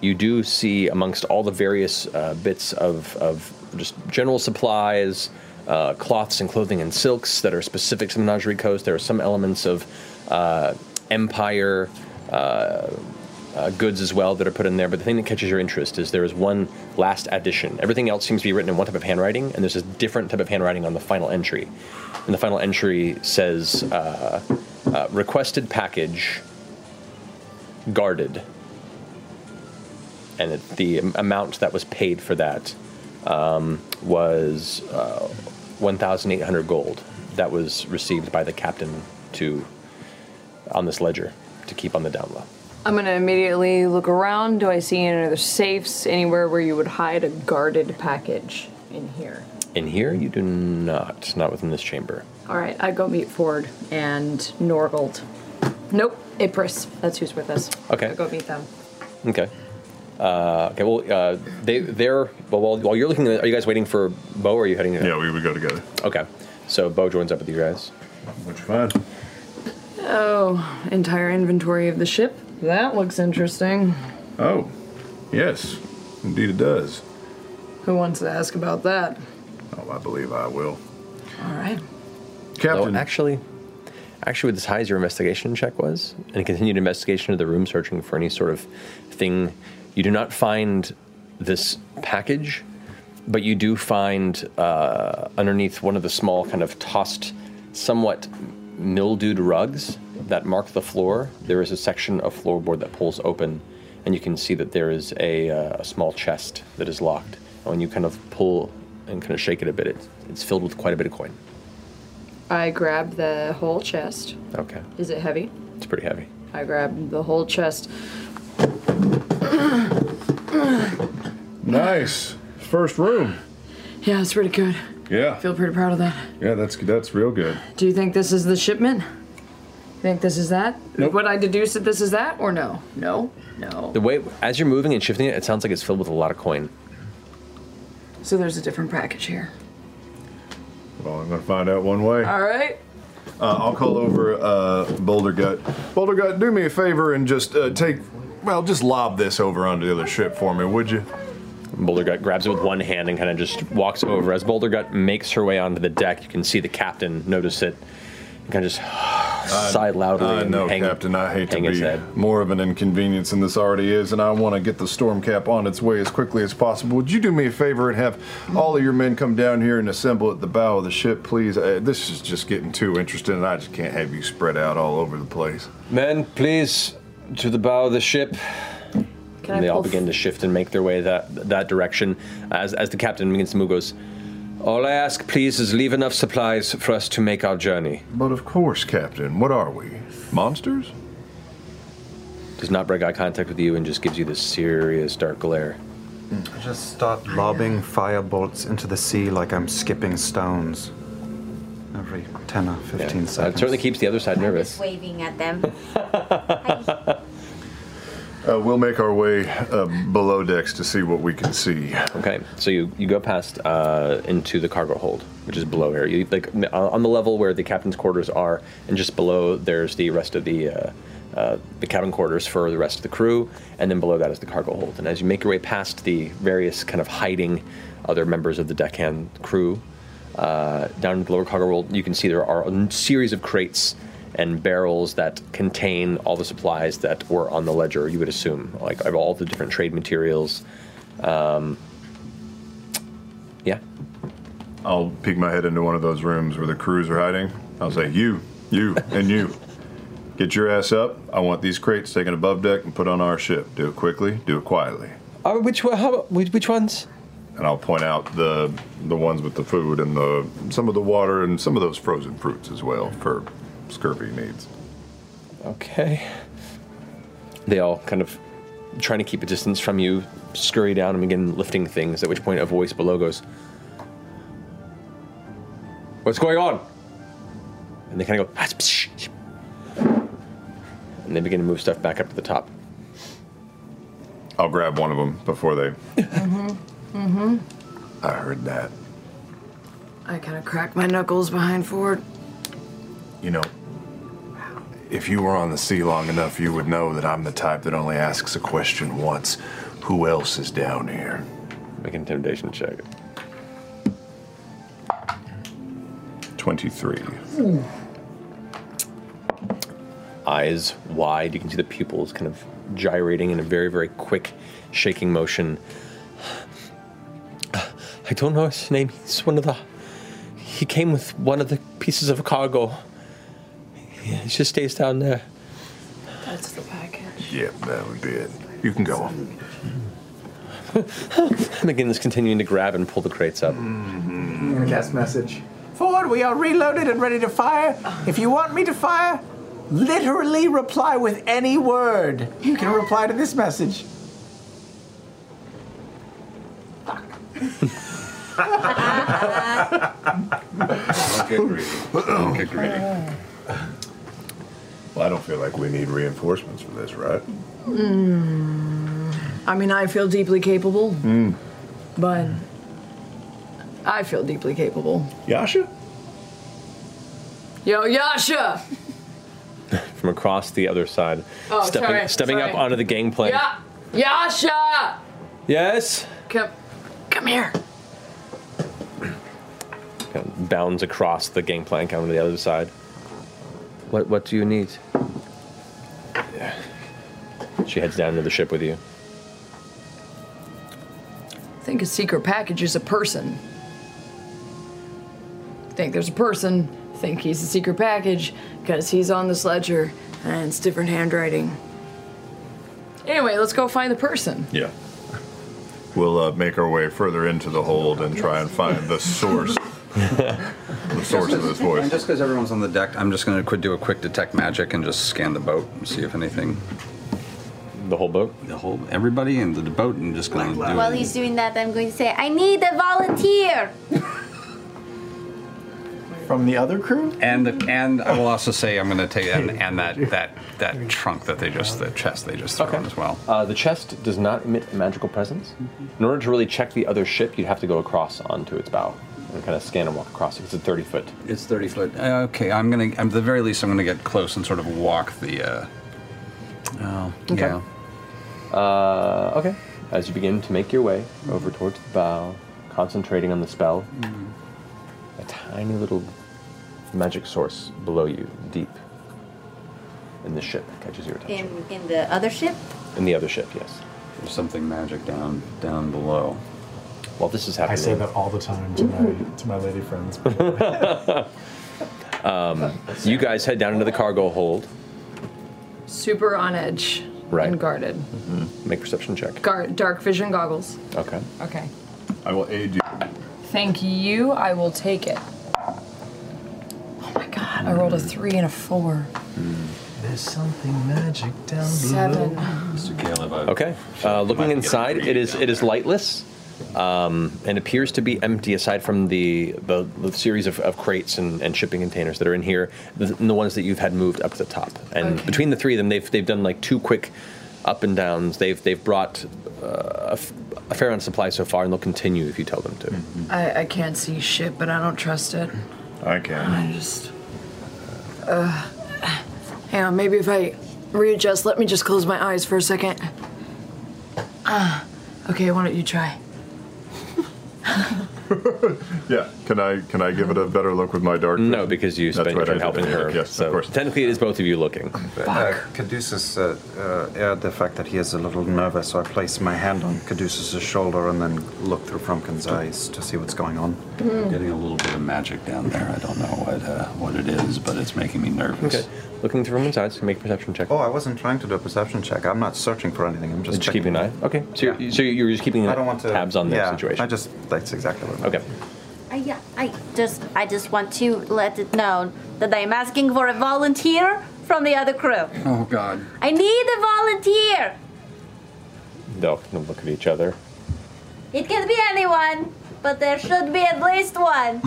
you do see amongst all the various uh, bits of, of just general supplies, uh, cloths and clothing and silks that are specific to the Menagerie Coast, there are some elements of uh, empire uh, uh, goods as well that are put in there. But the thing that catches your interest is there is one last addition. Everything else seems to be written in one type of handwriting, and there's a different type of handwriting on the final entry. And the final entry says uh, uh, requested package guarded and it, the am- amount that was paid for that um, was uh, 1,800 gold. that was received by the captain to on this ledger to keep on the down low. I'm gonna immediately look around. Do I see any other safes anywhere where you would hide a guarded package in here? In here, you do not, not within this chamber. All right, I go meet Ford and Norgold. Nope, Apris. That's who's with us. Okay. I go meet them. Okay. Uh, okay. Well, uh, they they're well while, while you're looking. Are you guys waiting for Bo? or Are you heading? Yeah, we would go together. Okay. So Bo joins up with you guys. Which fun. Oh, entire inventory of the ship. That looks interesting. Oh, yes, indeed it does. Who wants to ask about that? Oh, I believe I will. All right. Captain, actually, actually, with as high as your investigation check was, and a continued investigation of the room, searching for any sort of thing, you do not find this package, but you do find uh, underneath one of the small, kind of tossed, somewhat mildewed rugs that mark the floor. There is a section of floorboard that pulls open, and you can see that there is a, uh, a small chest that is locked. And when you kind of pull and kind of shake it a bit, it, it's filled with quite a bit of coin. I grab the whole chest. Okay, Is it heavy? it's pretty heavy. I grab the whole chest. Nice. First room. Yeah, it's pretty good. Yeah. Feel pretty proud of that. Yeah, that's that's real good. Do you think this is the shipment? Think this is that? Nope. Would I deduce that this is that or no? No, no. The way as you're moving and shifting it, it sounds like it's filled with a lot of coin. So there's a different package here. Well, I'm gonna find out one way. All right. Uh, I'll call over uh, Boulder Gut. Boulder Gut, do me a favor and just uh, take, well, just lob this over onto the other ship for me, would you? Bouldergut grabs it with one hand and kind of just walks over. As Bouldergut makes her way onto the deck, you can see the captain notice it and kind of just sigh loudly. I and know, hang- Captain. I hate to hang be his head. more of an inconvenience than this already is, and I want to get the storm cap on its way as quickly as possible. Would you do me a favor and have all of your men come down here and assemble at the bow of the ship, please? Uh, this is just getting too interesting, and I just can't have you spread out all over the place. Men, please, to the bow of the ship. Can and I they all pull f- begin to shift and make their way that that direction. As as the captain begins to move, goes. All I ask, please, is leave enough supplies for us to make our journey. But of course, Captain. What are we? Monsters? Does not break eye contact with you and just gives you this serious dark glare. Just start lobbing firebolts into the sea like I'm skipping stones. Every 10 or 15 Yeah. Uh, It seconds. certainly keeps the other side nervous. Waving at them. Uh, we'll make our way uh, below decks to see what we can see. Okay, so you, you go past uh, into the cargo hold, which is below here. You like n- on on the level where the captain's quarters are, and just below there's the rest of the uh, uh, the cabin quarters for the rest of the crew, and then below that is the cargo hold. And as you make your way past the various kind of hiding other members of the deckhand crew, uh, down in the lower cargo hold, you can see there are a n- series of crates and barrels that contain all the supplies that were on the ledger. You would assume like of all the different trade materials. Um, yeah. I'll peek my head into one of those rooms where the crews are hiding. I'll say, You, you, and you. Get your ass up. I want these crates taken above deck and put on our ship. Do it quickly, do it quietly. Uh, which one- how, which which ones? And I'll point out the the ones with the food and the some of the water and some of those frozen fruits as well for scurvy needs. Okay. They all kind of trying to keep a distance from you, scurry down and begin lifting things. At which point, a voice below goes, "What's going on?" And they kind of go, "Ah, psh, psh." and they begin to move stuff back up to the top. I'll grab one of them before they. Mm-hmm. Mm-hmm. I heard that. I kind of crack my knuckles behind Ford. You know, If you were on the sea long enough, you would know that I'm the type that only asks a question once. Who else is down here? Make an intimidation check. 23. eyes wide. You can see the pupils kind of gyrating in a very, very quick shaking motion. I don't know his name. He's one of the. He came with one of the pieces of cargo. He just stays down there. That's the package. Yep, that would be it. You can go. and again, is continuing to grab and pull the crates up. I'm gonna cast message. Ford, reload. We are reloaded and ready to fire. If you want me to fire, literally reply with any word. You can reply to this message. Don't get greedy. Don't get greedy. Well, I don't feel like we need reinforcements for this, right? Mm. I mean, I feel deeply capable, Mm. but I feel deeply capable. Yasha? Yo, Yasha! From across the other side, Oh, stepping sorry, stepping up sorry. onto the gangplank. Ya- Yasha! Yes. Come, come here. Kind of bounds across the gangplank onto the other side. What What do you need? She heads down to the ship with you. I think a secret package is a person. Think there's a person. Think he's a secret package because he's on this ledger and it's different handwriting. Anyway, let's go find the person. Yeah. We'll uh, make our way further into the hold and try and find the source. the source of this voice. And just because everyone's on the deck, I'm just going to do a quick detect magic and just scan the boat and see if anything. The whole boat? The whole, everybody in the boat, and just going to do While it. he's doing that, I'm going to say, I need a volunteer. From the other crew? And the, and I will also say I'm going to take and, and that that that trunk that they just the chest they just threw on as well. Uh, the chest does not emit a magical presence. In order to really check the other ship, you'd have to go across onto its bow and kind of scan and walk across. It's a 30 foot. It's 30 foot. Uh, okay, I'm gonna. I'm, at the very least, I'm gonna get close and sort of walk the. Uh, oh, yeah. Uh, okay. As you begin to make your way over towards the bow, concentrating on the spell, a tiny little magic source below you, deep in the ship, catches your attention. In, in the other ship? In the other ship, yes. There's something magic down down below. Well, this is I happening. say that all the time to my to my lady friends. um, you guys head down into the cargo hold. Super on edge Right. and guarded. Mm-hmm. Make perception check. Gar- dark vision goggles. Okay. Okay. I will aid you. Thank you. I will take it. Oh my god, I rolled a three and a four. There's something magic down Seven. Okay. Uh, looking inside, it is it is lightless, um, and appears to be empty aside from the the, the series of, of crates and, and shipping containers that are in here, the, and the ones that you've had moved up to the top. And Okay. between the three of them, they've they've done like two quick up and downs. They've they've brought uh, a, f- a fair amount of supply so far, and they'll continue if you tell them to. I, I can't see shit, but I don't trust it. Mm-hmm. I can. I just. Uh, hang on, maybe if I readjust, let me just close my eyes for a second. Ah, okay, why don't you try? Yeah. Can I can I give it a better look with my dark? No, because you spent your right, time I did. helping her. Yes, so Technically, it is both of you looking. Uh, Caduceus, uh, uh, aired the fact that he is a little nervous, so I place my hand on Caduceus' shoulder and then look through Frumpkin's eyes to see what's going on. I'm getting a little bit of magic down there. I don't know what uh, what it is, but it's making me nervous. Okay. Looking through women's eyes, make a perception check. Oh, I wasn't trying to do a perception check. I'm not searching for anything. I'm just, Just keeping an eye. Okay. So, you're, so you're just keeping I don't want to, tabs on the yeah, situation. I just that's exactly what. Okay. I, yeah, I just I just want to let it known that I'm asking for a volunteer from the other crew. Oh God. I need a volunteer. They'll kind of look at each other. It can be anyone, but there should be at least one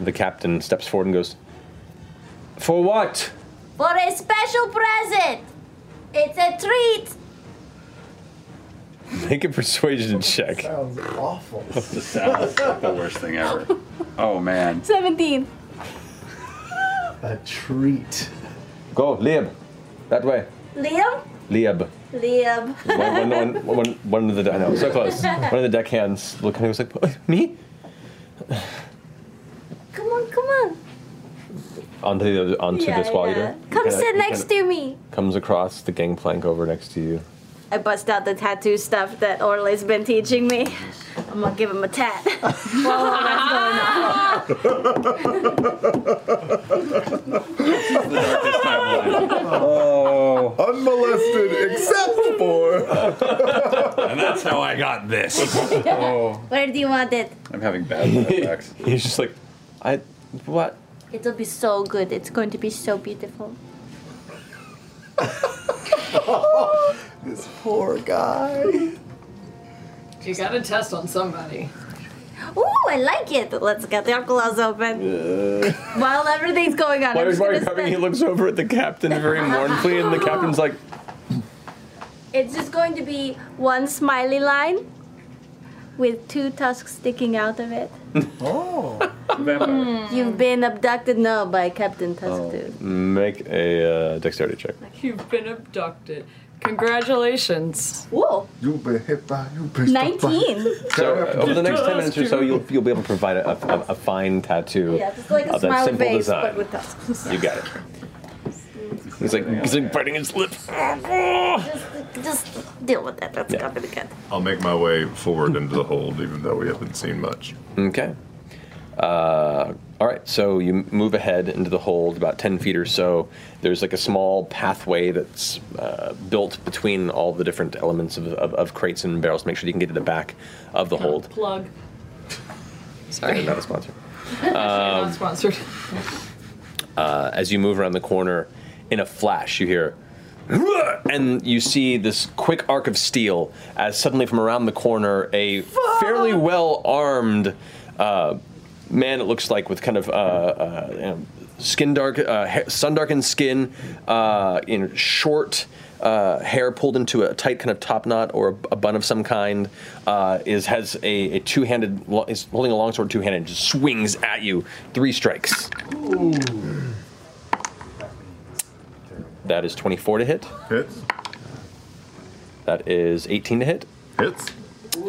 The captain steps forward and goes, For what? for a special present. It's a treat. Make a persuasion check. Sounds awful. This sounds like the worst thing ever. Oh man. Seventeen. A treat. Go, Liab. That way. Liam. Liab. Liam. One, one, one, one, one of the, I know, so close. One of the deckhands looked and was like, "What, Me? Come on, come on. Onto, the, other- onto the squall eater. Come Kinda- sit he next kinda to me. Comes across the gangplank over next to you. I bust out the tattoo stuff that Orla's been teaching me. I'm gonna give him a tat. While all that's going on. Oh. Unmolested except for. and that's how I got this. Where do you want it? I'm having bad flashbacks. He's just like, I What? It'll be so good. It's going to be so beautiful. this poor guy. You gotta test on somebody. Ooh, I like it. Let's get the gloves open. While everything's going on, While I'm he's just gonna having, he looks over at the captain very mournfully, and the captain's like, It's just going to be one smiley line with two tusks sticking out of it. "Oh, You've been abducted now by Captain Tusk Oh, Dude. make a uh, dexterity check." You've been abducted. Congratulations. Whoa. You've been hit by you. 19. So uh, over the next ten Just minutes or so, two. you'll you'll be able to provide a, a, a fine tattoo Yeah, just like a of that smiley Oh, simple face, design. but with tusks. You got it. He's like he's like biting his lip. just, just deal with that. That's gonna be good. I'll make my way forward into the hold, even though we haven't seen much. Okay. Uh, all right, so you move ahead into the hold about 10 feet or so. There's like a small pathway that's uh, built between all the different elements of, of, of crates and barrels. Make sure you can get to the back of Oh, the hold. Plug. Sorry. not a sponsor. Not Um, sponsored. uh, as you move around the corner, in a flash, you hear, "Ruah!" and you see this quick arc of steel as suddenly from around the corner, a fairly well armed uh, man, it looks like, with kind of uh, uh, you know, skin dark, uh, ha- sun darkened skin, uh, in short. Uh, hair pulled into a tight kind of top knot or a, a bun of some kind uh, is has a, a two-handed lo- is holding a longsword two-handed and just swings at you three strikes That is 24 to hit. Hits. That is 18 to hit. Hits.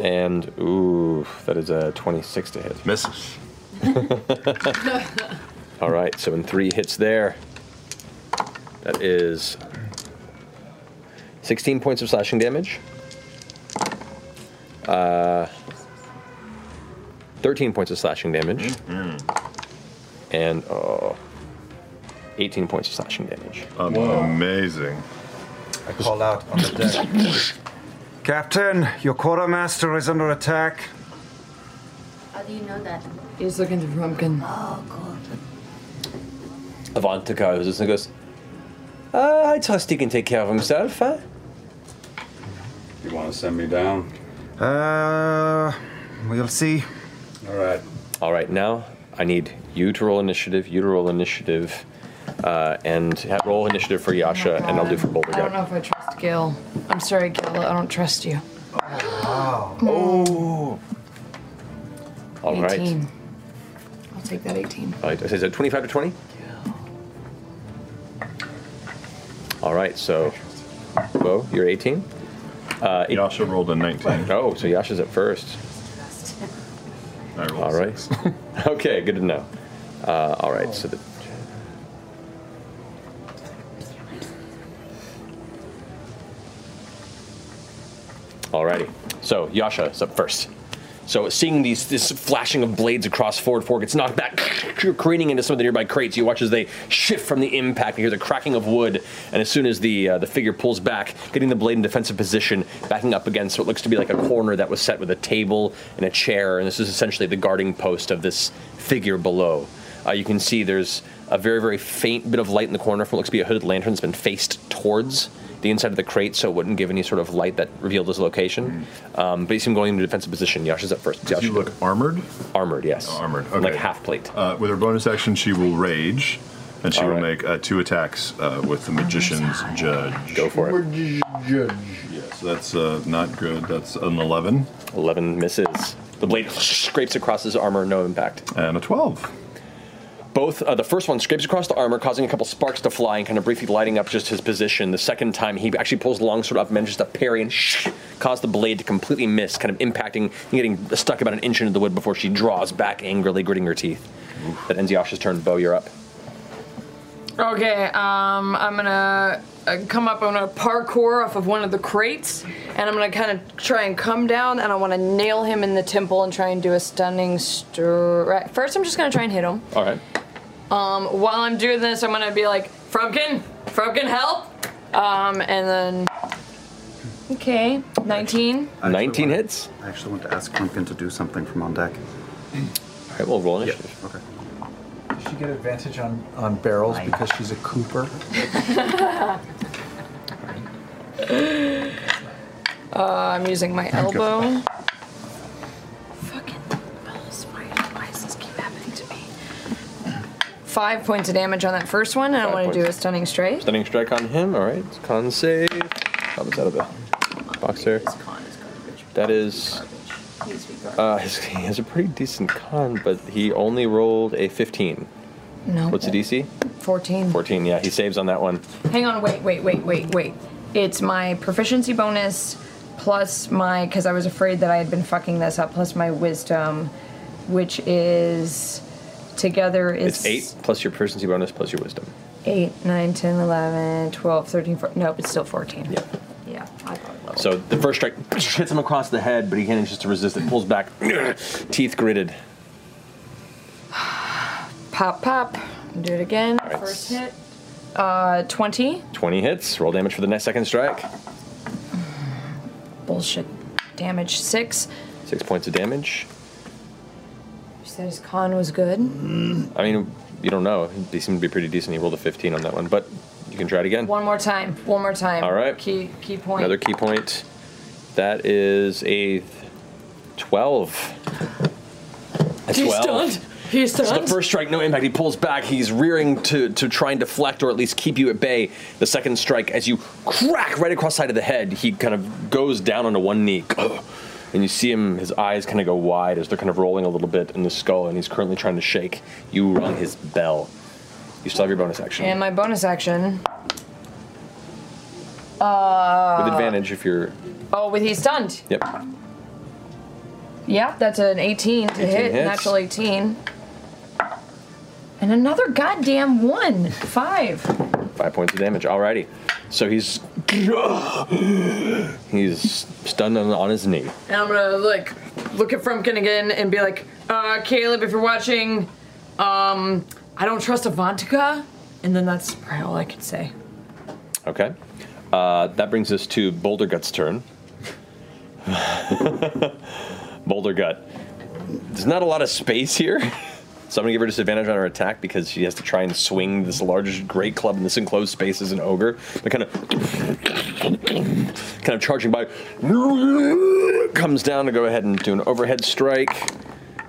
And ooh, that is a 26 to hit. Misses. All right, so in three hits there. That is 16 points of slashing damage. Uh, 13 points of slashing damage. Mm-hmm. And oh, 18 points of slashing damage. Amazing. I called out on the deck. Captain, your quartermaster is under attack. How do you know that? He's looking through pumpkin. Oh, God. Avantika goes and goes, uh, I trust he can take care of himself, huh? You want to send me down? Uh, we'll see. All right. All right, now I need you to roll initiative, you to roll initiative, uh, and ha- roll initiative for Yasha, and I'll do for Boulder I don't Guy. know if I trust Gil. I'm sorry, Gil. I don't trust you. Wow. Oh. All right. 18. I'll take that 18. All right, is it 25 to 20? All right, so, Bo, you're 18. Uh, Yasha rolled a 19. Oh, so Yasha's at first. I rolled All right. okay, good to know. Uh, all right, so the. Alrighty. So Yasha is up first. So seeing these this flashing of blades across Ford Fork, it's knocked back, careening into some of the nearby crates. You watch as they shift from the impact. You hear the cracking of wood, and as soon as the uh, the figure pulls back, getting the blade in defensive position, backing up against what looks to be like a corner that was set with a table and a chair, and this is essentially the guarding post of this figure below. Uh, you can see there's a very, very faint bit of light in the corner from what looks to be a hooded lantern that's been faced towards the inside of the crate, so it wouldn't give any sort of light that revealed his location. Um, but you see him going into defensive position. Yasha's up first. Mm. Does he look armored? Oh, Armored, yes. armored. Okay. Like half plate. Uh, with her bonus action, she will rage, and she will make uh, two attacks uh, with the magician's judge. Go for it. Judge. Yes, that's uh, not good. That's an 11. 11 misses. The blade scrapes across his armor, no impact. And a 12. Both, uh, the first one scrapes across the armor, causing a couple sparks to fly and kind of briefly lighting up just his position. The second time, he actually pulls the longsword up, manages to parry and sh- cause the blade to completely miss, kind of impacting and getting stuck about an inch into the wood before she draws back angrily, gritting her teeth. That ends Yasha's turn. Bo, you're up. Okay, um, I'm gonna uh, come up. I'm gonna parkour off of one of the crates, and I'm gonna kind of try and come down, and I want to nail him in the temple and try and do a stunning strike. First, I'm just gonna try and hit him. All right. Um, while I'm doing this, I'm gonna be like, Frumpkin, Frumpkin, help! Um, and then, okay, 19. 19 hits. I actually want to ask Pumpkin to do something from on deck. All right, we'll roll initiative. Okay. She get advantage on, on barrels because she's a cooper. Uh, I'm using my elbow. Five points of damage on that first one, and I Five want to do a points. stunning strike. Stunning strike on him. All right, con save. That was out of the box there. That is. Uh, his- he has a pretty decent con, but he only rolled a 15. No. What's the DC? 14. 14. Yeah, he saves on that one. Hang on, wait, wait, wait, wait, wait. It's my proficiency bonus plus my because I was afraid that I had been fucking this up plus my wisdom, which is together is It's eight plus your proficiency bonus plus your wisdom. eight, nine, 10, 11, 12, 13, 14. Nope, it's still 14. Yeah. Yeah, I thought it was. So the first strike hits him across the head, but he manages to resist it. Pulls back, teeth gritted. Pop, pop. Do it again. All right. First hit. Uh, 20. 20 hits. Roll damage for the next second strike. Bullshit. Damage six. Six points of damage. You said his con was Mm-hmm. good. I mean, you don't know. He seemed to be pretty decent. He rolled a 15 on that one, but you can try it again. One more time. One more time. All right. Key key point. Another key point. That is a 12. A He's 12. stunned. He's So stunned. the first strike, no impact. He pulls back. He's rearing to, to try and deflect or at least keep you at bay. The second strike, as you crack right across the side of the head, he kind of goes down onto one knee. And you see him, his eyes kind of go wide as they're kind of rolling a little bit in the skull, and he's currently trying to shake. You rung his bell. You still have your bonus action. And my bonus action. Uh, With advantage if you're. Oh, with he's stunned. Yep. Yeah, that's an 18 to 18 hit, hits. natural 18. And another goddamn one. Five. Five points of damage. Alrighty. So he's he's stunned on, on his knee. And I'm gonna like look at Frumpkin again and be like, uh, Caleb, if you're watching, um, I don't trust Avantika. And then that's probably all I could say. Okay. Uh, that brings us to Boulder Gut's turn. Boulder Gut. There's not a lot of space here. So I'm gonna give her disadvantage on her attack because she has to try and swing this large great club in this enclosed space as an ogre. But kind of kind of charging by, comes down to go ahead and do an overhead strike.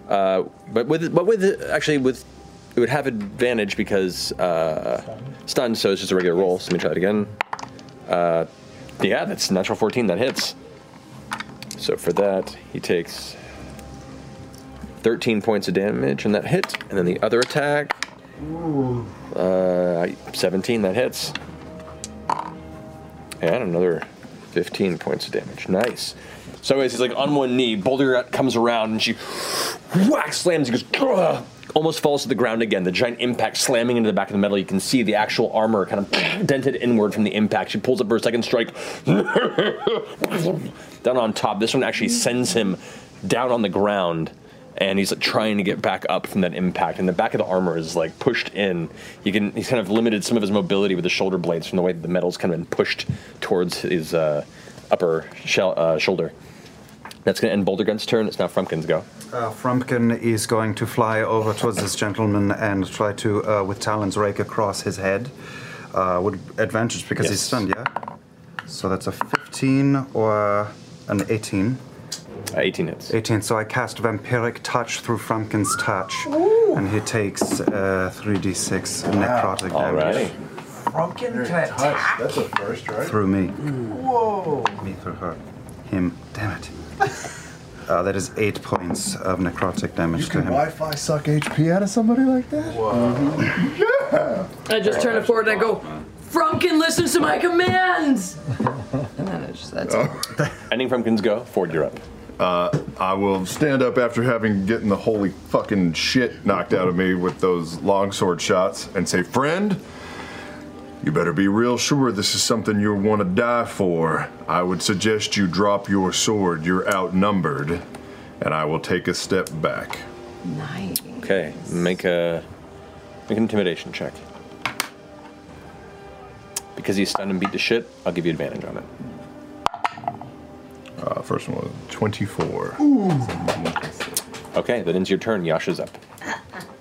Uh, but with but with actually with it would have advantage because uh, stunned, so it's just a regular roll. So let me try it again. Uh, yeah, that's natural 14 that hits. So for that, he takes 13 points of damage and that hit, and then the other attack, uh, 17 that hits. And another 15 points of damage. Nice. So as he's like on one knee, Boulder Rat comes around and she whack slams. He goes, "Grr!" almost falls to the ground again. The giant impact slamming into the back of the metal. You can see the actual armor kind of dented inward from the impact. She pulls up her second strike, down on top. This one actually sends him down on the ground. And he's like trying to get back up from that impact, and the back of the armor is like pushed in. You can he's kind of limited some of his mobility with the shoulder blades from the way that the metal's kind of been pushed towards his uh, upper shell, uh, shoulder. That's going to end Boulder Gun's turn. It's now Frumpkin's go. Uh, Frumpkin is going to fly over towards this gentleman and try to, uh, with talons, rake across his head. Uh, with advantage because he's stunned, yeah? So that's a 15 or an 18. 18 Uh, hits. 18, so I cast Vampiric Touch through Frumpkin's Touch. Ooh. And he takes uh, 3d6 necrotic damage Frumpkin can attack. That's a first, right? through me. Whoa. Me through her. Him. Damn it. Uh, that is eight points of necrotic damage You to can him. Wi-Fi suck HP out of somebody like that? Yeah. I just turn it forward and I go, Frumpkin listens to my commands! And then it's just, that's it. Ending Frumpkin's go. Ford, you're up. Oh. Uh, I will stand up after having getting the holy fucking shit knocked out of me with those longsword shots and say, friend, you better be real sure this is something you want to die for. I would suggest you drop your sword. You're outnumbered. And I will take a step back. Nice. Okay, make a make an intimidation check. Because he's stunned and beat to shit, I'll give you advantage on it. Uh, first one was 24. Okay, that ends your turn. Yasha's up.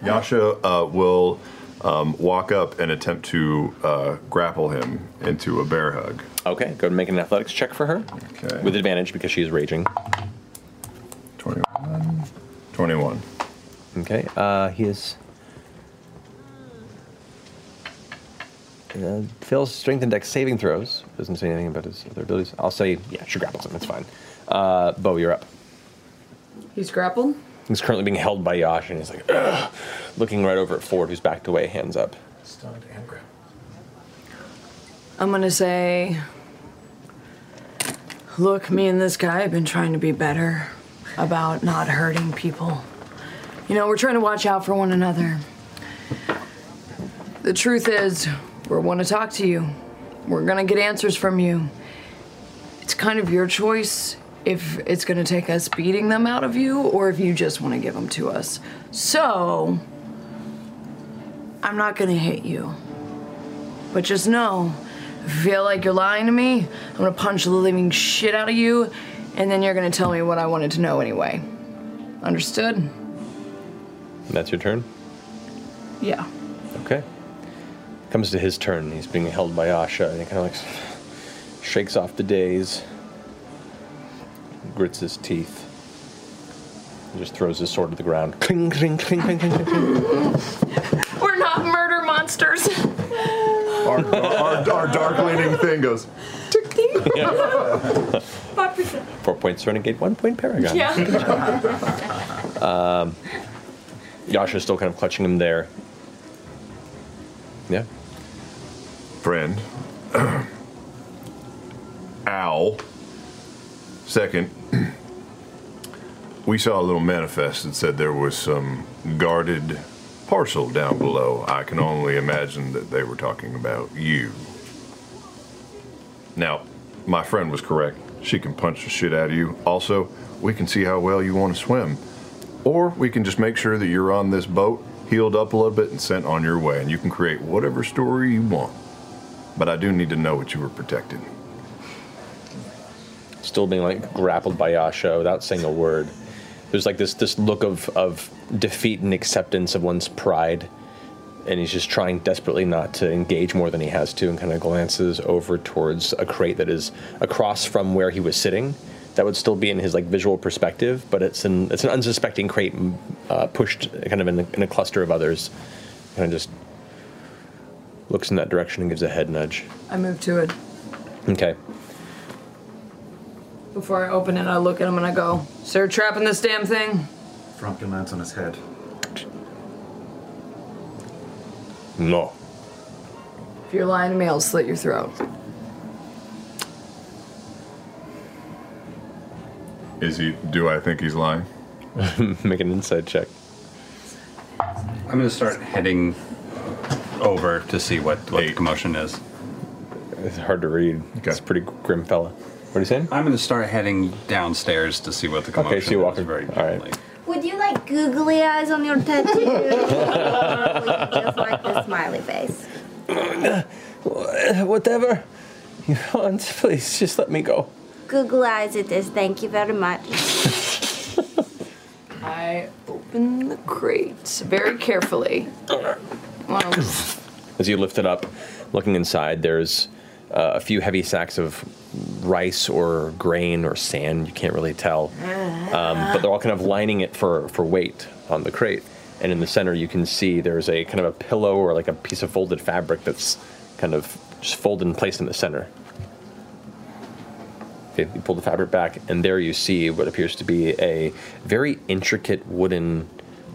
Yasha uh, will um, walk up and attempt to uh, grapple him into a bear hug. Okay, go ahead and make an athletics check for her. Okay. With advantage because she is raging. 21. Um, 21. Okay, uh, he is. Uh, fails strength and dex saving throws. Doesn't say anything about his other abilities. I'll say, yeah, she grapples him. It's fine. Uh, Bo, you're up. He's grappled. He's currently being held by Yash, and he's like, "Ugh," looking right over at Ford, who's backed away, hands up. I'm gonna say, look, me and this guy have been trying to be better about not hurting people. You know, we're trying to watch out for one another. The truth is, we want to talk to you. We're gonna get answers from you. It's kind of your choice if it's gonna take us beating them out of you or if you just want to give them to us. So, I'm not gonna hit you. But just know, if you feel like you're lying to me, I'm gonna punch the living shit out of you, and then you're gonna tell me what I wanted to know anyway. Understood? That's your turn? Yeah. Okay. Comes to his turn. He's being held by Asha, and he kind of like shakes off the daze, grits his teeth, and just throws his sword to the ground. Cling, cling, cling, cling, cling, cling, cling. We're not murder monsters. Our, our, our dark leaning thing goes. Four points renegade, one point paragon. Um, Yasha's still kind of clutching him there. Yeah. friend. Owl. Second, we saw a little manifest that said there was some guarded parcel down below. I can only imagine that they were talking about you. Now, my friend was correct. She can punch the shit out of you. Also, we can see how well you want to swim. Or we can just make sure that you're on this boat, healed up a little bit, and sent on your way, and you can create whatever story you want. But I do need to know what you were protected. Still being like grappled by Yasha without saying a word. There's like this this look of, of defeat and acceptance of one's pride. And he's just trying desperately not to engage more than he has to and kind of glances over towards a crate that is across from where he was sitting. That would still be in his like visual perspective, but it's an it's an unsuspecting crate m- uh, pushed kind of in a, in a cluster of others. Kind of just looks in that direction and gives a head nudge. I move to it. Okay. Before I open it, I look at him and I go, Sir, trapping this damn thing? Frumpkin lands on his head. No. If you're lying to me, I'll slit your throat. Is he? Do I think he's lying? Make an inside check. I'm going to start heading over to see what, what the commotion is. It's hard to read. It's a pretty grim fella. What are you saying? I'm going to start heading downstairs to see what the commotion Okay, so you walk. is. Very All right. Would you like googly eyes on your tattoo? or would you just like the smiley face? Whatever you want, please just let me go. Google eyes it is, thank you very much. I open the crate very carefully. Well, As you lift it up, looking inside, there's uh, a few heavy sacks of rice or grain or sand. You can't really tell, um, but they're all kind of lining it for for weight on the crate. And in the center, you can see there's a kind of a pillow or like a piece of folded fabric that's kind of just folded and placed in the center. Okay, you pull the fabric back, and there you see what appears to be a very intricate wooden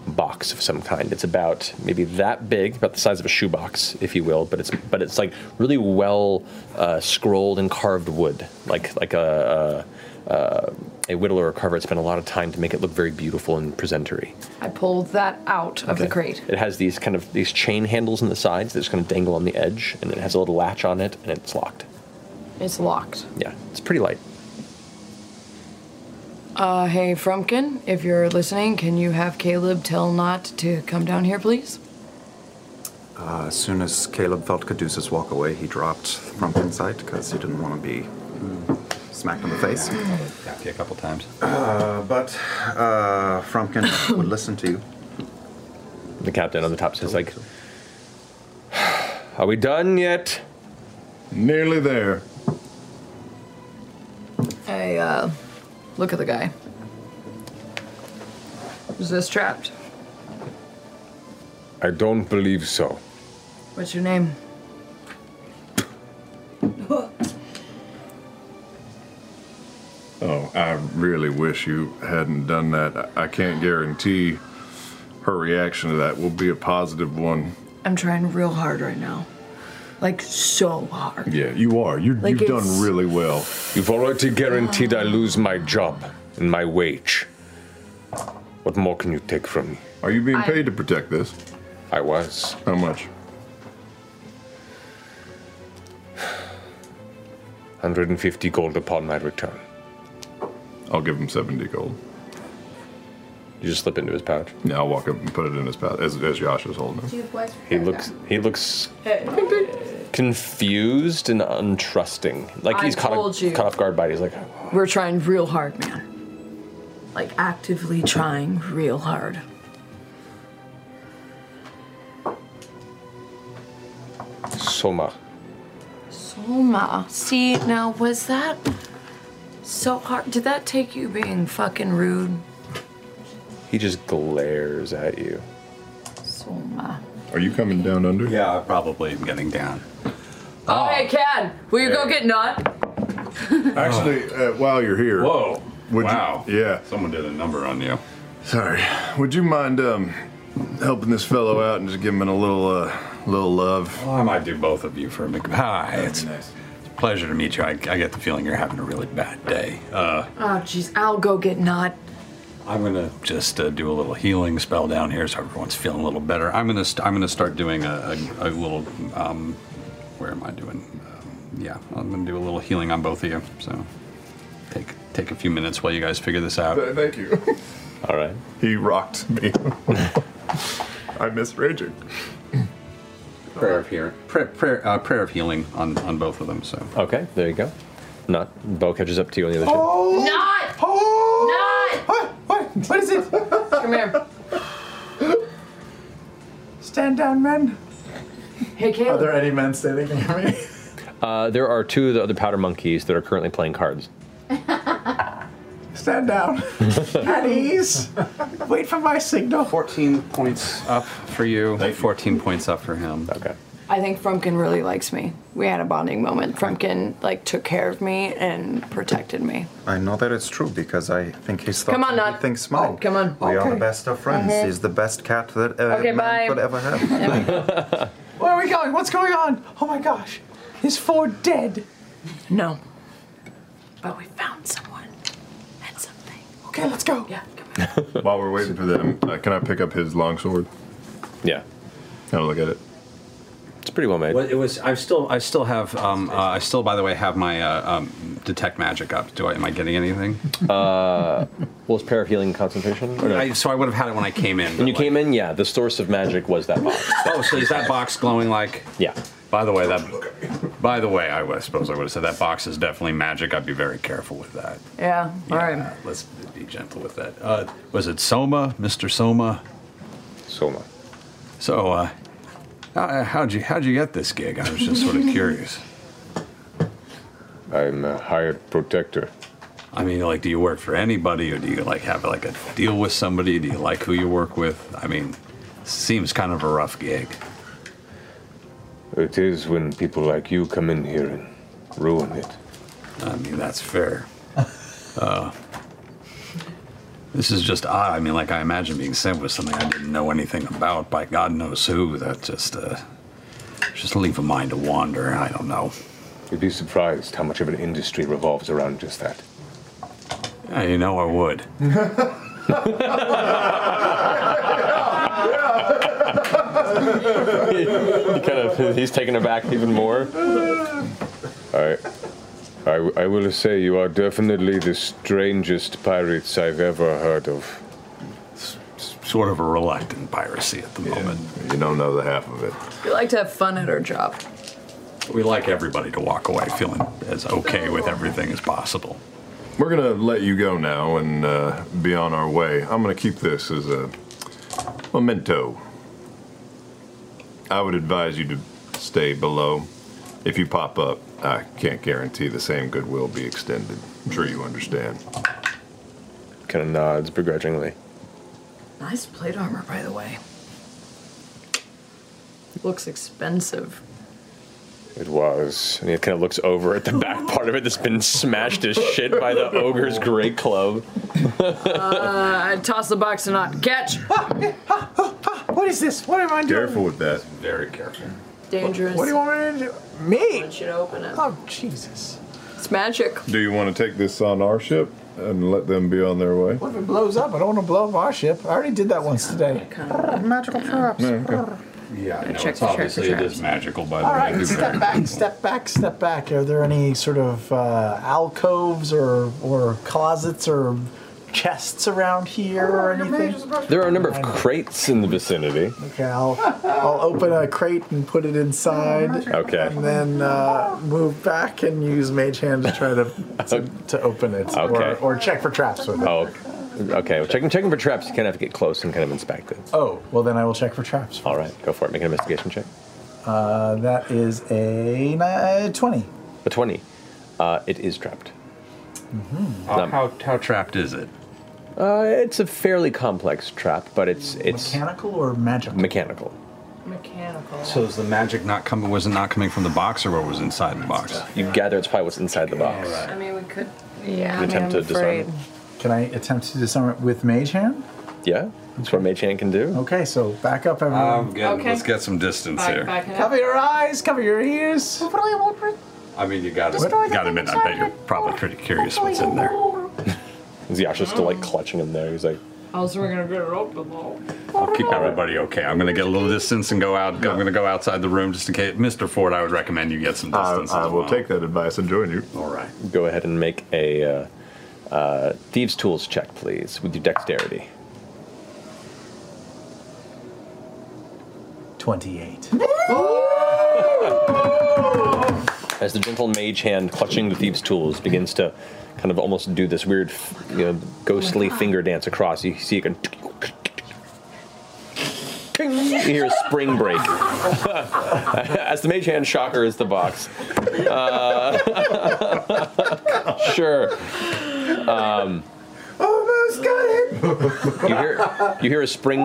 box of some kind. It's about maybe that big, about the size of a shoebox, if you will, but it's but it's like really well uh, scrolled and carved wood, like like a. a uh, a whittler or carver had spent a lot of time to make it look very beautiful and presentery. I pulled that out of the Okay. crate. It has these kind of these chain handles on the sides that just kind of dangle on the edge, and it has a little latch on it, and it's locked. It's locked. Yeah, it's pretty light. Uh, hey, Frumpkin, if you're listening, can you have Caleb tell Not to come down here, please? Uh, as soon as Caleb felt Caduceus walk away, he dropped from inside because he didn't want to be mm, smacked in the face. Happy a couple times. Uh, but uh, Frumpkin would listen to you. The captain on the top says, like, Are we done yet? Nearly there. I uh, look at the guy. Is this trapped? I don't believe so. What's your name? Oh, I really wish you hadn't done that. I I can't guarantee her reaction to that will be a positive one. I'm trying real hard right now. Like, so hard. Yeah, you are. You, Like you've it's- done really well. You've already guaranteed I lose my job and my wage. What more can you take from me? Are you being I- paid to protect this? I was. How much? 150 gold upon my return. I'll give him 70 gold. You just slip it into his pouch. Yeah, I'll walk up and put it in his pouch as, as Yash is holding it. He looks. He looks confused and untrusting. Like I he's caught, told you. caught off guard by it. He's like, We're trying real hard, man. Like, actively trying real hard. Soma. Soma. See, now, was that so hard? Did that take you being fucking rude? He just glares at you. Soma. Are you coming down under? Yeah, I probably am getting down. Oh, hey, Cad, will you go get Nod? Actually, uh, while you're here. Oh. Whoa. Would wow. You, yeah. Someone did a number on you. Sorry. Would you mind um, helping this fellow out and just giving him a little uh, little love? Well, I might do both of you for a McPie. Hi, it's, it's a pleasure to meet you. I, I get the feeling you're having a really bad day. Uh, Oh, jeez, I'll go get Nod. I'm gonna just uh, do a little healing spell down here, so everyone's feeling a little better. I'm gonna st- I'm gonna start doing a, a, a little um, where am I doing? Um, yeah, I'm gonna do a little healing on both of you. So take take a few minutes while you guys figure this out. Th- Thank you. All right. He rocked me. I miss raging. Prayer of healing. Prayer prayer, uh, prayer of healing on, on both of them. So okay, there you go. Not Bo catches up to you on the other side. Oh! Not! Oh! Not! What? What? What is it? Come here. Stand down, men. Hey, Are there any men standing near me? Uh, there are two of the other powder monkeys that are currently playing cards. Stand down. At ease. Wait for my signal. 14 Oh, points up for you. 14 points up for him. Okay. I think Frumpkin really likes me. We had a bonding moment. Frumpkin, like, took care of me and protected me. I know that it's true because I think he's thought Come on, Nod. he thinks mine. come on. We are the Okay. best of friends. Mhm. He's the best cat that uh, Okay, man bye. could ever have. Where are we going? What's going on? Oh my gosh. Is four dead? No. But we found someone and something. Okay, let's go. Yeah. While we're waiting for them, uh, can I pick up his longsword? Yeah. Have a look at it. It's pretty well made. Well, it was. I still. I still have. Um, uh, I still, by the way, have my uh, um, detect magic up. Do I? Am I getting anything? Uh, well, it's prayer of healing concentration. Or no? I, so I would have had it when I came in. when you came in, yeah, the source of magic was that box. Oh, so is that box glowing like? Yeah. By the way, that. By the way, I, would- I suppose I would have said that box is definitely magic. I'd be very careful with that. Yeah, all right. Uh, let's be gentle with that. Uh, was it Soma, Mr. Soma? Soma. So, uh, how- how'd you how'd you get this gig? I was just sort of curious. I'm a hired protector. I mean, like, do you work for anybody, or do you like have like a deal with somebody? Do you like who you work with? I mean, seems kind of a rough gig. It is when people like you come in here and ruin it. I mean, that's fair. Uh, this is just odd. I mean, like, I imagine being sent with something I didn't know anything about by God knows who. That just, uh, just leave a mind to wander. I don't know. You'd be surprised how much of an industry revolves around just that. Yeah, you know, I would. he kind of he's taken aback even more. I, I, I will say you are definitely the strangest pirates I've ever heard of. Sort of a reluctant piracy at the moment. You don't know the half of it. We like to have fun at our job. We like everybody to walk away feeling as okay with everything as possible. We're gonna let you go now and uh, be on our way. I'm gonna keep this as a memento I would advise you to stay below. If you pop up, I can't guarantee the same good will be extended. I'm sure you understand. Kind of nods begrudgingly. Nice plate armor, by the way. Looks expensive. It was. And he kind of looks over at the back part of it that's been smashed as shit by the ogre's great club. Uh, I toss the box and not catch. What is this? What am I doing? Careful with that. Very careful. Dangerous. What do you want me to do? Me? should open it. Oh, Jesus. It's magic. Do you want to take this on our ship and let them be on their way? What if it blows up? I don't want to blow up our ship. I already did that once today. Magical traps. Yeah, I know. Check it's the track obviously for it is magical by the All way. right, step back, step back, step back. Are there any sort of uh, alcoves or or closets or chests around here or anything? There are a number of crates in the vicinity. Okay, I'll I'll open a crate and put it inside. Okay. And then uh, move back and use mage hand to try to to, to open it Okay. or, or check for traps with it. Oh, okay. Well, checking, checking for traps, you kind of have to get close and kind of inspect it. Oh, well then I will check for traps. All right, go for it. Make an investigation check. Uh, that is a ni- twenty. A 20. Uh, it is trapped. Mm-hmm. How, how, how trapped is it? Uh, it's a fairly complex trap, but it's it's mechanical or magical? Mechanical. Mechanical. So is the magic not coming? Was it not coming from the box, or what was inside the box? You gather it's probably what's inside the box. I mean, we could. Yeah. I An mean, attempt I'm to disarm afraid. it. Can I attempt to disarm it with mage hand? Yeah, that's what Mage Hand can do. Okay, so back up everyone. I'm getting, Let's get some distance here. Cover your eyes, cover your ears. I mean, you gotta, Destroy the gotta admit, I bet you're probably pretty curious what's in there. Is Yasha's still like clutching him there? He's like, Also, we're gonna get it open though. I'll keep everybody okay. I'm gonna get a little distance and go out. I'm gonna go outside the room just in case. Mr. Ford, I would recommend you get some distance. I will take that advice and join you. All right. go ahead and make a uh, uh, Thieves' Tools check, please, with your dexterity. 28. As the gentle mage hand clutching the thieves' tools begins to kind of almost do this weird, f- you know, ghostly finger dance across, you see it go. ting, You hear a spring break as the mage hand shocker is the box. Uh, sure. Um, Almost got it. you hear you hear a spring.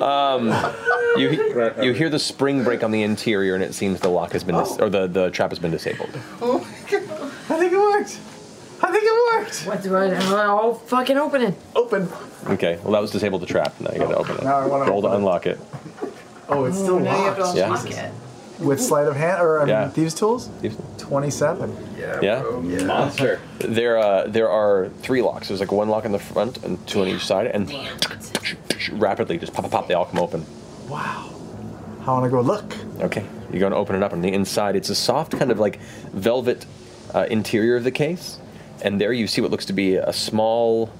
Um, you, he- you hear the spring break on the interior, and it seems the lock has been dis- or the, the trap has been disabled. Oh my god. I think it worked. I think it worked. What do I I'll fucking open it. Open. Okay, well that was disabled the trap. Now you got to open it. now I wanna Roll to unlock it. Oh, it's still now you have locked. to unlock Jesus. it. With sleight of hand or I mean, Yeah. thieves tools? 27. Yeah, monster. There uh, there are three locks. There's like one lock on the front and two on each side, and rapidly just pop pop pop they all come open. I want to go look. Okay, you're going to open it up, and the inside it's a soft kind of like velvet uh, interior of the case, and there you see what looks to be a small,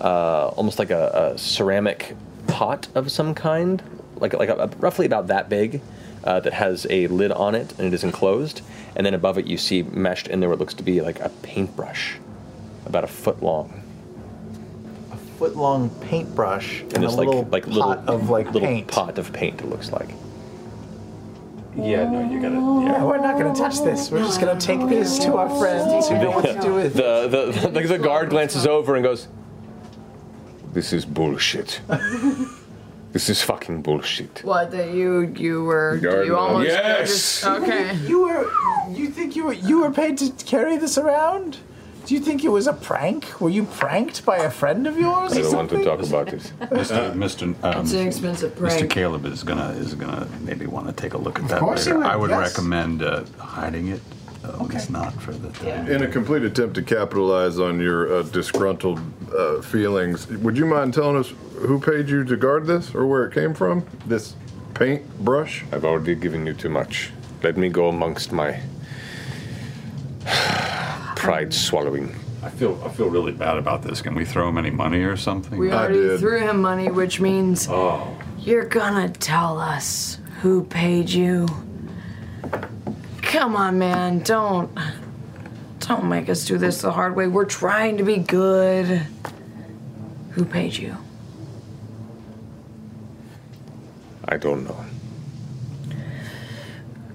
uh, almost like a, a ceramic pot of some kind, like like a, roughly about that big, uh, that has a lid on it, and it is enclosed, and then above it you see meshed in there what looks to be like a paintbrush, about a foot long, Foot long paintbrush and, a it's like little like pot little of like little paint. pot of paint. It looks like. Yeah, no, you gotta. Yeah, Oh, we're not going to touch this. We're just going to take this to our friends who know what to do with it. the, the, the, the guard glances over and goes, This is bullshit. this is fucking bullshit. What that you you were Guard you almost lock. you just- okay. You were, you think you were, you were paid to carry this around? Do you think it was a prank? Were you pranked by a friend of yours? I or don't want to talk something? about this. Mr. Mr. Um, It's an expensive Mr. prank. Caleb is gonna is gonna maybe want to take a look at that. course he later. will, I would yes. recommend uh, hiding it. Um, It's not for the time. In a complete attempt to capitalize on your uh, disgruntled uh, feelings, would you mind telling us who paid you to guard this or where it came from? This paint brush? I've already given you too much. Let me go amongst my Pride swallowing. I feel I feel really bad about this. Can we throw him any money or something? We already threw him money, which means Oh. you're gonna tell us who paid you. Come on, man, don't don't make us do this the hard way. We're trying to be good. Who paid you? I don't know.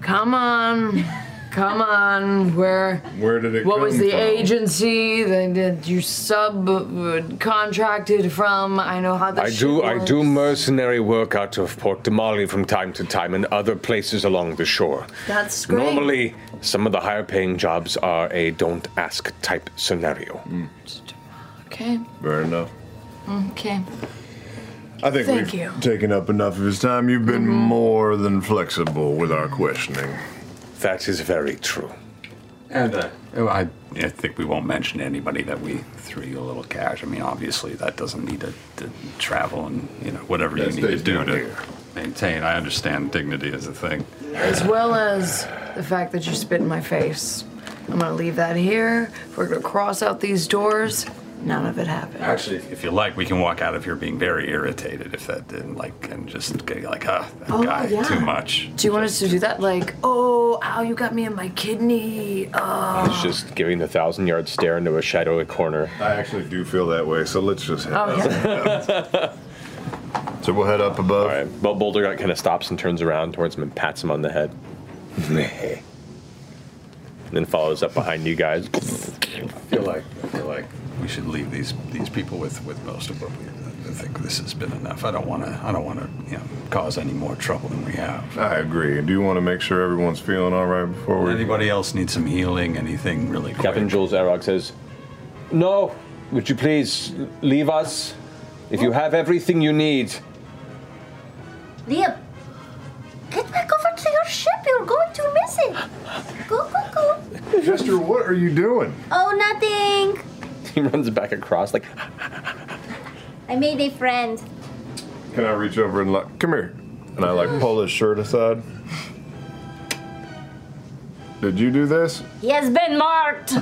Come on. Come on. Where? Where did it What come was the from? agency that, that you subcontracted from? I know how that I shit do I works. do mercenary work out of Port Damali from time to time and other places along the shore. That's great. Normally, some of the higher paying jobs are a don't ask type scenario. Okay. Fair enough. Okay. I think Thank we've you. Mm-hmm. taken up enough of his time. You've been more than flexible with our questioning. That is very true. And uh, oh, I, I think we won't mention to anybody that we threw you a little cash. I mean, obviously, that doesn't need to, to travel and you know whatever That you need to stays do down to here. maintain. I understand dignity is a thing. As well as the fact that you spit in my face. I'm gonna leave that here. We're gonna cross out these doors. None of it happened. Actually, if you like, we can walk out of here being very irritated if that didn't like, and just get like, ah, that Oh, guy yeah. too much. Do you want us to do that? Like, oh, ow, you got me in my kidney. Oh. He's just giving the thousand yard stare into a shadowy corner. I actually do feel that way, so let's just head Oh, So we'll head up above. All right. But Boulder kind of stops and turns around towards him and pats him on the head. and then follows up behind you guys. I feel like I feel like we should leave these these people with with most of what we. I think this has been enough. I don't want to. I don't want to you know, cause any more trouble than we have. I agree. Do you want to make sure everyone's feeling all right before we? Anybody else need some healing? Anything really? Captain Jules Arog says, No, would you please leave us? If you have everything you need, Liam, get back over to your ship. You're going to miss it. Go, go, go. Jester, what are you doing? Oh, nothing. he runs back across, like, I made a friend. Can I reach over and like, come here? And I like pull his shirt aside. Did you do this? He has been marked.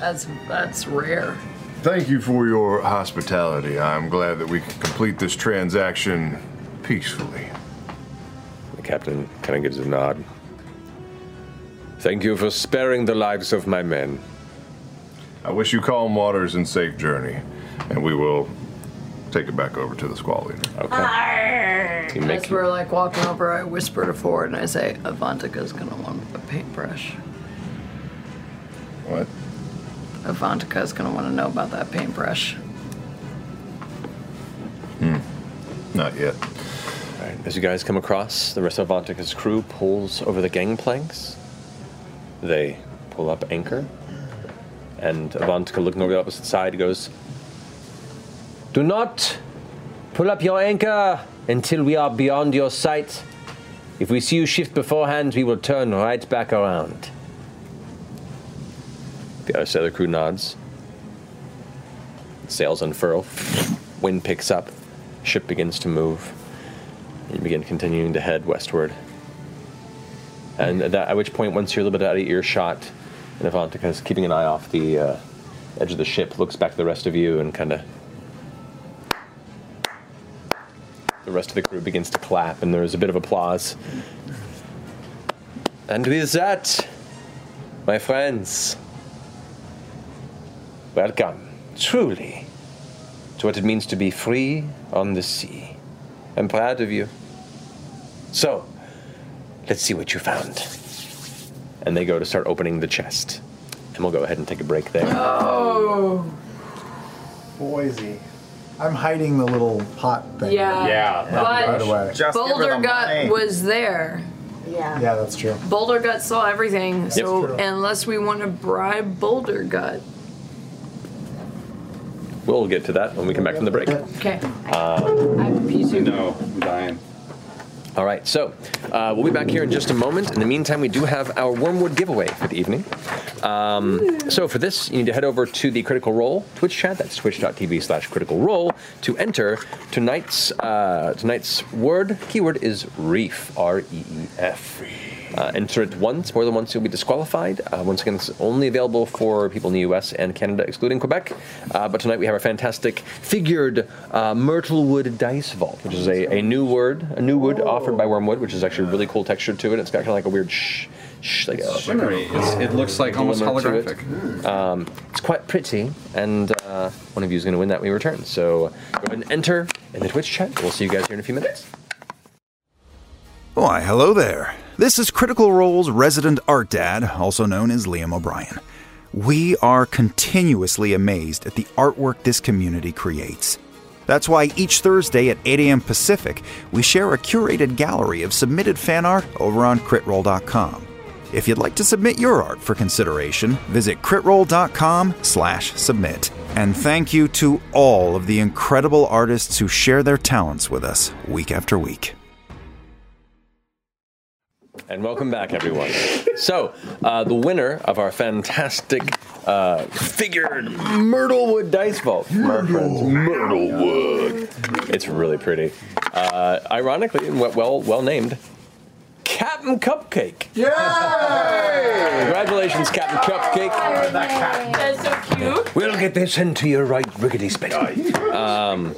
That's that's rare. Thank you for your hospitality. I'm glad that we can complete this transaction peacefully. The captain kind of gives a nod. Thank you for sparing the lives of my men. I wish you calm waters and safe journey, and we will take it back over to the squall leader. Okay. You make- As we're like walking over, I whisper to Ford and I say, Avantika's gonna want a paintbrush. What? Avantika's gonna want to know about that paintbrush. Not yet. All right. As you guys come across, the rest of Avantika's crew pulls over the gangplanks. They pull up anchor, and Avantika, looking over the opposite side, goes, Do not pull up your anchor until we are beyond your sight. If we see you shift beforehand, we will turn right back around. The other sailor crew nods. Sails unfurl. Wind picks up. Ship begins to move. You begin continuing to head westward. And at, that, at which point, once you're a little bit out of earshot, and Avantika is keeping an eye off the uh, edge of the ship, looks back to the rest of you and kind of. The rest of the crew begins to clap, and there's a bit of applause. And with that, my friends, welcome, truly, to what it means to be free on the sea. I'm proud of you. So, let's see what you found. And they go to start opening the chest. And we'll go ahead and take a break there. Oh. Boise. I'm hiding the little pot thing. Yeah. Right away. But Boulder got was there. Yeah. Yeah, that's true. Boulder Gut saw everything, Yep. so True. unless we want to bribe Boulder Gut, We'll get to that when we come back from the break. okay. Um, Uh, no, I'm dying. All right, so uh, we'll be back here in just a moment. In the meantime, we do have our Wormwood giveaway for the evening. Um, so for this, you need to head over to the Critical Role Twitch chat. That's twitch.tv slash critical role to enter tonight's uh, tonight's word. Keyword is reef, R E E F. Uh, enter it once. More than once, you'll be disqualified. Uh, once again, it's only available for people in the U.S. and Canada, excluding Quebec. Uh, but tonight we have our fantastic figured uh, Myrtlewood dice vault, which is a, a new word, a new wood offered by Wormwood, which is actually a really cool texture to it. It's got kind of like a weird sh- sh- like a Shimmery. It's- it looks like almost glimmer to it. holographic. Um, it's quite pretty, and uh, one of you is going to win that when we return. So go ahead and enter in the Twitch chat. We'll see you guys here in a few minutes. Why, hello there. This is Critical Role's resident art dad, also known as Liam O'Brien. We are continuously amazed at the artwork this community creates. That's why each Thursday at 8 a.m. Pacific, we share a curated gallery of submitted fan art over on critroll.com. If you'd like to submit your art for consideration, visit critroll.com slash submit. And thank you to all of the incredible artists who share their talents with us week after week. And welcome back, everyone. So, uh, the winner of our fantastic uh, figured Myrtlewood dice vault from our friends Myrtlewood. It's really pretty. Uh, ironically, and well- well well named, Captain Cupcake. Congratulations, Captain Cupcake. That's so cute. We'll get this into your right rickety space. Um,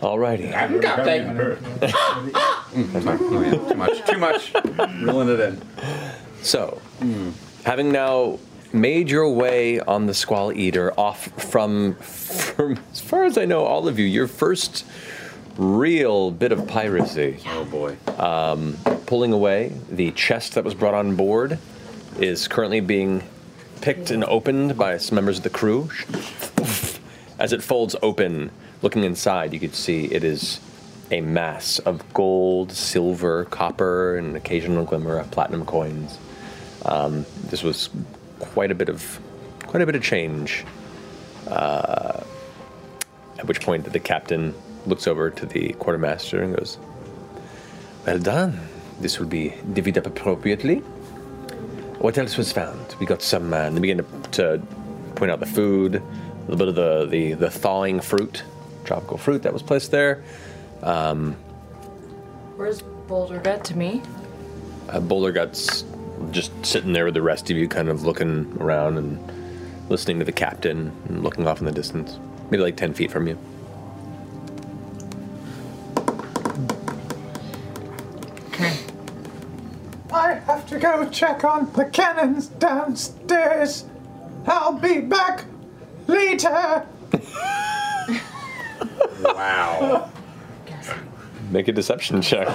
alrighty. Captain Cupcake. too much. Too much. Reeling it in. So, having now made your way on the Squall Eater off from, from, as far as I know, all of you, your first real bit of piracy. Oh boy. Um, pulling away the chest that was brought on board is currently being picked and opened by some members of the crew. As it folds open, looking inside, you could see it is a mass of gold, silver, copper, and an occasional glimmer of platinum coins. Um, this was quite a bit of quite a bit of change. Uh, at which point, the captain looks over to the quartermaster and goes, "Well done. This will be divvied up appropriately." What else was found? We got some. Uh, they began to, to point out the food, a little bit of the, the, the thawing fruit, tropical fruit that was placed there. Um, Where's Boulder Vet to me? uh, Boulder Guts just sitting there with the rest of you, kind of looking around and listening to the captain and looking off in the distance, maybe like 10 feet from you. I have to go check on the cannons downstairs. I'll be back later. Wow. Make a deception check.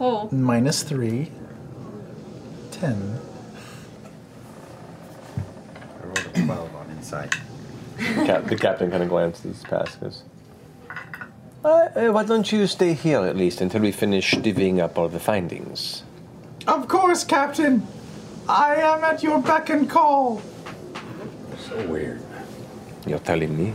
oh. Minus three. Ten. I rolled a 12 on insight. Cap- the captain kind of glances past and goes, "Uh, uh, Why don't you stay here at least until we finish divvying up all the findings? Of course, Captain. I am at your beck and call. So weird. You're telling me?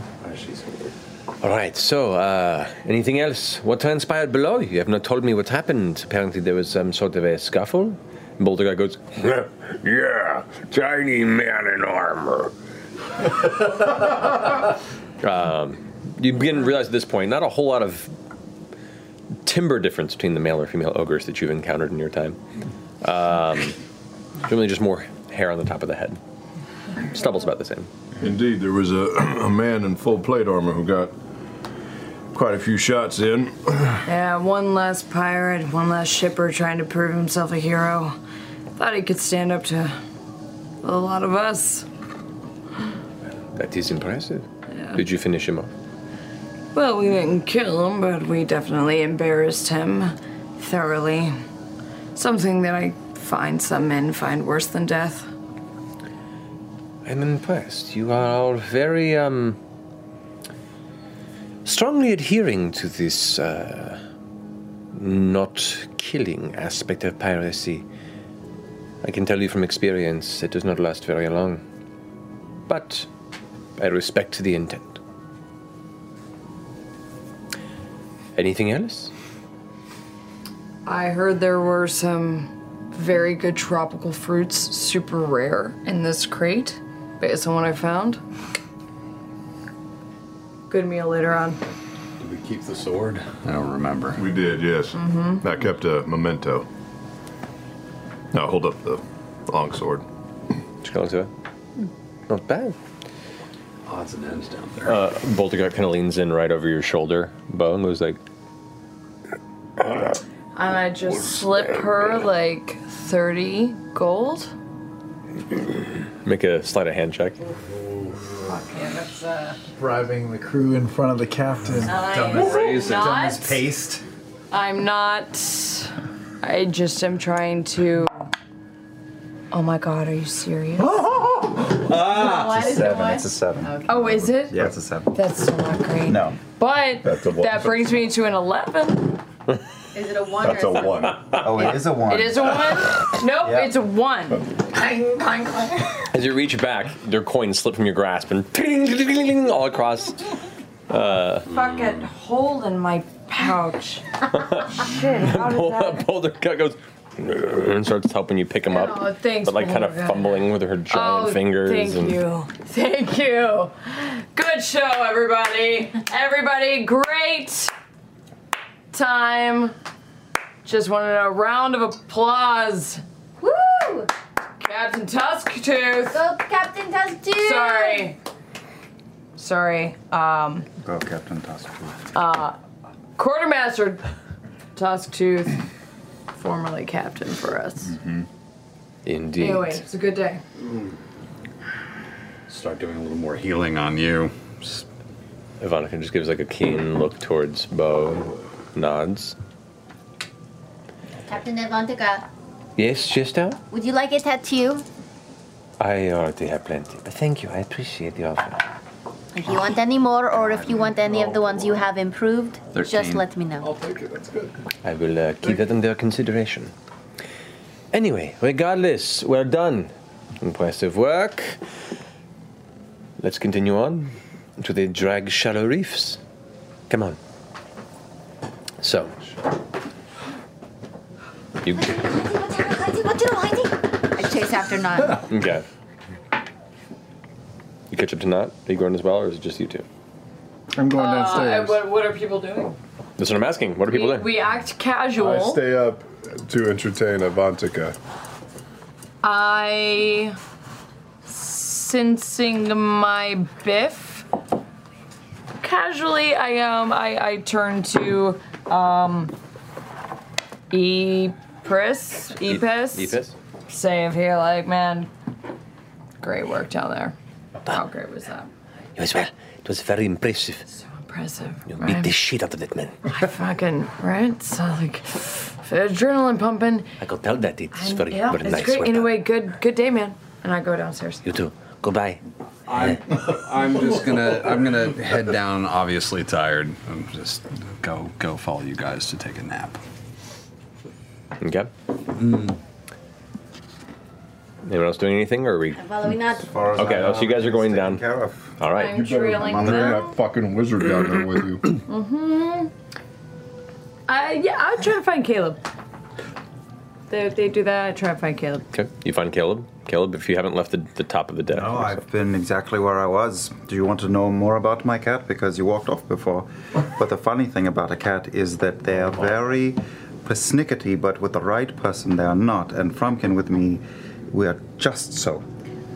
All right, so uh, anything else? What transpired below? You have not told me what happened. Apparently, there was some sort of a scuffle. Boulder guy goes, yeah, tiny man in armor. um, you begin to realize at this point not a whole lot of timber difference between the male or female ogres that you've encountered in your time. Um, generally, just more hair on the top of the head. Stubble's about the same. Indeed, there was a, a man in full plate armor who got quite a few shots in. Yeah, one less pirate, one less shipper trying to prove himself a hero. Thought he could stand up to a lot of us. That is impressive. Did you finish him off? Well, we didn't kill him, but we definitely embarrassed him thoroughly. Something that I find some men find worse than death. I'm impressed. You are all very um, strongly adhering to this uh, not killing aspect of piracy. I can tell you from experience, it does not last very long. But I respect the intent. Anything else? I heard there were some very good tropical fruits, super rare, in this crate, based on what I found. Good meal later on. Did we keep the sword? I don't remember. We did, yes. Mm-hmm. Mhm. I kept a memento. Now hold up the long sword. Just to it. Not bad. Odds and ends down there. Uh, Bolter kind of leans in right over your shoulder, Bo, and goes like, And I just slip her like 30 gold. Make a sleight of hand check. bribing the crew in front of the captain. I Dumb as am raisin. not- Dumb as paste. I'm not. I just am trying to. Oh my god, are you serious? Oh, Ah, It's a seven, it's a seven. Oh, is it? Yeah, it's a seven. That's still not great. No. But That's a one. that brings me to an 11. Is it a one? That's a one. Oh, it is a one. It is a 1? nope, it's a 1. Clang, clang, clang. As you reach back, your coins slip from your grasp and ting, ting, ting, ting, all across. Uh, Fuck it, hole in my pouch. Shit, how did that. Boulder Cut goes and starts helping you pick him up. Oh, thanks, But like kind of Boulder Cut. fumbling with her giant Oh, fingers. Thank and you. Thank you. Good show, everybody. Everybody, great time. Just wanted a round of applause. Woo! Captain Tusktooth. Go, Captain Tusktooth. Sorry. Sorry. Um, Go, Captain Tusktooth. uh, Quartermaster Tusktooth, formerly captain for us. Mm-hmm. Indeed. Anyway, it's a good day. Start doing a little more healing on you. Ivanica just gives like a keen look towards Bo, nods. Captain Avantika, Yes, Chester? would you like a tattoo? I already have plenty, but thank you. I appreciate the offer. If you want any more, or if you want any of the ones you have improved, just Thirteen. let me Oh, know. That's good. I will uh, keep that under consideration. Anyway, regardless, well done. Impressive work. Let's continue on to the drag shallow reefs. Come on. So. You. What do I do? I chase after Nod. Okay. You catch up to Knot? Are you going as well, or is it just you two? I'm going Uh, what, what are people doing? That's what I'm asking. What are people we, doing? we act casual. I stay up to entertain Avantika. I sensing my biff. Casually, I um, I, I turn to um, Epris, E- Epis, Epis. Say if he like, man, great work down there. How great was that? You as well. It was very impressive. So impressive. You right? beat the shit out of that man. I fucking right. So like, adrenaline pumping. I could tell that it's And, very, yeah, very it's nice. great. well done. Anyway, good good day, man. And I go downstairs. You too. Goodbye. I'm, I'm just gonna I'm gonna head down. Obviously tired. I'm just go go follow you guys to take a nap. Okay. Anyone else doing anything, or are we? Following Nod. okay, oh, so you guys are going down. All right. I'm You better trailing monitor them. that fucking wizard down there with you. Mm-hmm. Uh, yeah, I'm trying to find Caleb. They, they do that. I try to find Caleb. Okay, you find Caleb. Caleb, if you haven't left the, the top of the deck. No, I've been exactly where I was. Do you want to know more about my cat? Because you walked off before. But the funny thing about a cat is that they are very persnickety, but with the right person, they are not. And Frumpkin with me, we are just so.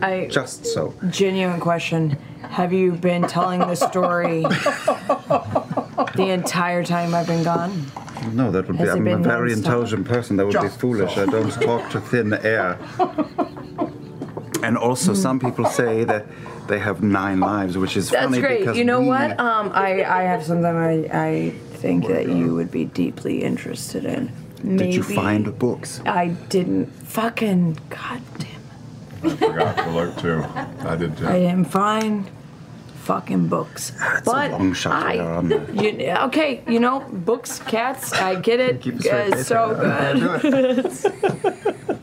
I Just so. genuine question: Have you been telling the story the entire time I've been gone? No, that would be. Has it I'm a been very nonstop? intelligent person. That would Just be foolish. I don't talk to thin air. And also, Hmm. some people say that they have nine lives, which is That's funny great. because You know we- what? Um, I I have something I I think that you would be deeply interested in. Did you find books? I didn't. Fucking god I forgot to look too. I did too. I didn't find fucking books. but long shot I, we are on there. You, okay, you know, books, cats, I get it. Keep us right It's so there. good.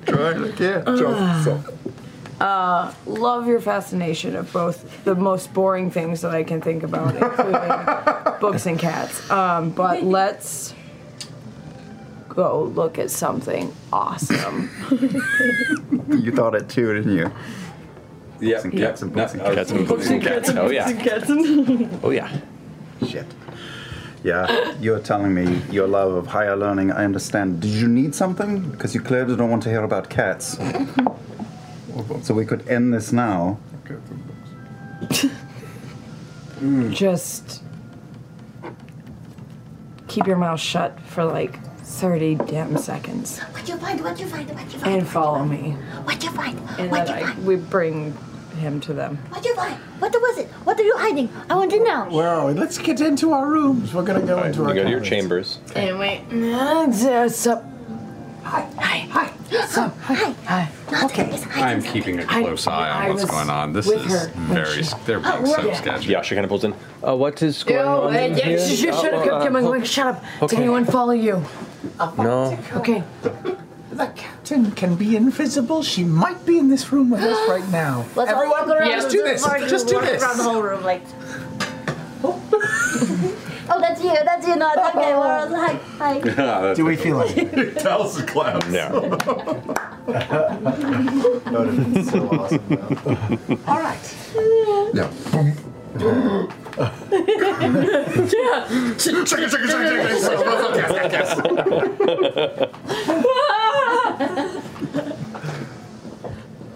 Trying to get. Ah. uh, love your fascination of both the most boring things that I can think about, including books and cats. Um, but let's go look at something awesome. you thought it too, didn't you? Yeah. Some cats and books and Cats and books and cats. Oh yeah. Oh yeah. Shit. Yeah, you're telling me your love of higher learning. I understand. Did you need something? Because you clearly don't want to hear about cats. So we could end this now. Just keep your mouth shut for like 30 damn seconds. What you find? What you find? What you find? And follow me. What you find? And what then you I, find? we bring him to them. What you find? What was it? What are you hiding? I want to know. Where are we? Let's get into our rooms. We're gonna go All right, into you our. go to your cabins. chambers. And wait. What's up? Hi. Hi. Hi. Hi. Okay. I'm keeping a I- close eye I on what's was going on. This with is her when very. she- They're Oh, being so yeah. sketchy. Yasha kind of pulls in. Uh, what is going Yo, on hey, in yeah, here? sh- sh- shut up, uh, come on, uh, quick, shut up. okay. Did anyone follow you? No. Okay. The captain can be invisible. She might be in this room with us right now. Let's all walk Everyone, around just the do whole this. party, Just do walk this. around the whole room like. oh, that's you. That's you. Not that guy. Well, Hi. Hi. Do we feel it? Towels and clouds. Yeah. so awesome. All right. Yeah. yeah. Check it, check it, check it, check it.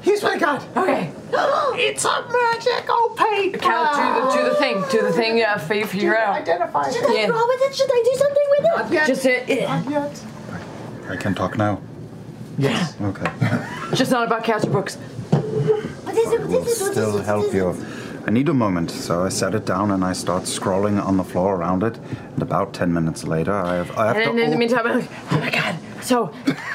Here's what I got. Okay. it's a magical paper. Count, do the, do the thing. Do the thing, uh, yeah, Faye, figure it out. Identify. Should I Yeah. draw with it? Should I do something with it? yet. Just it. it- Not yet. I can talk now. Yes. Okay. Just not about Castor Brooks. What is it? What will is it? What is still it? help you. I need a moment, so I set it down and I start scrolling on the floor around it. And about ten minutes later, I have, I have And then to. in the op- meantime, I'm like, oh my god. So,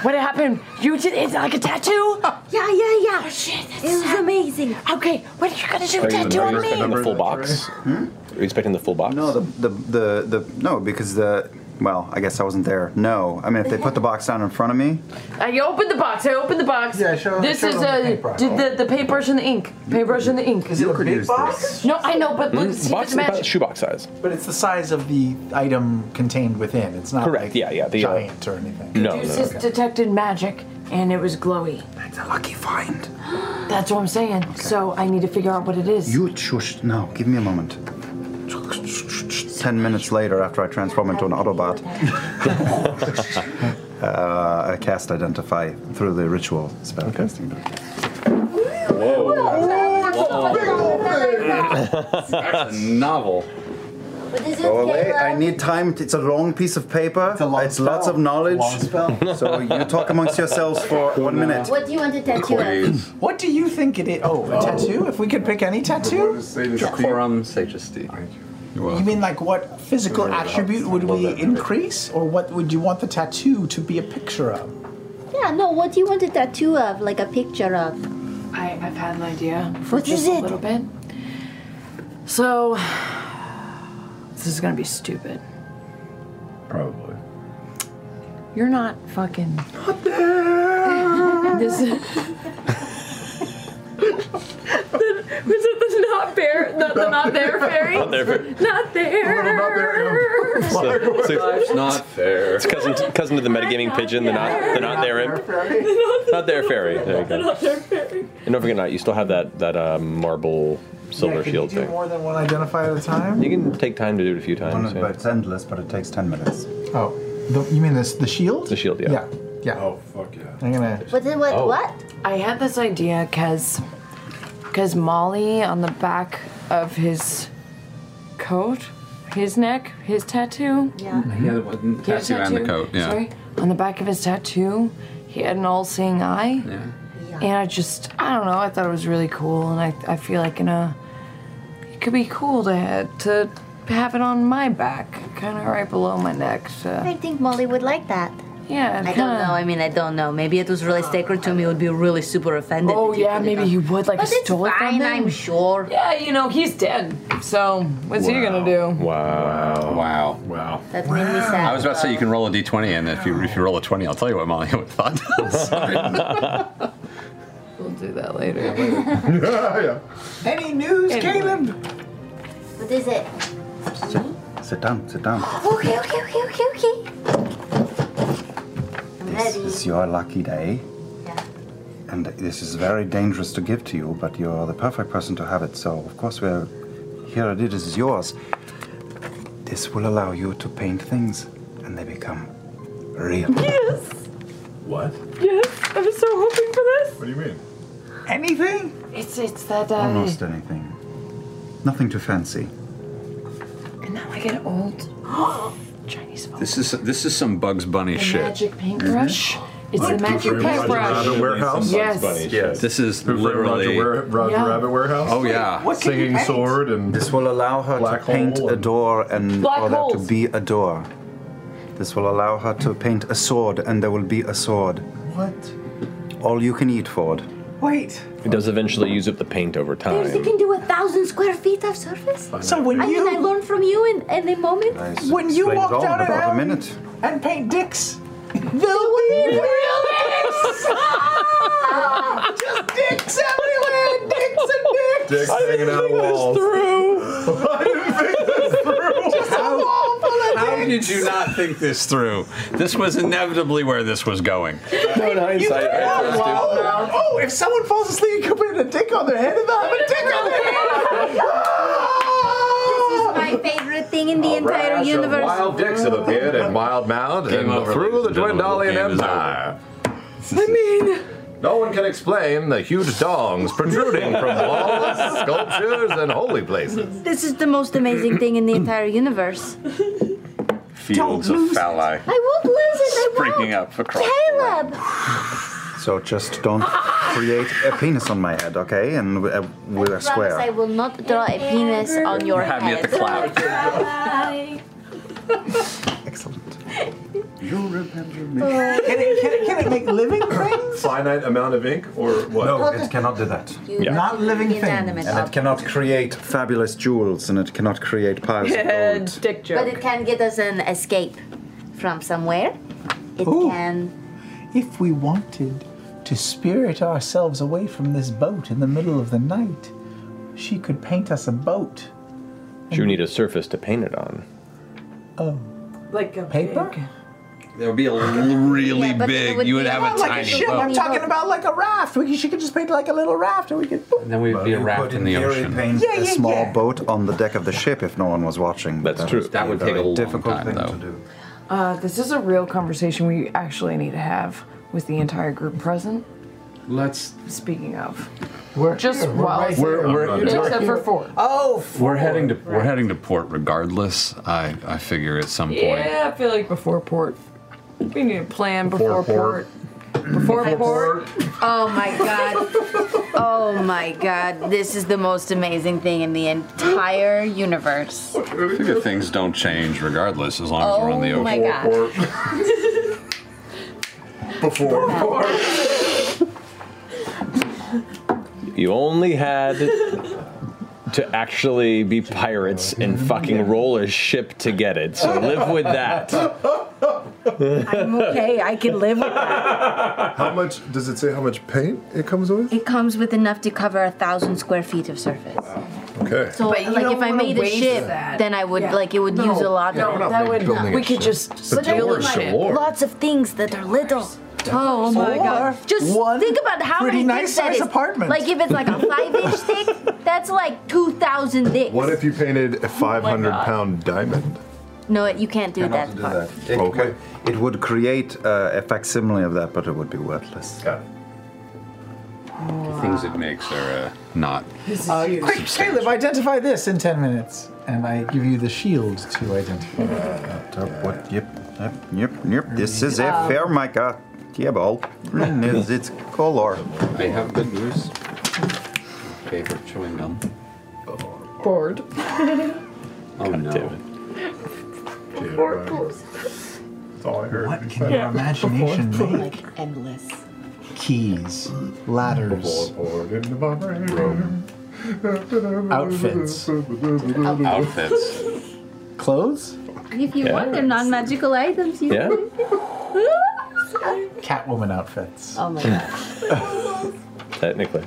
what happened? You did it's like a tattoo? Yeah, yeah, yeah. Oh shit. that's It was sad. amazing. Okay, what are you gonna do? Are you, tattoo are you on expecting me? the full box? Are you expecting the full box? No, the, the the the no, because the well, I guess I wasn't there. No, I mean if they put the box down in front of me, I opened the box. I opened the box. Yeah, show- This show is them the a paintbrush. did the, the paintbrush and the ink. Paintbrush and the ink. Is it a could big use box? this. No, I know, but look, Mm, see box this is about magic. shoebox size. But it's the size of the item contained within. It's not Correct. Like Yeah, yeah. The, uh, giant or anything. No, no, Zeus no. has detected magic, and it was glowy. That's a lucky find. That's what I'm saying. So I need to figure out what it is. you shush. No, give me a moment. Ten minutes later, after I transform into an Autobot, uh, I cast Identify through the ritual spell casting. That's a novel. What is it? Go away. Kayla? I need time. To, it's a long piece of paper. It's, lots of knowledge. so you talk amongst yourselves for one minute. What do you want to tattoo? as? What do you think it is? Oh, a tattoo? If we could pick any tattoo? Decorum sagesti. You mean like what physical attribute would we increase, or what would you want the tattoo to be a picture of? Yeah, no. What do you want a tattoo of? Like a picture of? I, I've had an idea for What just is a it? little bit. So this is gonna be stupid. Probably. You're not fucking. this is. Was it the not bear? The, the not there fairy? Not there fairy. Not there. So- so- Not fair. It's cousin to, cousin to the metagaming pigeon. They're not. They're not there. Not there, fairy. There you go. And don't forget, not you still have that that uh, marble silver Yeah, can shield you do thing. more than one identify at a time? You can take time to do it a few times. But it's endless, but it takes ten minutes. Oh, the, you mean this the shield? The shield, yeah. Yeah, yeah. Oh fuck yeah! I'm gonna. What? What? Oh. What? I had this idea because because Molly on the back of his coat, his neck, his tattoo. Yeah. Yeah, the His tattoo and the coat. Yeah. Sorry. On the back of his tattoo, he had an all-seeing eye. Yeah. And I just, I don't know, I thought it was really cool, and I, I feel like in a, it could be cool to have, to have it on my back, kind of right below my neck. I So. think Molly would like that. Yeah, I don't know. I mean, I don't know. Maybe it was really sacred to me. It would be really super offended. Oh if you yeah, put it maybe on. he would like But it's stole it from fine, him. I'm sure. Yeah, you know he's dead. So what's he gonna do? Wow. Wow. Wow. That made me sad. I was about to say you can roll a d20, and if you if you roll a 20, I'll tell you what Molly would thought. We'll do that later. Any news, Anyway. Caleb? What is it? Sit down. Sit down. Oh, Okay, okay, okay, okay, okay. I'm This ready. is your lucky day. And this is very dangerous to give to you, but you're the perfect person to have it, so of course we're here it is, this is yours. This will allow you to paint things and they become real. Yes. What? Yes. I was so hoping for this. What do you mean? Anything? It's it's that. Uh, Almost anything. Nothing too fancy. And now I get old. Chinese phone. This is this is some Bugs Bunny The shit. magic paintbrush. It's the magic paintbrush. Yes. Yes. This is Roger, literally Ware- Roger Yeah. Rabbit Warehouse. Oh, yeah. What can you singing paint? sword and this will allow her black to paint hole a door and Black for that to holes. be a door. This will allow her to paint a sword, and there will be a sword. What? All you can eat, Ford. Wait. It does eventually use up the paint over There's, you time. can do a thousand square feet of surface. So when I you- mean, I learned from you in, in the moment. When you walk down an alley minute. and paint dicks, they'll be real dicks. Just dicks everywhere, dicks and dicks. dicks hanging out of walls. How did you not think this through? This was inevitably where this was going. No, in hindsight, Oh, wow. oh, if someone falls asleep, you can put a dick on their head and they'll have a dick on their head. My favorite thing in the entire Rash of universe. Wild dicks have appeared and wild mouthed Game and over, through ladies the and gentlemen. Dwendalian Game is Empire. I mean, no one can explain the huge dongs protruding from walls, sculptures, and holy places. This is the most amazing thing in the entire universe. Fields of phalli I won't lose it. springing up across. Caleb. So just don't create a penis on my head, okay? And we- uh, we're Promise I square. will not draw a penis on your head. You remember me. can, it, can, it, can it make living things? Finite amount of ink, or what? No, it cannot do that. Yeah. Not living And it cannot create fabulous jewels, and it cannot create piles of gold. Dick joke. But it can get us an escape from somewhere. It can. If we wanted to spirit ourselves away from this boat in the middle of the night, she could paint us a boat. But you need a surface to paint it on. Oh. Like a paper? That would be a l- really Yeah, but it big. would You would be have not a like tiny ship. boat. I'm talking about like a raft. We could, she could just paint like a little raft, and we could. boop. And then we'd be a raft in the ocean. Paint Yeah, a yeah, small yeah. boat on the deck of the ship if no one was watching. That's true. That be would take very a long difficult time, thing though. to do. Uh, this is a real conversation we actually need to have with the entire group present. Let's. Speaking of, we're just here, we're while right here. We're- we're- except we're for here. four. Oh, We're heading to we're heading to port regardless. I I figure at some point. yeah, I feel like before port, we need a plan before, port. Before port. Oh my god. oh my god. This is the most amazing thing in the entire universe. I figure things don't change regardless as long as we're on the Oh ocean. my God. Before port. You only had to actually be pirates and fucking roll a ship to get it. So live with that. I'm okay. I can live with that. How much does it say? How much paint it comes with? It comes with enough to cover a thousand square feet of surface. Okay. So, But you like, don't if I wanna made a waste ship, that. then I would Yeah. like it would No, use a lot. no, We're not that big would- building we a could ship. just But there steal were a like ship. Lots of things that are little. Oh my Or god! Just one think about how pretty many nice dicks that size is. apartment. Like if it's like a five-inch dick, that's like two thousand dicks. What if you painted a 500 God. pound diamond? No, it- you can't do that. do part. that. It, okay. It would create uh, a facsimile of that, but it would be worthless. The things it makes are uh, not. Uh, quick, Caleb, identify this in 10 minutes. And I give you the shield to identify. What? Yep. Yep. Yep. Yep. This is a Um, fair uh, mica. Diabol. Mm, is its color. I have good news. Favorite chewing gum. Bored. Oh no. Before port. That's all I heard. What can your imagination make? Like endless. Keys, ladders, outfits. Mm-hmm. Outfits. Clothes? If you Yeah. want, they're non-magical items. You Yeah. Sorry. Catwoman outfits. Oh my god. Technically.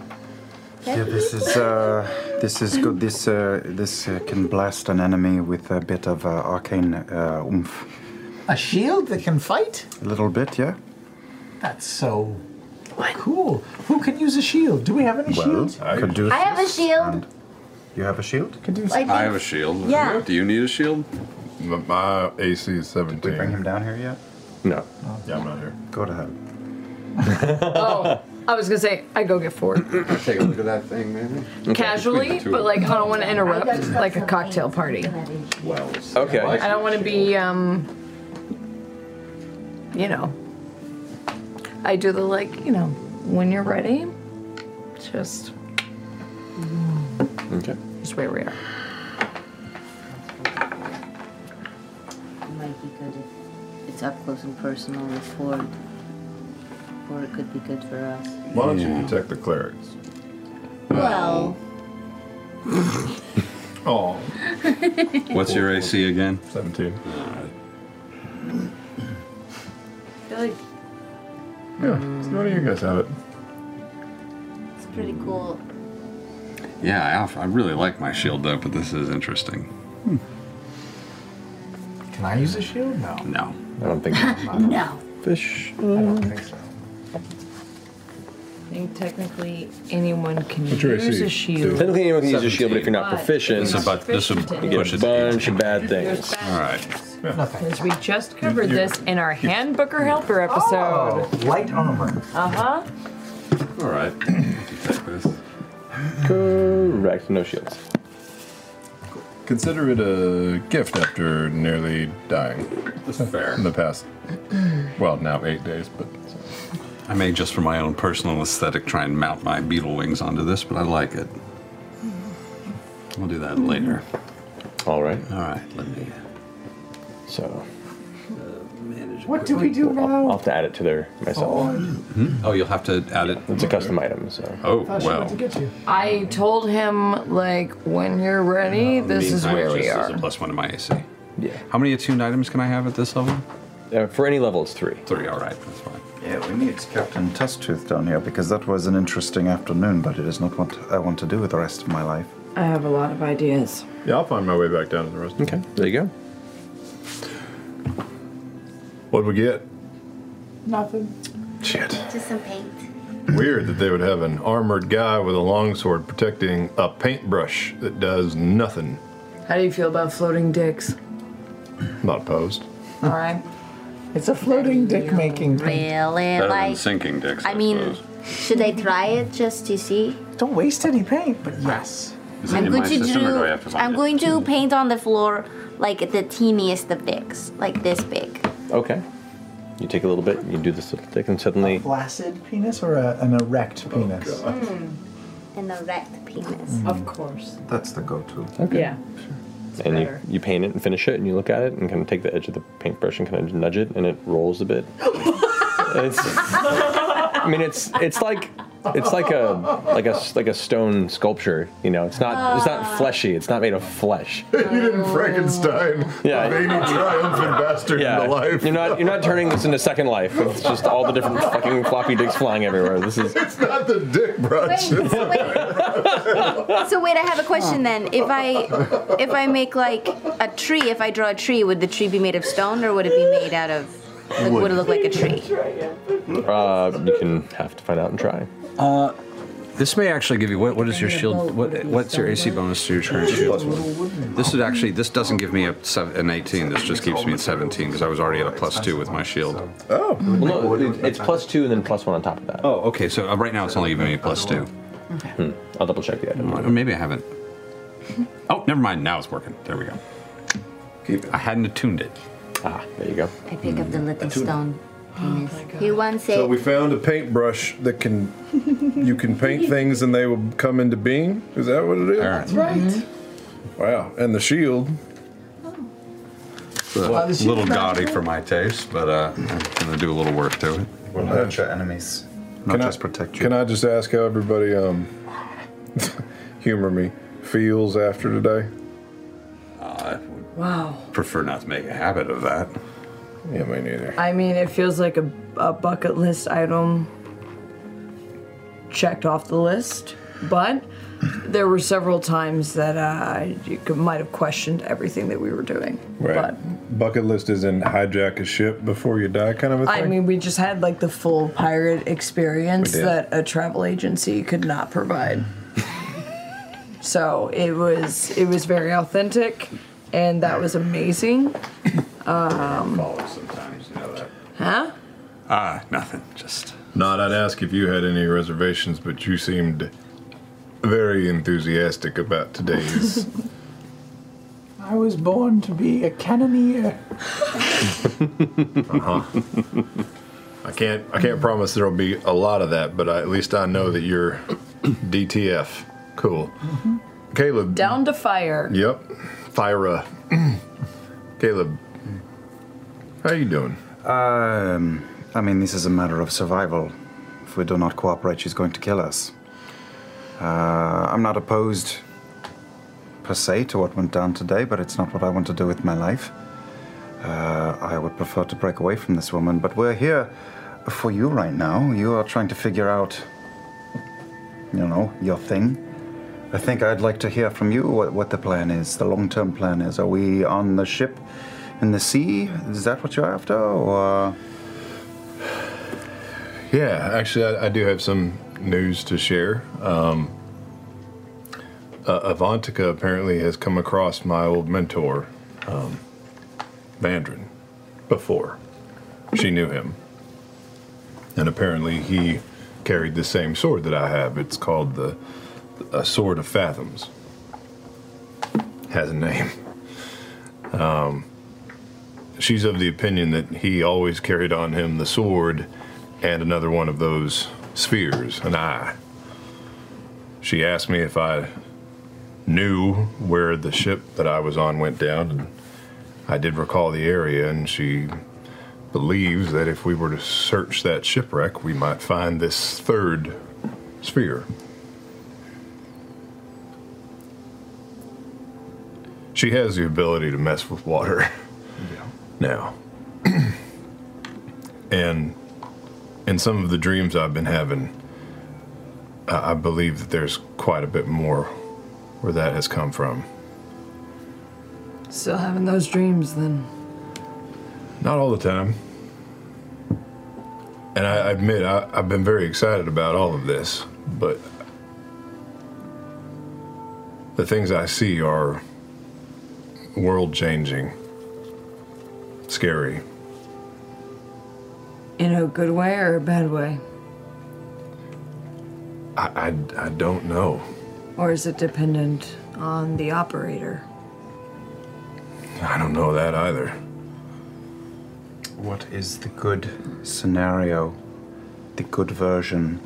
Yeah, this is uh, this is good. This uh, this uh, can blast an enemy with a bit of uh, arcane uh, oomph. A shield that can fight? A little bit, yeah. That's so cool. Who can use a shield? Do we have any Well, shields? I could do I have a shield. You have a shield? Could do I think- I have a shield. Yeah. Do you need a shield? My AC is 17. Did we bring him down here yet? No. Yeah, I'm not here. Go to hell. Oh. I was gonna say I go get four Take a look at that thing, maybe. casually, but like I don't want to interrupt like a cocktail party. Well, Okay. I don't want to be um, you know. I do the like you know when you're ready, just Okay. just where we are. might be good if it's up close and personal with Ford. Or it could be good for us. Why don't you protect the clerics? Well. Oh. What's your AC again? 17. I feel like Yeah, so why do you guys have it? it's pretty cool. Yeah, I, off- I really like my shield though, but this is interesting. Can I use a shield? No. No. I don't think no. Fish. I don't think so. I think technically anyone can What's your use AC? a shield. Technically, anyone can use a shield, but if you're not But proficient, if you're not proficient, you get a bunch of bad There's things. bad All right. Because we just covered this in our Handbooker Helper episode. Oh. light armor. Uh huh. All right. Correct. No shields. Consider it a gift after nearly dying. fair. In the past, well, now eight days, but I may just for my own personal aesthetic try and mount my beetle wings onto this, but I like it. We'll do that later. All right. All right. Let me. So. What do we do I'll, I'll now? have to add it to their myself. Oh, you'll have to add it. It's a custom item, so. Oh Thought she went to get you. I told him, like, when you're ready, this is Meantime, where we just as are. a plus one to my AC. Yeah. How many attuned items can I have at this level? Uh, for any level, it's three. Three. All right. That's fine. Yeah, we need Captain Tusktooth down here because that was an interesting afternoon, but it is not what I want to do with the rest of my life. I have a lot of ideas. yeah, I'll find my way back down to the rest. Okay, there you go. What'd we get? Nothing. Shit. Just some paint. Weird that they would have an armored guy with a longsword protecting a paintbrush that does nothing. How do you feel about floating dicks? Not opposed. All right. It's a floating dick making Really? like, sinking dicks. I I mean, should I try it just to see? Don't waste any paint, but yes. Is I'm going to do. I have to find I'm it? going to paint on the floor like the teeniest of dicks, like this big. Okay. You take a little bit, you do this little tick, and suddenly. Flaccid penis or a, an erect penis? Mm. An erect penis. Of course. That's the go to. Yeah. And you, better. you paint it and finish it, and you look at it and kind of take the edge of the paintbrush and kind of nudge it, and it rolls a bit. And it's, I mean, it's it's like it's like a like a like a stone sculpture. You know, it's not it's not fleshy. It's not made of flesh. you didn't Frankenstein. Yeah. Vain and triumphant bastard Yeah, into life. you're not you're not turning this into Second Life. It's just all the different fucking floppy dicks flying everywhere. This is It's not the dick brush. Wait, so wait, so wait, I have a question then. If I if I make like a tree, if I draw a tree, would the tree be made of stone or would it be made out of like, would it look like a tree? uh, you can have to find out and try. Uh, this may actually give you what? What is your shield? What? What's your AC bonus to your current shield? This is actually. This doesn't give me a sev an 18. This just keeps me at 17 because I was already at a plus two with my shield. Oh, well, no, it- it's plus two and then plus one on top of that. Oh, okay. So uh, right now it's only giving me a plus two. Hmm, I'll double check the item. Or maybe I haven't. Oh, never mind. Now it's working. There we go. I hadn't attuned it. Ah, there you go. I pick up the little Attuned. stone penis. He wants it. So we found a paintbrush that can you can paint things and they will come into being. Is that what it is? That's right. Wow, and the shield. It's a Well, the shield's little not gaudy bad. for my taste, but uh, I'm gonna do a little work to it. We'll hurt your enemies, not just protect you. Can I just ask how everybody um humor me feels after today? I Wow. prefer not to make a habit of that. Yeah, me neither. I mean, it feels like a, a bucket list item checked off the list, but there were several times that uh, you could, might have questioned everything that we were doing. Right. Bucket list is in hijack a ship before you die kind of a thing. I mean, we just had like the full pirate experience We did. that a travel agency could not provide. so it was it was very authentic, and that was amazing. Um, sometimes, you know that. huh? Ah, nothing. Just Not, I'd ask if you had any reservations, but you seemed very enthusiastic about today's. I was born to be a cannoneer. uh-huh. I can't. I can't promise there'll be a lot of that, but I, at least I know that you're DTF. Cool, Caleb. Down to fire. Yep, Fyra. Caleb, how you doing? Um, I mean, this is a matter of survival. If we do not cooperate, she's going to kill us. Uh, I'm not opposed per se to what went down today, but it's not what I want to do with my life. Uh, I would prefer to break away from this woman, but we're here for you right now. You are trying to figure out, you know, your thing. I think I'd like to hear from you what, what the plan is, the long term plan is. Are we on the ship in the sea? Is that what you're after? Or. Yeah, actually, I, I do have some news to share. Um, uh, Avantika apparently has come across my old mentor, um, Vandrin, before. She knew him. And apparently, he carried the same sword that I have. It's called the a Sword of Fathoms. Has a name. Um, she's of the opinion that he always carried on him the sword and another one of those spheres, an eye. She asked me if I knew where the ship that I was on went down, and I did recall the area, and she believes that if we were to search that shipwreck, we might find this third sphere. She has the ability to mess with water now. and in some of the dreams I've been having, I I believe that there's quite a bit more where that has come from. Still having those dreams then. Not all the time. And I admit, I, I've been very excited about all of this, but the things I see are world changing, scary. In a good way or a bad way? I, I, I don't know. Or is it dependent on the operator? I don't know that either. What is the good scenario, the good version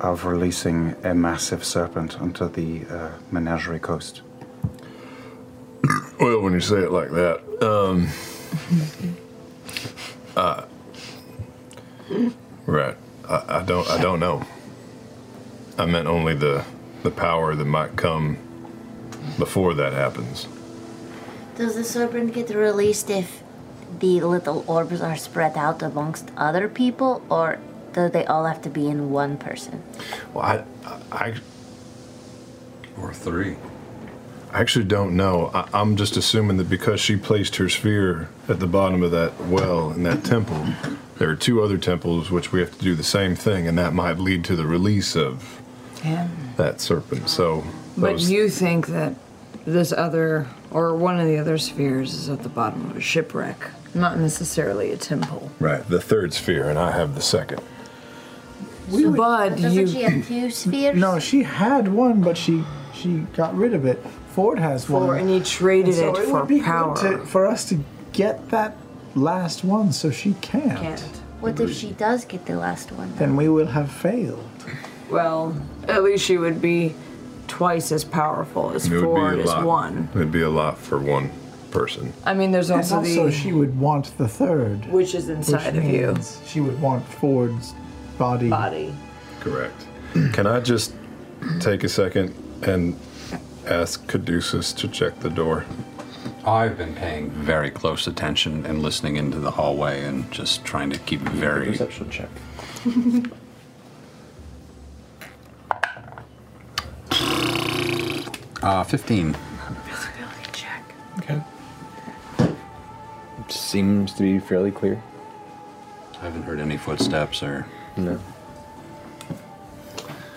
of releasing a massive serpent onto the uh, menagerie coast? Well, when you say it like that, um, uh, right? I, I don't. I don't know. I meant only the the power that might come before that happens. Does the serpent get released if the little orbs are spread out amongst other people, or do they all have to be in one person? Well, I, I, or three. I actually don't know. I, I'm just assuming that because she placed her sphere at the bottom of that well in that temple, there are two other temples which we have to do the same thing, and that might lead to the release of Yeah. that serpent. So, But those- you think that this other, or one of the other spheres, is at the bottom of a shipwreck, not necessarily a temple. right, the third sphere, and I have the second. but Doesn't you. she have two spheres? No, she had one, but she she got rid of it. Ford has one. and he traded so it would for be good power. to- for us to get that last one, so she can't. Can't. What if she does get the last one? Then we will have failed. Well, at least she would be twice as powerful as four and as one. It'd be a lot for one person. I mean, there's And also the- also she would want the third, Which is inside of you. means She would want Ford's body. Body. Correct. Can I just take a second and ask Caduceus to check the door? I've been paying very close attention and listening into the hallway and just trying to keep very perception check. Uh, fifteen. Okay. Seems to be fairly clear. I haven't heard any footsteps or no.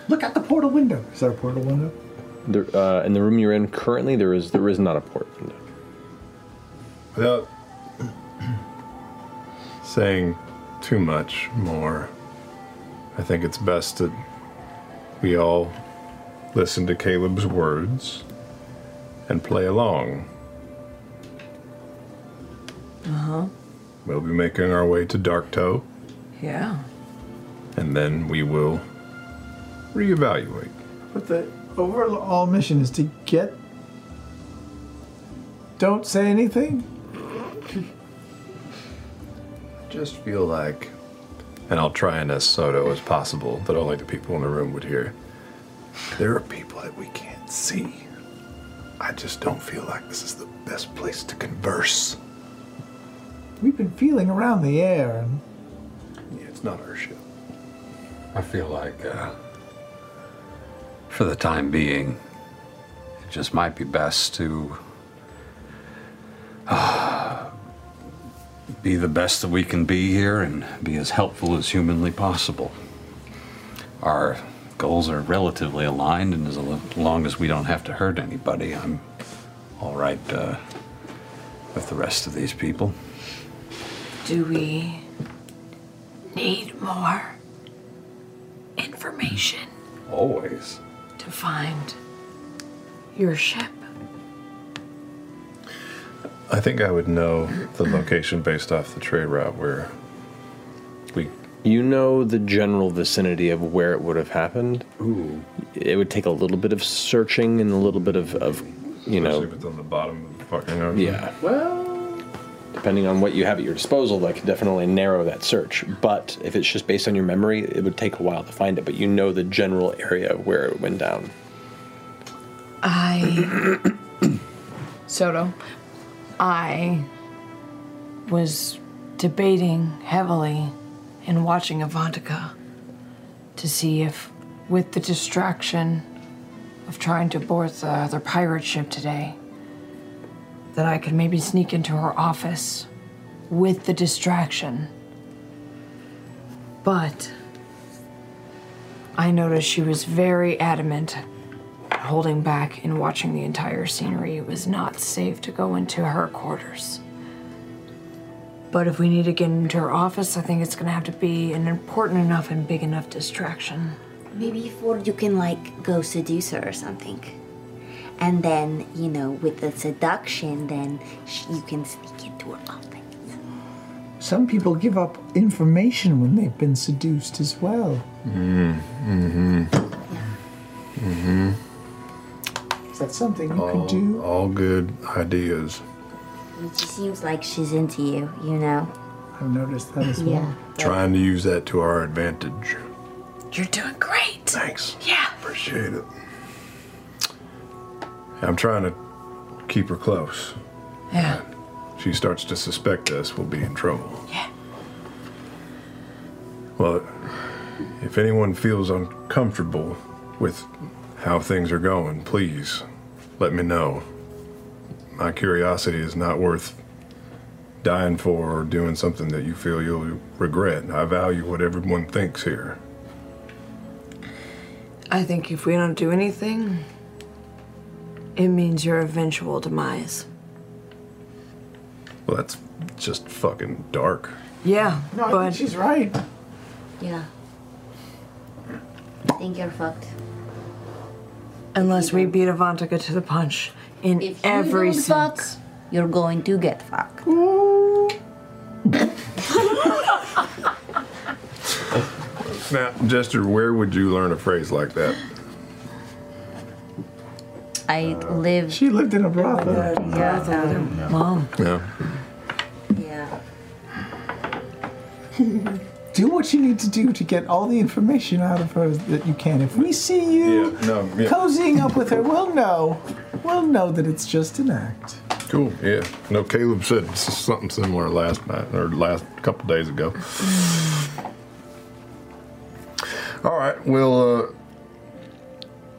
Look at the portal window. Is there a portal window? There, uh, in the room you're in currently, there is there is not a port. Without saying too much more. I think it's best that we all listen to Caleb's words and play along. Uh huh. We'll be making our way to Darktoe, Yeah. and then we will reevaluate. But the overall mission is to get. Don't say anything. Just feel like, and I'll try and as soto as possible, that only the people in the room would hear. There are people that we can't see. I just don't feel like this is the best place to converse. We've been feeling around the air. And Yeah, it's not our ship. I feel like, uh, for the time being, it just might be best to uh, be the best that we can be here and be as helpful as humanly possible. Our goals are relatively aligned, and as lo- long as we don't have to hurt anybody, I'm all right uh, with the rest of these people. Do we need more information Always. to find your ship? I think I would know the location based off the trade route where we. You know the general vicinity of where it would have happened. Ooh. It would take a little bit of searching and a little bit of, of you know. Especially if it's on the bottom of the fucking ocean. Yeah. Well. Depending on what you have at your disposal, that could definitely narrow that search. But if it's just based on your memory, it would take a while to find it. But you know the general area of where it went down. I. Soto. I was debating heavily and watching Avantika to see if, with the distraction of trying to board the other pirate ship today, that I could maybe sneak into her office with the distraction. But I noticed she was very adamant holding back and watching the entire scenery. It was not safe to go into her quarters. But if we need to get into her office, I think it's gonna have to be an important enough and big enough distraction. Maybe for you can like go seduce her or something. And then, you know, with the seduction, then sh- you can sneak into her office. Some people give up information when they've been seduced as well. Mm, mm-hmm. Mm-hmm. Is that something you all, could do? all good ideas. She seems like she's into you, you know? I've noticed that as Yeah. Trying to use that to our advantage. You're doing great. Thanks. Yeah. Appreciate it. I'm trying to keep her close. Yeah. She starts to suspect us, we'll be in trouble. Yeah. Well, if anyone feels uncomfortable with how things are going, please let me know. My curiosity is not worth dying for or doing something that you feel you'll regret. I value what everyone thinks here. I think if we don't do anything, it means your eventual demise. Well, that's just fucking dark. Yeah. No, I but think she's right. Yeah. I think you're fucked. Unless we beat Avantika to the punch in every Mm. you don't fuck, sense. you're going to get fucked. Now, Jester, where would you learn a phrase like that? I lived. She lived in a brothel. Yeah. Mom. Yeah. Yeah. do what you need to do to get all the information out of her that you can. If we see you no, yeah. cozying up with her, we'll know. We'll know that it's just an act. Cool. Yeah. No, Caleb said s- something similar last night or last couple days ago. All right. We'll uh,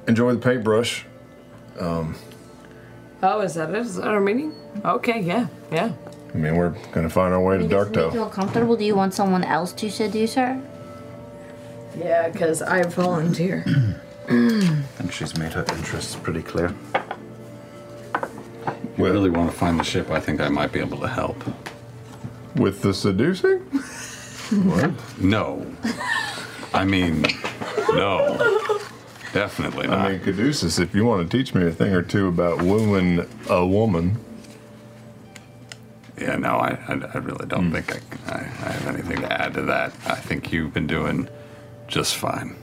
enjoy the paintbrush. Um, Oh, is that it? Is that our meeting? Okay, yeah, yeah. I mean, we're gonna find our way to Make you Darktoe. uncomfortable? Do you want someone else to seduce her? Yeah, because I volunteer. And she's made her interests pretty clear. We really want to find the ship. I think I might be able to help. With the seducing? What? No. I mean, no. Definitely not. I mean, Caduceus, if you want to teach me a thing or two about wooing a woman. Yeah, no, I, I, I really Hmm. don't think I, I, I have anything to add to that. I think you've been doing just fine.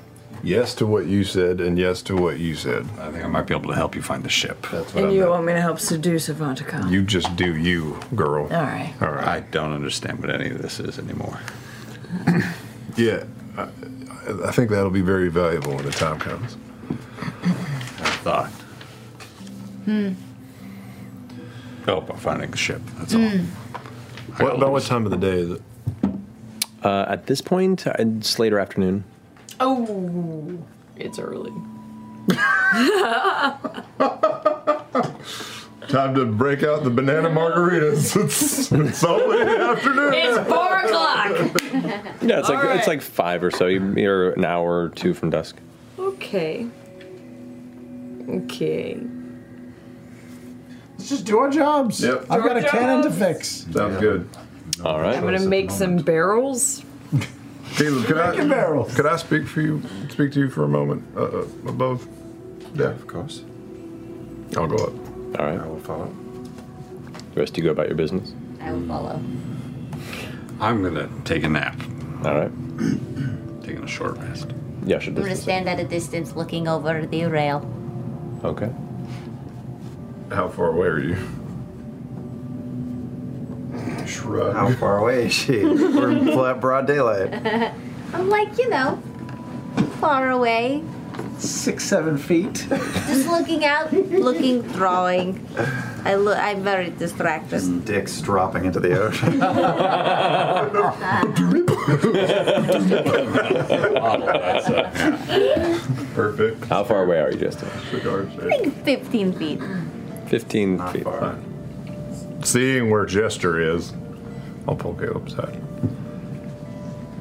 Yes to what you said, and yes to what you said. I think I might be able to help you find the ship. That's And what I you meant. want me to help seduce Avantika? You just do you, girl. All right. All right. I don't understand what any of this is anymore. Yeah, I, I think that'll be very valuable when the time comes. I thought. Hmm. Oh, but finding the ship. That's What, about what time of the day is it? Uh, at this point, uh, it's later afternoon. Oh, it's early. Time to break out the banana margaritas. it's, it's already afternoon. It's four o'clock. Yeah, it's like All right. it's like five or so. You- You're an hour or two from dusk. Okay. Okay. Let's just do our jobs. Yep. I've Do our got a cannon to jobs. fix. Sounds good. All I'm gonna make some barrels. Caleb, could Drinking I, barrels. could I speak for you? Speak to you for a moment uh, uh, above? Yeah, of course. I'll go up. All right. I will follow. The rest, you go about your business. I will follow. I'm gonna take a nap. All right. Taking a short rest. Yeah, I'm gonna stand at a distance looking over the rail. Okay. How far away are you? Shrug. How far away is she? We're in flat broad daylight. I'm like, you know, far away, Six, seven feet. just looking out, looking, drawing. I look. I'm very distracted. Dicks dropping into the ocean. Perfect. How far away are you, Justin? I think 15 feet. 15 feet. Seeing where Jester is, I'll pull Caleb aside.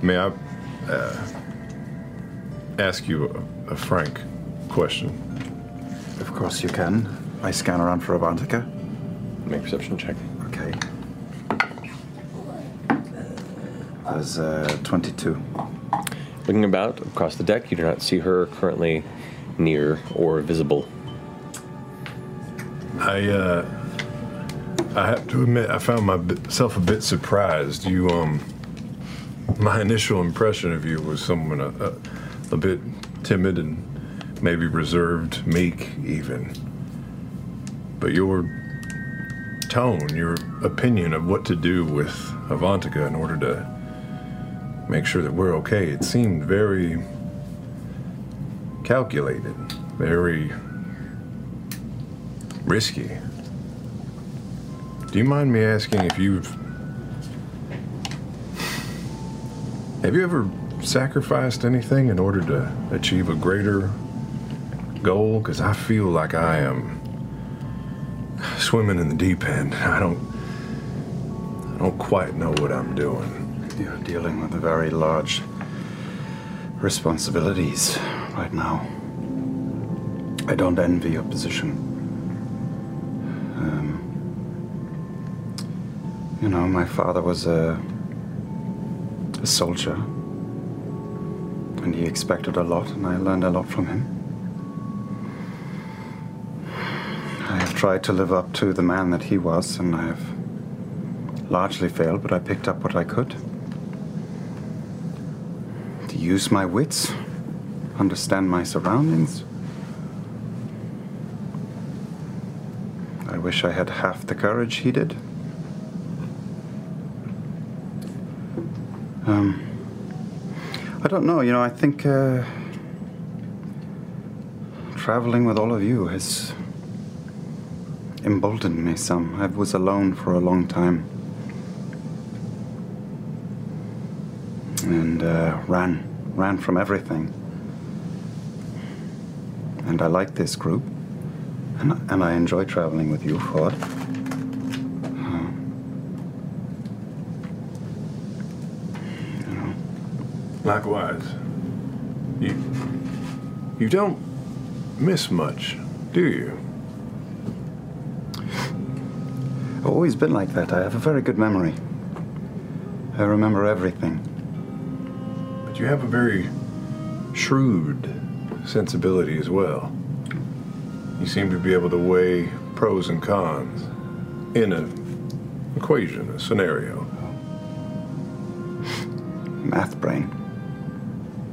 May I uh, ask you a, a frank question? Of course you can. I scan around for Avantika. Make perception check. Okay. There's uh, 22. Looking about across the deck, you do not see her currently near or visible. I uh, I have to admit, I found myself a bit surprised. You um, my initial impression of you was someone a, a, a bit timid and maybe reserved, meek even. But your tone, your opinion of what to do with Avantika in order to make sure that we're okay, it seemed very calculated, very risky. Do you mind me asking if you've. Have you ever sacrificed anything in order to achieve a greater goal? Because I feel like I am swimming in the deep end. I don't. I don't quite know what I'm doing. You're dealing with very large responsibilities right now. I don't envy your position. Um, you know, my father was a, a soldier, and he expected a lot, and I learned a lot from him. I have tried to live up to the man that he was, and I have largely failed, but I picked up what I could. To use my wits, understand my surroundings. I wish I had half the courage he did. Um, I don't know, you know, I think uh, traveling with all of you has emboldened me some. I was alone for a long time. And uh, ran, ran from everything. And I like this group. And, and I enjoy traveling with you, Ford. Uh, Likewise. You. You don't miss much, do you? I've always been like that. I have a very good memory. I remember everything. but you have a very shrewd sensibility as well. You seem to be able to weigh pros and cons in an equation, a scenario. Math brain.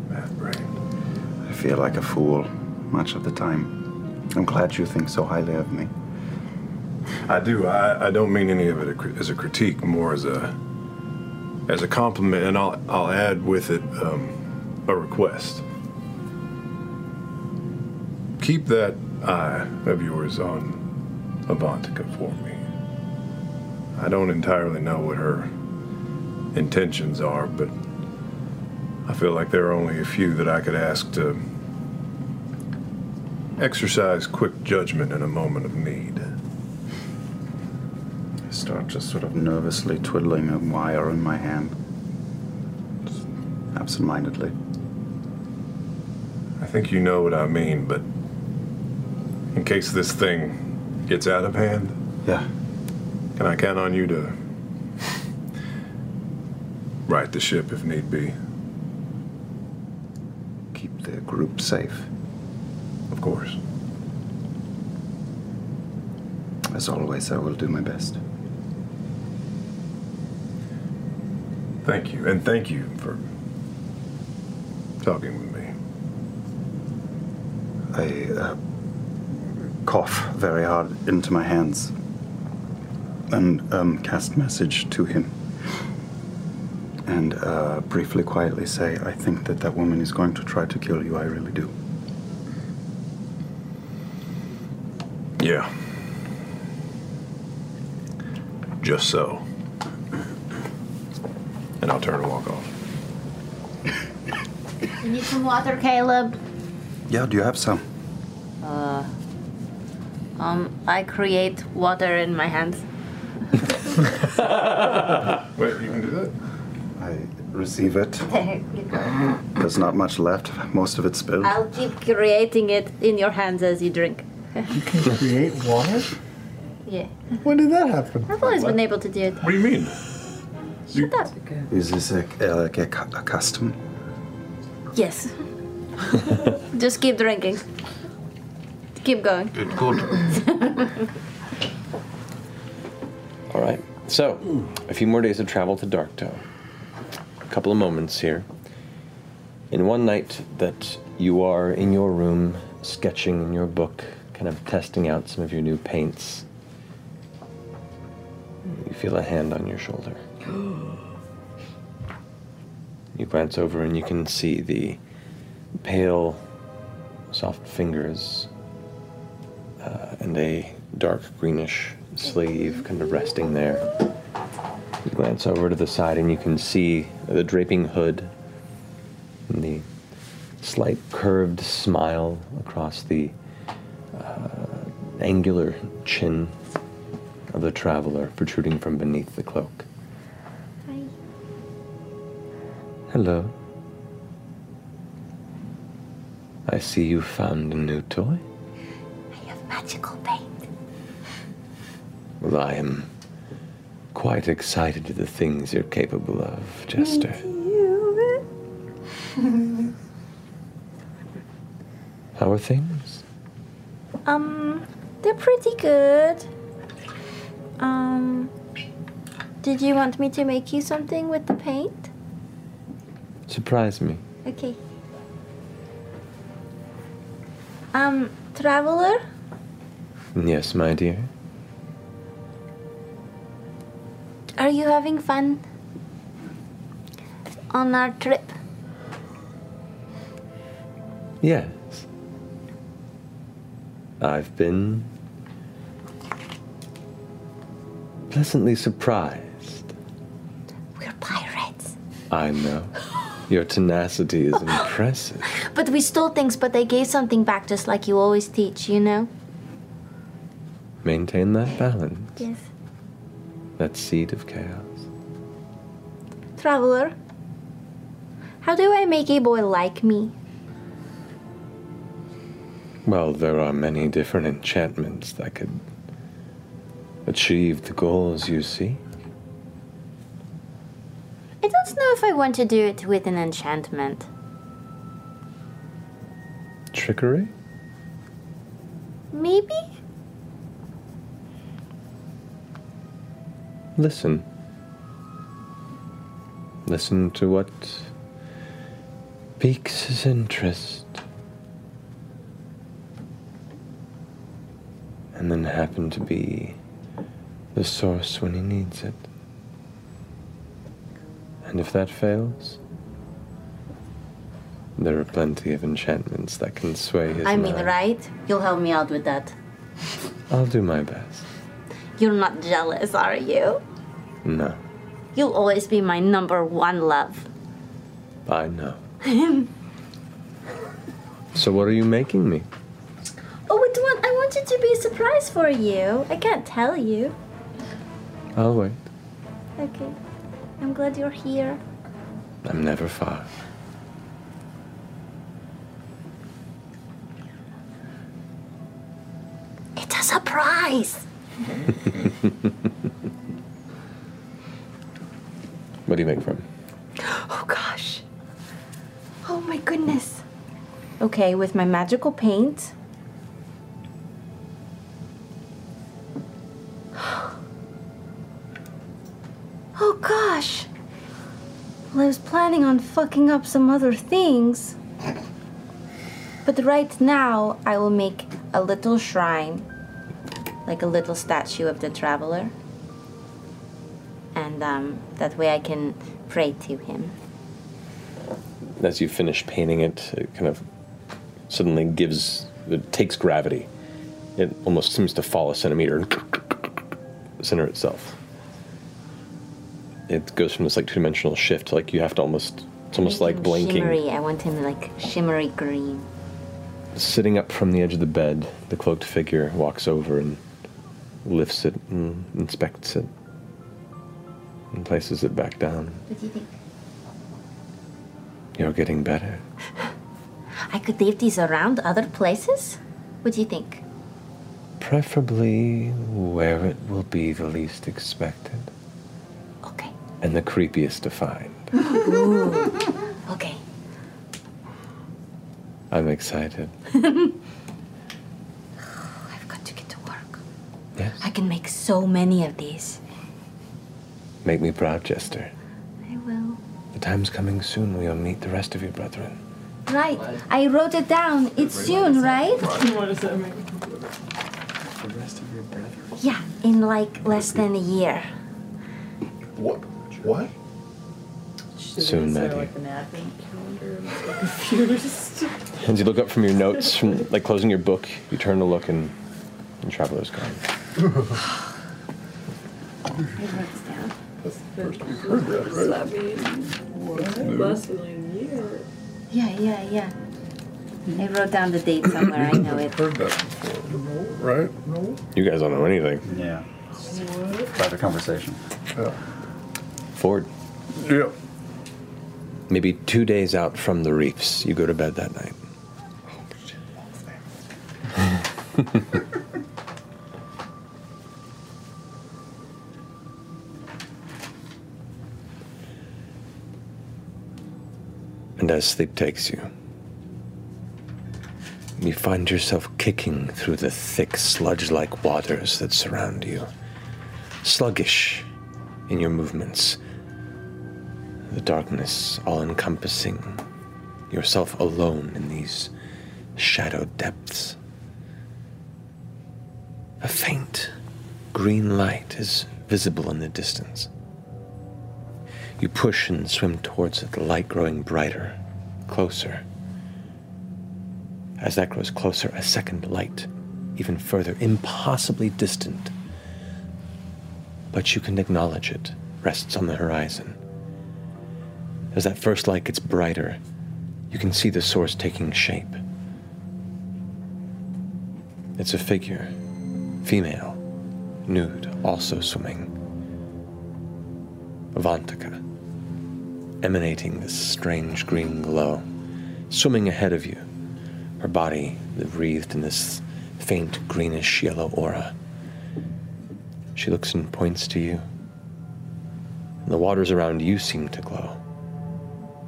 Math brain. I feel like a fool much of the time. I'm glad you think so highly of me. I do. I, I don't mean any of it as a critique, more as a as a compliment, and I'll I'll add with it um, a request. Keep that eye of yours on Avantika for me. I don't entirely know what her intentions are, but I feel like there are only a few that I could ask to exercise quick judgment in a moment of need. I start just sort of nervously twiddling a wire in my hand. Absent mindedly. I think you know what I mean, but in case this thing gets out of hand, yeah, can I count on you to right the ship if need be? Keep the group safe. Of course. As always, I will do my best. Thank you, and thank you for talking with me. I uh, cough very hard into my hands and um, cast message to him. And uh, briefly, quietly say, I think that that woman is going to try to kill you. I really do. Yeah. Just so. And I'll turn and walk off. You need some water, Caleb? Yeah, do you have some? Uh, um, I create water in my hands. Wait, you can do that? I receive it. There you go. There's not much left. Most of it's spilled. I'll keep creating it in your hands as you drink. Create water? yeah. When did that happen? I've always been able to do it. What do you mean? Shut up. Is this a, uh, like a, cu- a custom? Yes. Just keep drinking. Keep going. Good, good. All right. So, a few more days of travel to Darktow. A couple of moments here. In one night that you are in your room, sketching in your book, kind of testing out some of your new paints, you feel a hand on your shoulder. You glance over and you can see the pale, soft fingers uh, and a dark greenish sleeve kind of resting there. You glance over to the side and you can see the draping hood and the slight curved smile across the uh, angular chin of the traveler protruding from beneath the cloak. Hello. I see you found a new toy. Magical paint. Well, I am quite excited at the things you're capable of, Jester. How are things? um, they're pretty good. Um, did you want me to make you something with the paint? Surprise me. Okay. Um, traveler, Yes, my dear. are you having fun on our trip? Yes. I've been pleasantly surprised. We're pirates. I know. Your tenacity is impressive. But we stole things, but they gave something back, just like you always teach, you know? Maintain that balance, Yes. that seed of chaos. Traveler, how do I make a boy like me? Well, there are many different enchantments that could achieve the goals you see. It don't know if I want to do it with an enchantment. Trickery? Maybe? Listen. Listen to what piques his interest. And then happen to be the source when he needs it. And if that fails, there are plenty of enchantments that can sway his I mean, mind. right? You'll help me out with that. I'll do my best. You're not jealous, are you? No, You'll always be my number one love. Oh, I know. So what are you making me? Oh, it want, I want it to be a surprise for you. I can't tell you. I'll wait. Okay. I'm glad you're here. I'm never far. It's a surprise. What do you make from? Oh gosh. Oh my goodness. Okay, with my magical paint. Oh gosh. Well, I was planning on fucking up some other things. But right now, I will make a little shrine, like a little statue of the traveler. And um, that way I can pray to him. As you finish painting it, it kind of suddenly gives, it takes gravity. It almost seems to fall a centimeter and center itself. It goes from this like two dimensional shift, to, like you have to almost, it's almost like blinking. Shimmery. I want him like shimmery green. Sitting up from the edge of the bed, the cloaked figure walks over and lifts it and inspects it and places it back down. What do you think? You're getting better. I could leave these around other places? What do you think? Preferably where it will be the least expected. Okay. And the creepiest to find. Okay. I'm excited. I've got to get to work. Yes. I can make so many of these. Make me proud, Jester. I will. The time's coming soon when you'll meet the rest of your brethren. Right. I wrote it down. It's soon, right? What does that mean? The rest of your brethren. Yeah, in like less than a year. What? What? Soon, Maddie. Confused. As you look up from your notes, from like closing your book, you turn to look and, and Traveler's gone. I mean, less than a year. Yeah, yeah, yeah. I wrote down the date somewhere. I know it. Heard that before, right? No. You guys don't know anything. Yeah. Private conversation. Ford. Yeah. Maybe two days out from the reefs, you go to bed that night. and as sleep takes you, you find yourself kicking through the thick, sludge like waters that surround you, sluggish in your movements, the darkness all encompassing, yourself alone in these shadow depths. A faint green light is visible in the distance. You push and swim towards it, the light growing brighter, closer. As that grows closer, a second light, even further, impossibly distant. But you can acknowledge it, rests on the horizon. As that first light gets brighter, you can see the source taking shape. It's a figure, female, nude, also swimming. Avantika, emanating this strange green glow, swimming ahead of you, her body wreathed in this faint greenish yellow aura. She looks and points to you, The waters around you seem to glow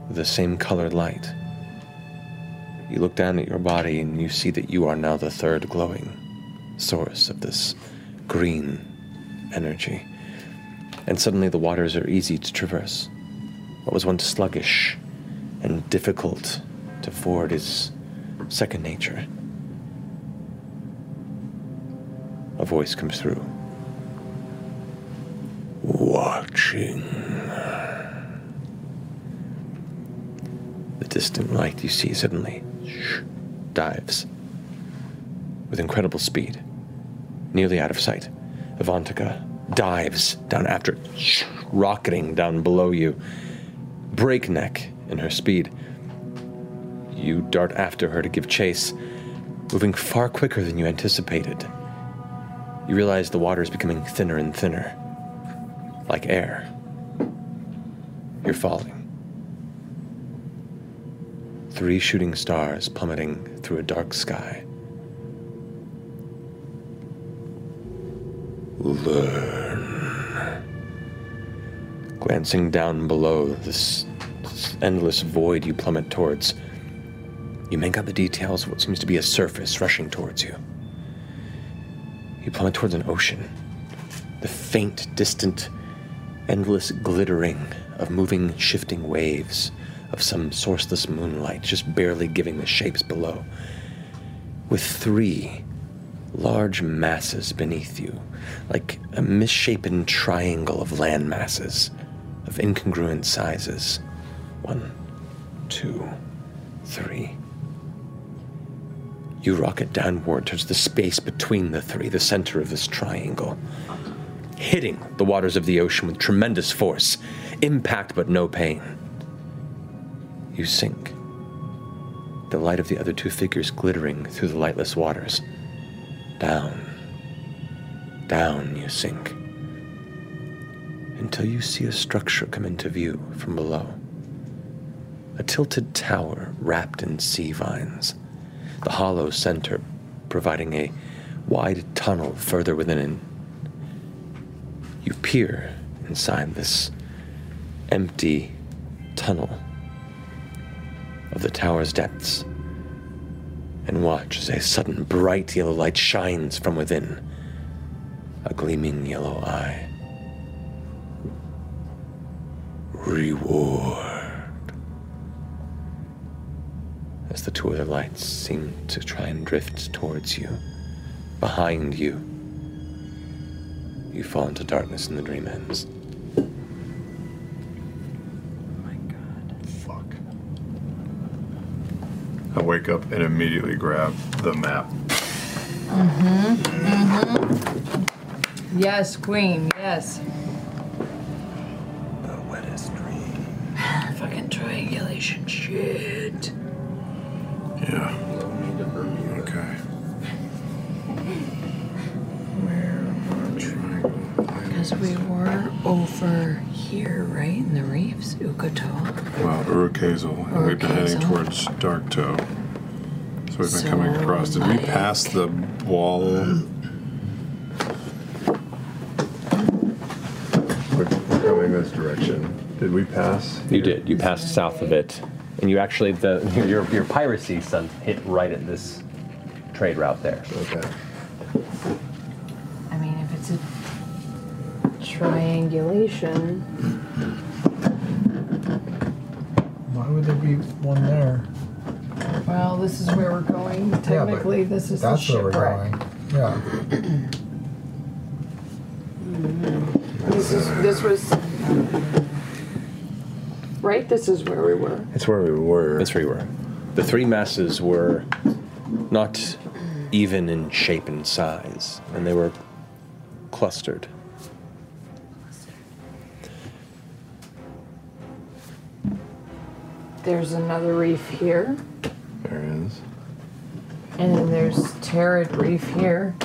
with the same colored light. You look down at your body and you see that you are now the third glowing source of this green energy. And suddenly the waters are easy to traverse. What was once sluggish and difficult to ford is second nature. A voice comes through. Watching. The distant light you see suddenly dives with incredible speed, nearly out of sight. Avantika dives down after it, rocketing down below you, breakneck in her speed. You dart after her to give chase, moving far quicker than you anticipated. You realize the water is becoming thinner and thinner, like air. You're falling. Three shooting stars plummeting through a dark sky. Learn. Glancing down below this endless void you plummet towards, you make out the details of what seems to be a surface rushing towards you. You plummet towards an ocean, the faint, distant, endless glittering of moving, shifting waves of some sourceless moonlight, just barely giving the shapes below. With three large masses beneath you, like a misshapen triangle of land masses of incongruent sizes. One, two, three. You rocket downward towards the space between the three, the center of this triangle, hitting the waters of the ocean with tremendous force, impact but no pain. You sink, the light of the other two figures glittering through the lightless waters. Down, down you sink, until you see a structure come into view from below. A tilted tower wrapped in sea vines, the hollow center providing a wide tunnel further within. You peer inside this empty tunnel of the tower's depths and watch as a sudden bright yellow light shines from within, a gleaming yellow eye. Reward. As the two other lights seem to try and drift towards you, behind you, you fall into darkness and the dream ends. I wake up and immediately grab the map. Mm-hmm. Mm-hmm. Yes, Queen. Yes. The wettest dream. Fucking triangulation shit. Yeah. Okay. Because we were over here, right? In the reefs, Ukuto. Well, Urukazal, and we've been heading Urukazal. towards Dark Toe. So we've been So, coming across. Did we pass the wall? We're coming this direction. Did we pass? You did. You passed south of it, and you actually the your your piracy sun hit right at this trade route there. Okay. I mean, if it's a triangulation. Why would there be one there? Well, this is where we're going. Technically, this is the that's where we're shipwreck. going. Yeah. This is this was right. This is where we were. That's where we were. That's where you were. The three masses were not even in shape and size, and they were clustered. There's another reef here, There it is. and then there's Terrid Reef here.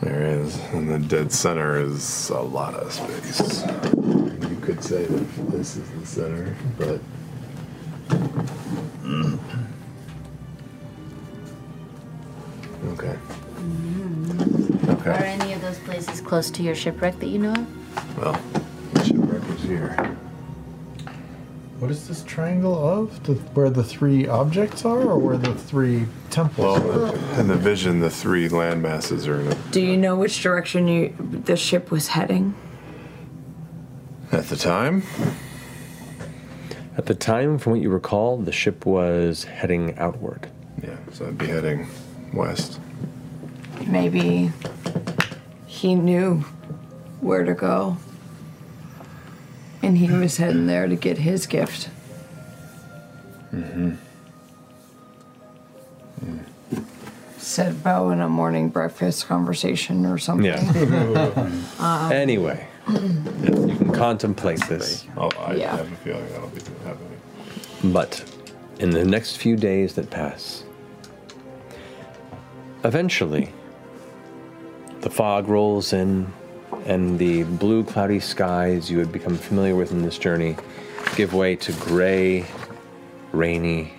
There is. And the dead center is a lot of space. You could say that this is the center, but. Okay. Are any of those places close to your shipwreck that you know of? Well, shipwreck was here. What is this triangle of? The, where the three objects are, or where the three temples? Well, in the vision, the three land masses are in a Do you know which direction you the ship was heading? At the time? At the time, from what you recall, the ship was heading outward. Yeah, so I'd be heading west. Maybe he knew where to go. And he was heading there to get his gift. Mm-hmm. Said Bo in a morning breakfast conversation or something. Yeah. Um, anyway, you can contemplate this. Oh, I Yeah. have a feeling that'll be happening. But in the next few days that pass, eventually the fog rolls in and the blue cloudy skies you had become familiar with in this journey give way to gray, rainy,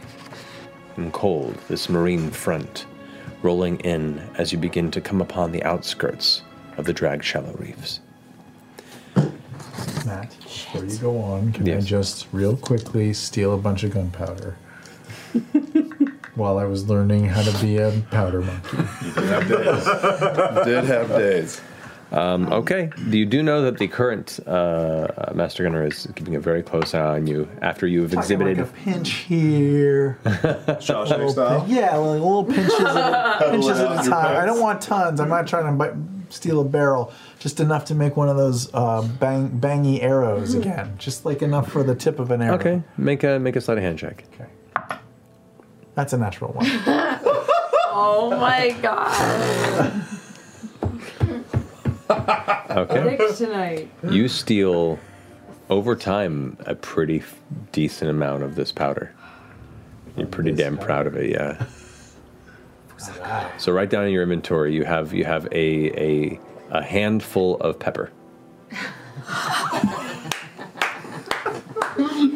and cold, this marine front rolling in as you begin to come upon the outskirts of the drag shallow reefs. Matt, before you go on, can I just real quickly steal a bunch of gunpowder? While I was learning how to be a powder monkey. Did have days. Um, okay, you do know that the current uh, master gunner is keeping a very close eye on you after you have Talking exhibited. Like a pinch here. a little pin- yeah, like little pinches, at a, Peddling pinches out at a your time. I pants. don't want tons. I'm not trying to bite, steal a barrel. Just enough to make one of those uh, bang, bangy arrows again. Just like enough for the tip of an arrow. Okay, make a make a sleight of hand check. Okay. That's a natural one. oh my god. Okay. Six tonight. You steal over time a pretty f- decent amount of this powder. You're pretty damn proud of it, yeah. So right down in your inventory, you have you have a a, a handful of pepper.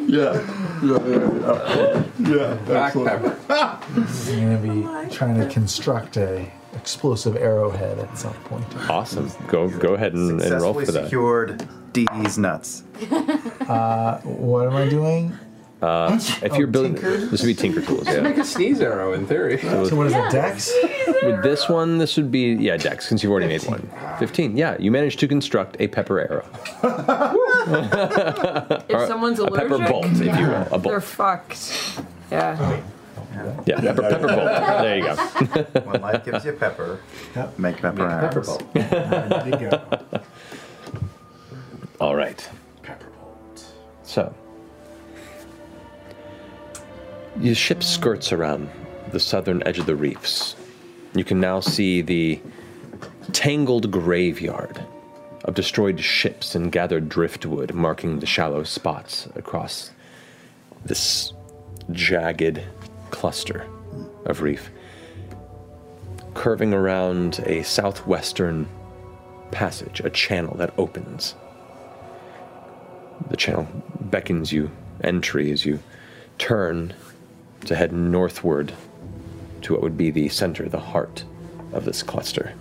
Yeah. Yeah, yeah, yeah. yeah excellent. I'm gonna be trying to construct a explosive arrowhead at some point. Awesome. Go go ahead and, and roll Successfully for that. Cured D's nuts. Uh, what am I doing? Uh, if you're Oh, building, tinker? this would be tinker tools. Just Yeah. make a sneeze arrow in theory. So what is it, Dex? With this one, this would be yeah, Dex, since you've already made one. Fifteen. Yeah, you managed to construct a pepper arrow. If Or someone's a allergic, pepper bolt, if you will, a bolt. they're fucked. Yeah. Yeah, pepper, pepper bolt. There you go. when life gives you pepper, make pepper Make a pepper arrows. bowl. There you go. All right. Pepper bolt. So, your ship skirts around the southern edge of the reefs. You can now see the tangled graveyard of destroyed ships and gathered driftwood marking the shallow spots across this jagged cluster of reef curving around a southwestern passage, a channel that opens. The channel beckons you entry as you turn to head northward to what would be the center, the heart of this cluster.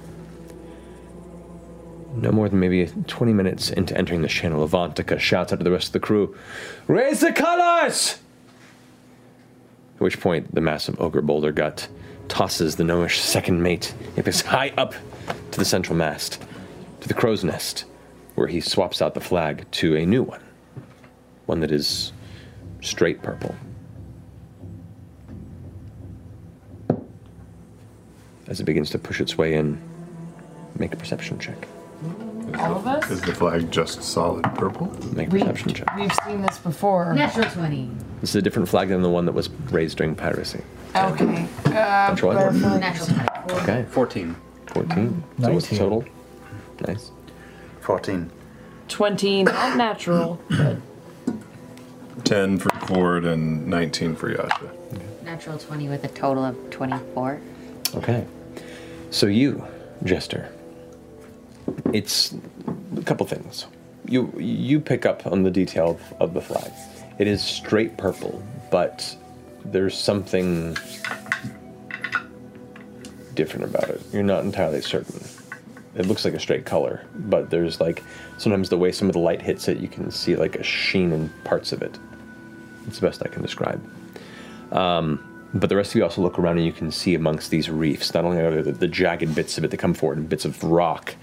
No more than maybe 20 minutes into entering this channel, Avantika shouts out to the rest of the crew, Raise the colors! At which point, the massive ogre boulder gut tosses the gnomish second mate Ipis high up to the central mast, to the crow's nest, where he swaps out the flag to a new one, one that is straight purple. As it begins to push its way in, make a perception check. All of us? Is the flag just solid purple? Make a perception check. We've seen this before. Natural 20. This is a different flag than the one that was raised during piracy. Okay. Uh, Natural one? butterfly- Natural 20. Okay. 14. 14. So what's the total? Nice. 14. 20, not natural. 10 for Cord and 19 for Yasha. Natural 20 with a total of 24. Okay. So you, Jester, it's a couple things. You you pick up on the detail of, of the flag. It is straight purple, but there's something different about it. You're not entirely certain. it looks like a straight color, but there's like sometimes the way some of the light hits it, you can see like a sheen in parts of it. It's the best I can describe. Um, but the rest of you also look around and you can see amongst these reefs, not only are there the, the jagged bits of it that come forward and bits of rock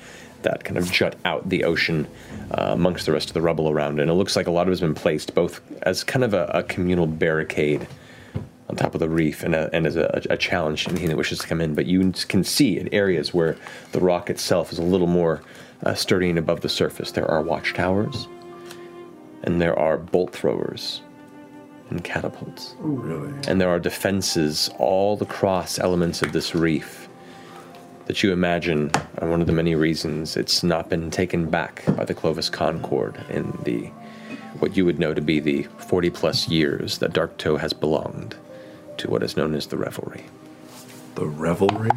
that kind of jut out the ocean uh, amongst the rest of the rubble around. And it looks like a lot of it has been placed both as kind of a, a communal barricade on top of the reef and, a, and as a, a challenge to anything that wishes to come in. But you can see in areas where the rock itself is a little more uh, sturdy and above the surface, there are watchtowers and there are bolt throwers and catapults. Oh, really? And there are defenses all across elements of this reef that you imagine are one of the many reasons it's not been taken back by the Clovis Concord in the what you would know to be the 40 plus years that Dark Toe has belonged to what is known as the Revelry. The revelry?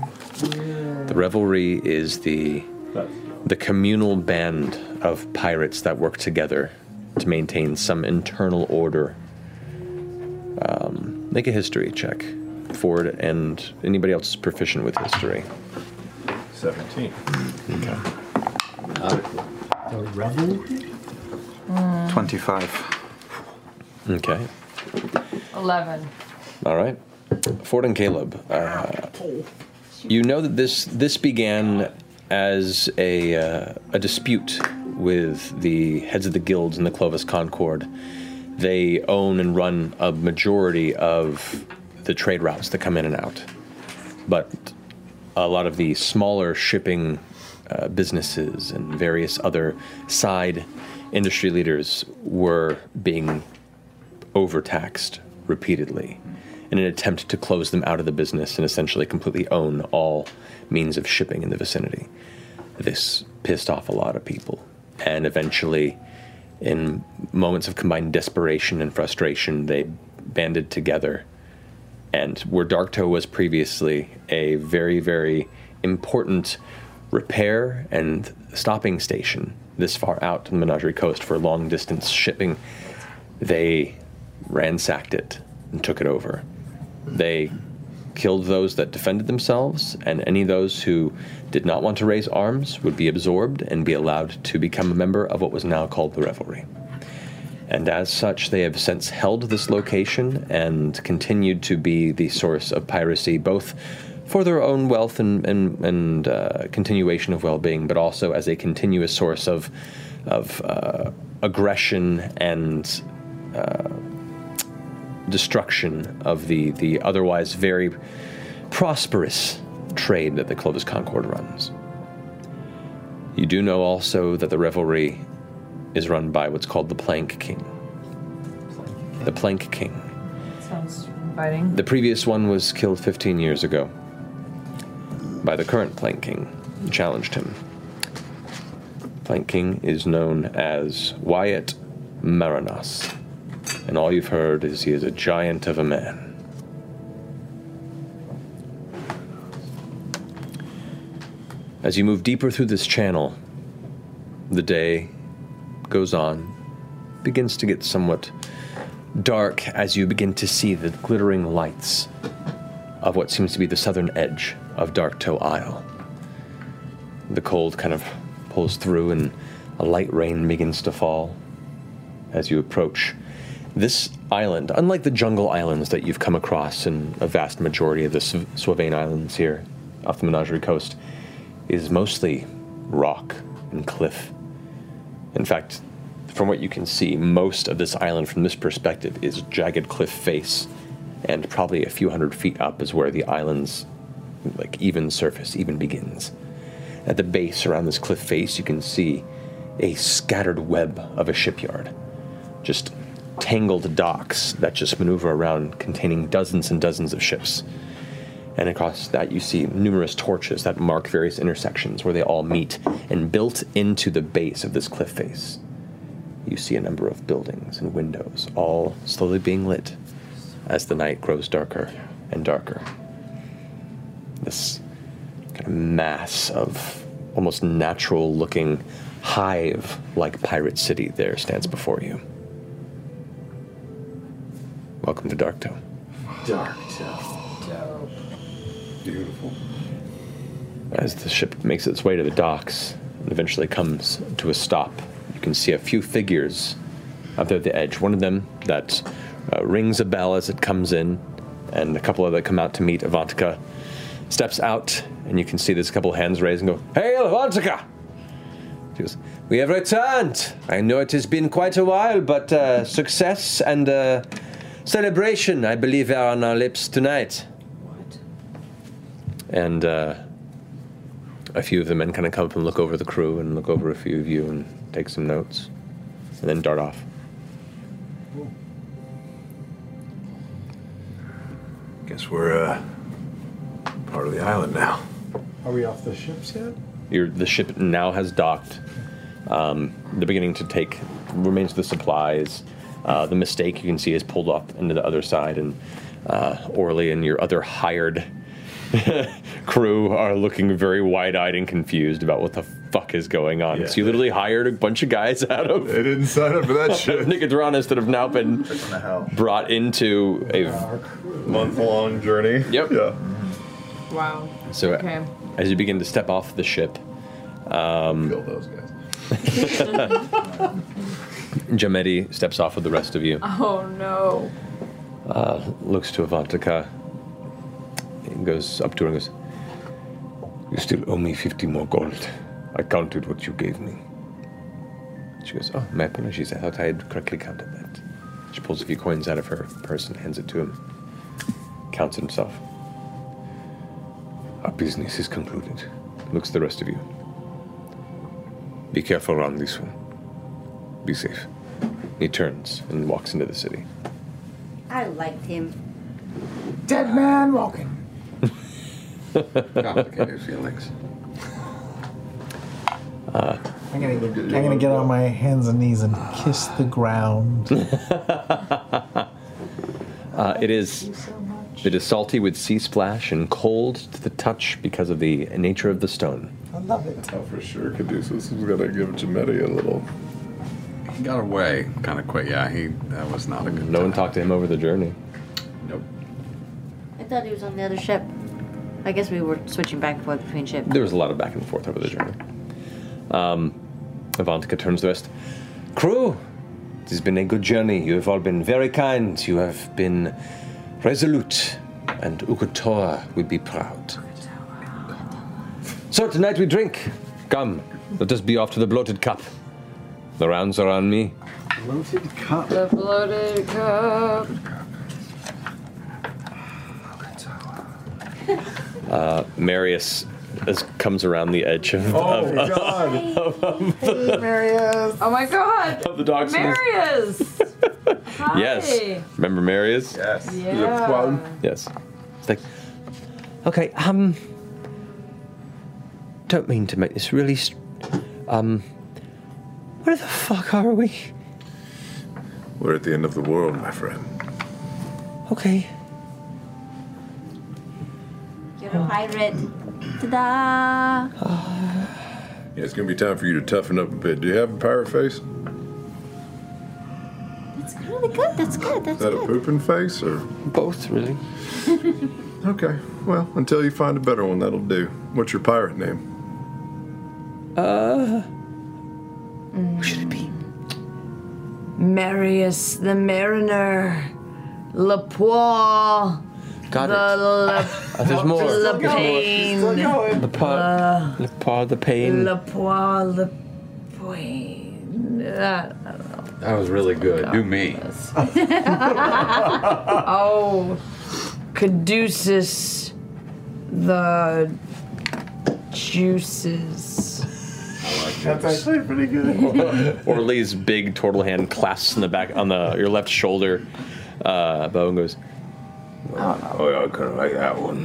The Revelry is the the communal band of pirates that work together to maintain some internal order. Um, make a history check. Ford and anybody else is proficient with history. 17. Okay. The rebel? Mm, 25. Okay. Eleven. All right. Ford and Caleb, uh, you know that this this began as a uh, a dispute with the heads of the guilds in the Clovis Concord. They own and run a majority of the trade routes that come in and out, but a lot of the smaller shipping uh, businesses and various other side industry leaders were being overtaxed repeatedly in an attempt to close them out of the business and essentially completely own all means of shipping in the vicinity. This pissed off a lot of people, and eventually, in moments of combined desperation and frustration, they banded together. And where Darktoe was previously a very, very important repair and stopping station this far out to the Menagerie Coast for long distance shipping, they ransacked it and took it over. They killed those that defended themselves, and any of those who did not want to raise arms would be absorbed and be allowed to become a member of what was now called the Revelry. And as such, they have since held this location and continued to be the source of piracy, both for their own wealth and, and, and uh, continuation of well being, but also as a continuous source of, of uh, aggression and uh, destruction of the, the otherwise very prosperous trade that the Clovis Concord runs. You do know also that the revelry is run by what's called the Plank King. The Plank King. Sounds inviting. The previous one was killed 15 years ago by the current Plank King, who challenged him. Plank King is known as Wyatt Marinas, and all you've heard is he is a giant of a man. As you move deeper through this channel, the day goes on, begins to get somewhat dark as you begin to see the glittering lights of what seems to be the southern edge of Dark Toe Isle. The cold kind of pulls through and a light rain begins to fall as you approach. This island, unlike the jungle islands that you've come across in a vast majority of the Sv- Sylvain Islands here off the Menagerie Coast, is mostly rock and cliff. In fact, from what you can see, most of this island from this perspective is jagged cliff face, and probably a few hundred feet up is where the island's like even surface even begins. At the base around this cliff face, you can see a scattered web of a shipyard, just tangled docks that just maneuver around, containing dozens and dozens of ships. And across that, you see numerous torches that mark various intersections where they all meet. And built into the base of this cliff face, you see a number of buildings and windows, all slowly being lit as the night grows darker and darker. This kind of mass of almost natural looking hive like pirate city there stands before you. Welcome to Darktown. Dark Toe. Beautiful. As the ship makes its way to the docks and eventually comes to a stop, you can see a few figures up there at the edge. One of them that uh, rings a bell as it comes in, and a couple of that come out to meet Avantika steps out, and you can see there's a couple hands raised and go, Hail Avantika! She goes, We have returned! I know it has been quite a while, but uh, success and uh, celebration, I believe, are on our lips tonight. What? And uh, a few of the men kind of come up and look over the crew and look over a few of you and take some notes, and then dart off. Guess we're uh, part of the island now. Are we off the ships yet? Your, the ship now has docked. Um, they're beginning to take remains of the supplies. Uh, the mistake you can see is pulled off into the other side, and uh, Orly and your other hired crew are looking very wide-eyed and confused about what the fuck is going on. Yeah. so you literally hired a bunch of guys out of they didn't sign up for that shit. Nicodranas that have now been brought into a month-long journey. Yep. Yeah. Wow. So uh, Okay. as you begin to step off the ship, um, kill those guys. Jametti steps off with the rest of you. Oh no. Uh, looks to Avantika. and Goes up to her and goes, You still owe me 50 more gold. I counted what you gave me. She goes, Oh, my apologies. I thought I had correctly counted that. She pulls a few coins out of her purse and hands it to him. Counts himself. Our business is concluded. Looks the rest of you. Be careful around this one. Be safe. He turns and walks into the city. I liked him. Dead man walking. Complicated feelings. Uh, I'm gonna get, I'm gonna get on my hands and knees and kiss the ground. Oh, Uh, it is it is salty with sea splash and cold to the touch because of the nature of the stone. I love it. Oh, for sure. Caduceus is gonna give Jametti a little. He got away kind of quick. Yeah, he that was not a good. No one talked to him over the journey. Nope. I thought he was on the other ship. I guess we were switching back and forth between ships. There was a lot of back and forth over the journey. Um, Avantika turns to the rest. Crew, it has been a good journey. You have all been very kind. You have been resolute, and Ukotoa would be proud. So tonight we drink. Come, let us be off to the bloated cup. The rounds are on me. Bloated cup. The bloated cup. Uh, Marius as comes around the edge of, of- Oh my God. of- of Hey, the, Marius. Oh my god. of the dogs. Marius. Hi. Yes. Remember Marius? Yes. Yeah. Clown. Yes. It's like, okay, um, don't mean to make this really, st- um, where the fuck are we? We're at the end of the world, my friend. Okay. You're a pirate. Ta-da! Yeah, it's gonna be time for you to toughen up a bit. Do you have a pirate face? That's really good. That's good. Is That's that a good. pooping face or? Both, really. okay. Well, until you find a better one, that'll do. What's your pirate name? Uh. Who should it be? Marius the Mariner. Lapois. Got the it. La- Ah, Uh, there's more. La There's more. Pain. The par, the par, the pain. Lapois. La Pain. Uh, That was really good. Do me. oh, Caduceus, the juices. That's actually pretty Orly's big turtle hand clasps in the back on the your left shoulder. Uh, Bowen goes. Oh, I kind of like that one.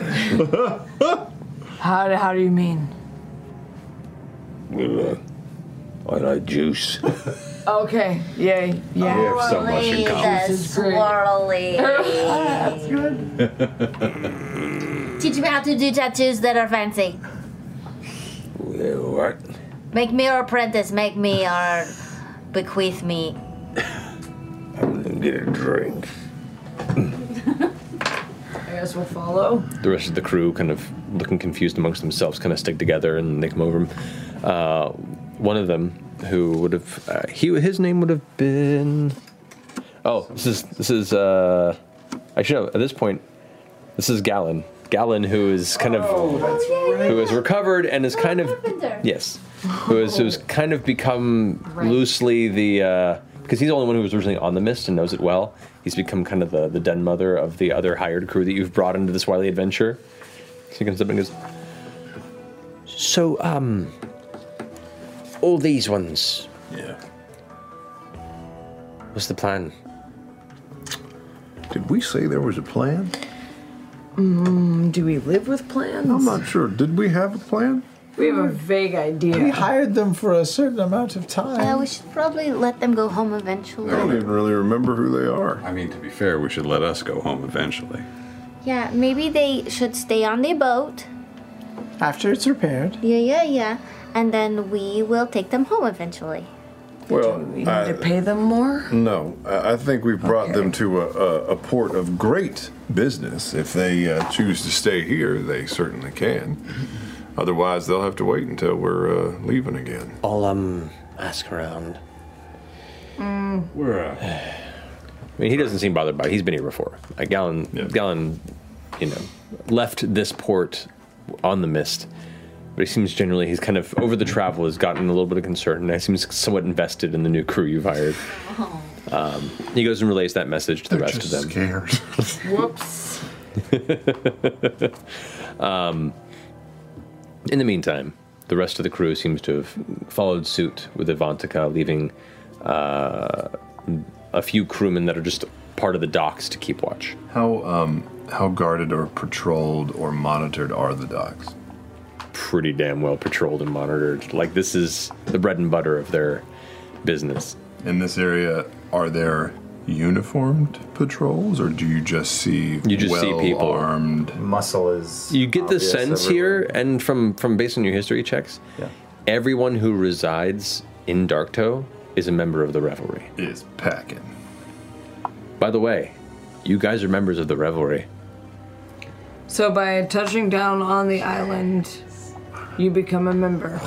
How do, how do you mean? Well, uh, I like juice. Okay, yay, yeah. We have so much in common. This is great. Swirly. Teach me how to do tattoos that are fancy. Yeah, what? Make me your apprentice. Make me or bequeath me. I'm gonna get a drink. I guess we'll follow. The rest of the crew, kind of looking confused amongst themselves, kind of stick together and they come over. Uh, one of them, who would have, uh, he his name would have been. Oh, this is this is. Uh, actually, no. At this point, this is Gallon. Gallon, who is kind of, Oh. who has recovered and is kind of, yes, who is who's kind of become loosely the uh, because he's the only one who was originally on the mist and knows it well. He's become kind of the the den mother of the other hired crew that you've brought into this wily adventure. So he comes up and goes, So, um, all these ones. Yeah. What's the plan? Did we say there was a plan? Mm, do we live with plans? I'm not sure. Did we have a plan? We have a vague idea. We hired them for a certain amount of Uh, time. we should probably let them go home eventually. I Oh. don't even really remember who they are. I mean, to be fair, we should let us go home eventually. Yeah, maybe they should stay on the boat. After it's repaired. Yeah, yeah, yeah. And then we will take them home eventually. Well, I- them more? No, I I think we've brought them to a, a, a port of great business. If they uh, choose to stay here, they certainly can. Otherwise, they'll have to wait until we're uh, leaving again. I'll um ask around. Mm, We're. Uh... I mean, he doesn't seem bothered by it. He's been here before. Uh, Gallon, Gallon, you know, left this port on the mist, but he seems generally he's kind of over the travel has gotten a little bit of concern, and he seems somewhat invested in the new crew you've hired. Um, he goes and relays that message to the rest of them. Whoops. um, in the meantime, the rest of the crew seems to have followed suit with Avantika, leaving uh, a few crewmen that are just part of the docks to keep watch. How um, how guarded or patrolled or monitored are the docks? Pretty damn well patrolled and monitored. Like this is the bread and butter of their business. In this area, uh, are there uniformed patrols, or do you just see You just see well people. armed? Muscle is. You get the obvious sense everywhere. here, and from from based on your history checks, everyone who resides in Darktoe is a member of the Revelry. Is packing. By the way, you guys are members of the Revelry. So by touching down on the island, you become a member.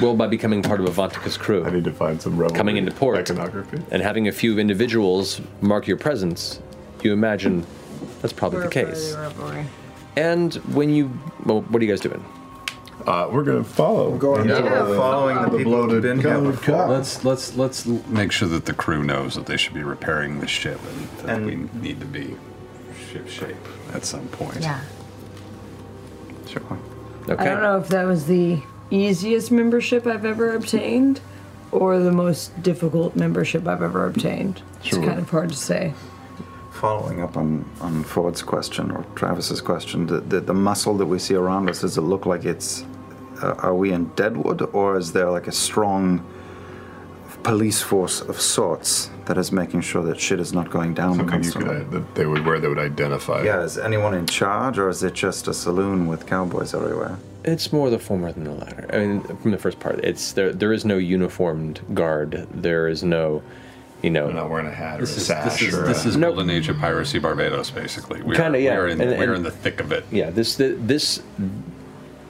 Well, by becoming part of Avantika's crew. I need to find some Revelry coming into port iconography and having a few individuals mark your presence. You imagine that's probably the case. And when you, well, what are you guys doing? Uh, we're gonna follow. We're going Yeah, to- we're following the the people who've bloated been here colored before. cup. Let's let's let's l- make sure that the crew knows that they should be repairing this ship and that we need to be ship shape at some point. Yeah. Sure. I don't know if that was the easiest membership I've ever obtained or the most difficult membership I've ever obtained. Sure. It's kind of hard to say. Following up on, on Ford's question or Travis's question, the, the, the muscle that we see around us, does it look like it's. Uh, are we in Deadwood or is there like a strong police force of sorts that is making sure that shit is not going down Something you could constantly? i- that they would wear that would identify. yeah, is anyone in charge or is it just a saloon with cowboys everywhere? It's more the former than the latter. I mean, from the first part, it's there. There is no uniformed guard. There is no, you know, not wearing a hat This is, this is, this is golden age of piracy Barbados, basically. We Kinda, are, yeah, We are in, and- we are and- in the thick of it. yeah. This the, this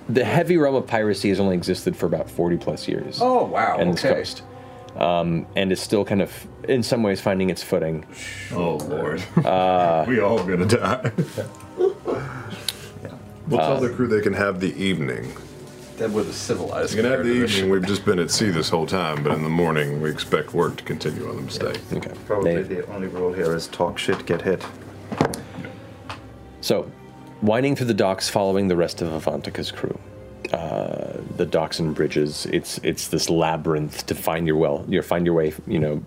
the heavy realm of piracy has only existed for about forty plus years. Oh, wow, And this okay. coast, um, and is still kind of in some ways finding its footing. Oh lord, uh, we all gonna die. We'll tell the crew they can have the evening. That was a civilized. You can have the evening. We've just been at sea this whole time, but in the morning we expect work to continue on the mistake. Okay. Probably the only rule here is talk shit, get hit. So, winding through the docks, following the rest of Avantika's crew, uh, the docks and bridges. It's it's this labyrinth to find your well, your find your way. You know,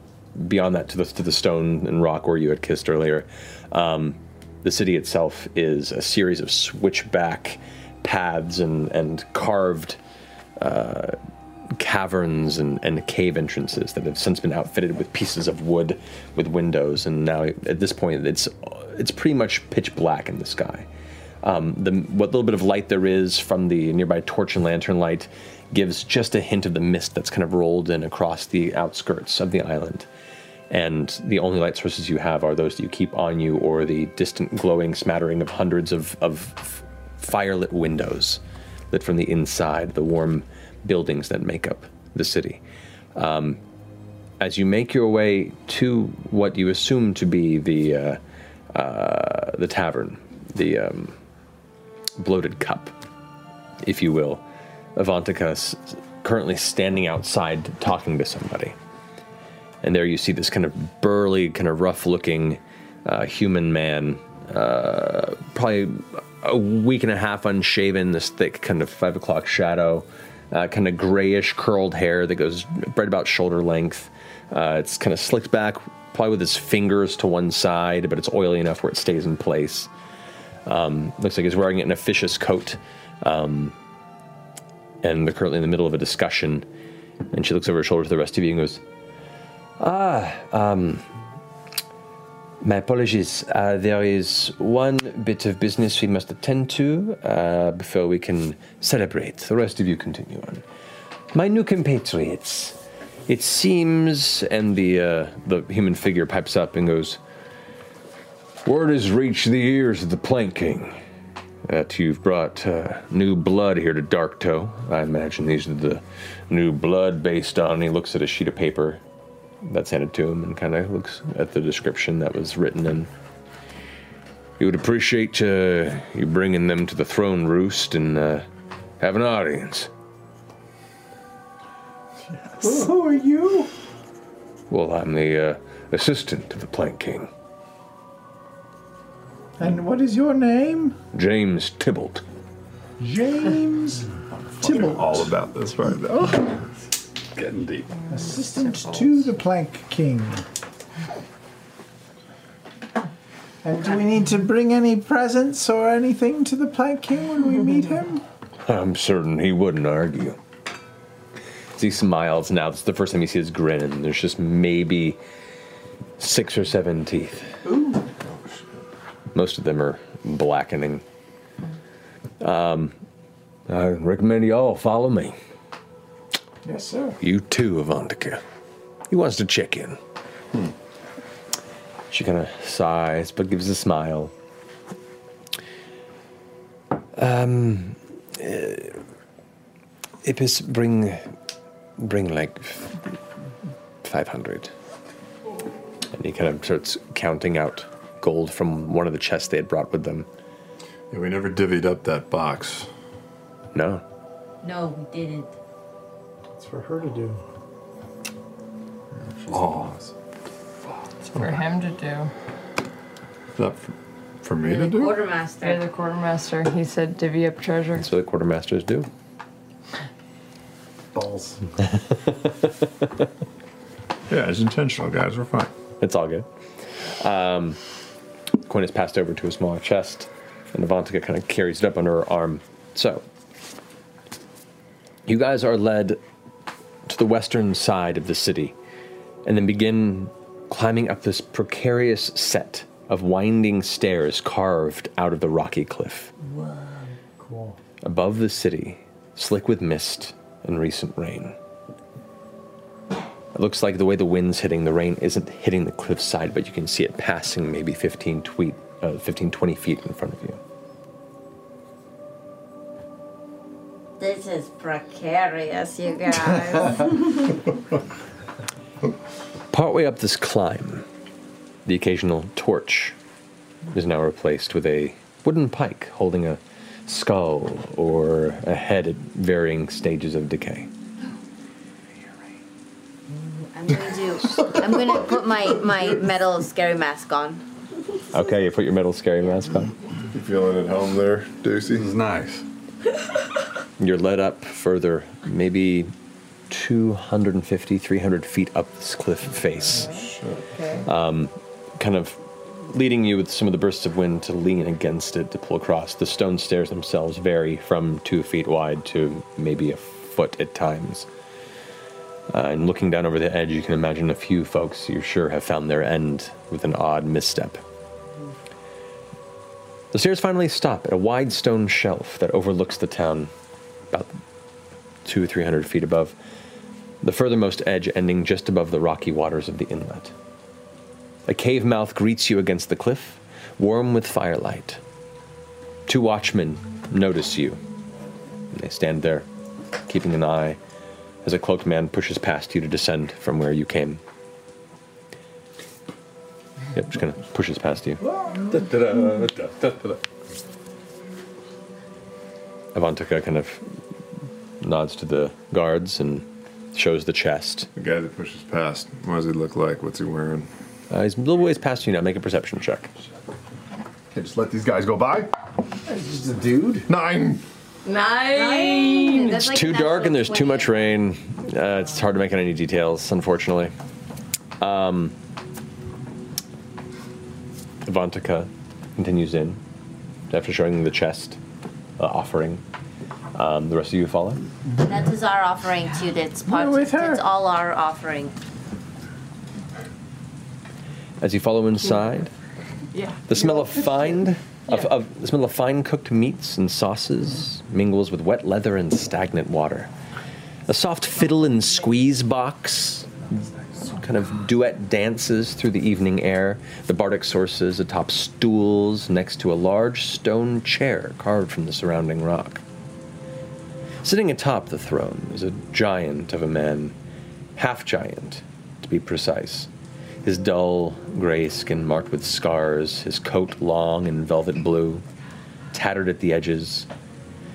beyond that to the to the stone and rock where you had kissed earlier. Um, the city itself is a series of switchback paths and and carved. Uh, caverns and, and cave entrances that have since been outfitted with pieces of wood with windows and now at this point it's it's pretty much pitch black in the sky um, the what little bit of light there is from the nearby torch and lantern light gives just a hint of the mist that's kind of rolled in across the outskirts of the island and the only light sources you have are those that you keep on you or the distant glowing smattering of hundreds of, of f- firelit windows lit from the inside, the warm buildings that make up the city. Um, as you make your way to what you assume to be the uh, uh, the tavern, the um, bloated cup, if you will, Avantika s- currently standing outside talking to somebody. And there you see this kind of burly, kind of rough looking uh, human man, uh, probably a week and a half unshaven, this thick kind of five o'clock shadow, uh, kind of grayish curled hair that goes right about shoulder length. Uh, it's kind of slicked back, probably with his fingers to one side, but it's oily enough where it stays in place. Um, looks like he's wearing an officious coat. Um, and they're currently in the middle of a discussion. And she looks over her shoulder to the rest of you and goes, Ah, um, my apologies. Uh, there is one bit of business we must attend to uh, before we can celebrate. The rest of you continue on. My new compatriots, it seems, and the uh, the human figure pipes up and goes, Word has reached the ears of the Plank King that you've brought uh, new blood here to Dark Toe. I imagine these are the new blood based on. He looks at a sheet of paper that's handed to him, and kind of looks at the description that was written in. He would appreciate uh, you bringing them to the throne roost and uh, have an audience. Who, who are you? Well, I'm the uh, assistant to the Plank King, And what is your name? James Tybalt. James Tibble. All about this right Oh, Getting deep. assistant to the Plank King. And do we need to bring any presents or anything to the Plank King when we meet him? I'm certain he wouldn't argue. As he smiles now, this is the first time you see his grin, and there's just maybe six or seven teeth. Most of them are blackening. Um, I recommend you all follow me. Yes, sir. You too, Avantika. He wants to check in. She kind of sighs, but gives a smile. Um, uh, eh, Ipis, bring, bring like Five hundred. And he kind of starts counting out gold from one of the chests they had brought with them. Yeah, we never divvied up that box. No. No, we didn't. It's for her to do. Oh, for him to do. is that for, for me You're to the do? quartermaster. You're the quartermaster. He said divvy up treasure. That's what the quartermasters do. Balls. Yeah, it's intentional, guys. We're fine. It's all good. Um, coin is passed over to a smaller chest, and Avantika kind of carries it up under her arm. So, you guys are led to the western side of the city, and then begin climbing up this precarious set of winding stairs carved out of the rocky cliff. Cool. Above the city, slick with mist and recent rain. It looks like the way the wind's hitting, the rain isn't hitting the cliffside, but you can see it passing maybe 15, tweet, uh, 15 20 feet in front of you. This is precarious, you guys. Partway up this climb, the occasional torch is now replaced with a wooden pike holding a skull or a head at varying stages of decay. I'm gonna do. I'm gonna put my my metal scary mask on. Okay, you put your metal scary mask on. You feeling at home there, Deucey? It's nice. You're led up further, maybe 250, 300 feet up this cliff face. Um, kind of leading you with some of the bursts of wind to lean against it to pull across. The stone stairs themselves vary from two feet wide to maybe a foot at times. Uh, and looking down over the edge, you can imagine a few folks you sure have found their end with an odd misstep. The stairs finally stop at a wide stone shelf that overlooks the town, about two or three hundred feet above, the furthermost edge ending just above the rocky waters of the inlet. A cave mouth greets you against the cliff, warm with firelight. Two watchmen notice you. They stand there, keeping an eye as a cloaked man pushes past you to descend from where you came. Yep, just gonna pushes past you. Avantika kind of nods to the guards and shows the chest. The guy that pushes past, what does he look like? What's he wearing? Uh, he's a little ways past you now. Make a perception check. Can't just let these guys go by. It's just a dude. Nine. Nine. It's too dark and there's too much rain. Uh, it's hard to make out any details, unfortunately. Um, Avantika continues in after showing the chest uh, offering. Um, the rest of you follow. That is our offering too. That's part. That's all our offering. As you follow inside, Yeah. The smell of fine, of, of the smell of fine cooked meats and sauces mingles with wet leather and stagnant water. A soft fiddle and squeeze box kind of duet dances through the evening air. The bardic sources atop stools next to a large stone chair carved from the surrounding rock. Sitting atop the throne is a giant of a man, half giant, to be precise. His dull gray skin marked with scars, his coat long and velvet blue, tattered at the edges.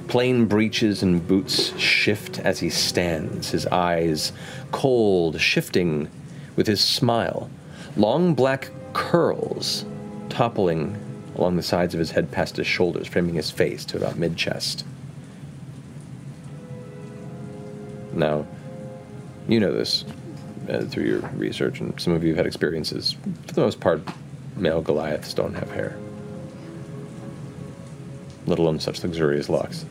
Plain breeches and boots shift as he stands, his eyes cold, shifting with his smile. Long black curls toppling along the sides of his head past his shoulders, framing his face to about mid chest. Now, you know this uh, through your research, and some of you have had experiences. For the most part, male Goliaths don't have hair, let alone such luxurious locks.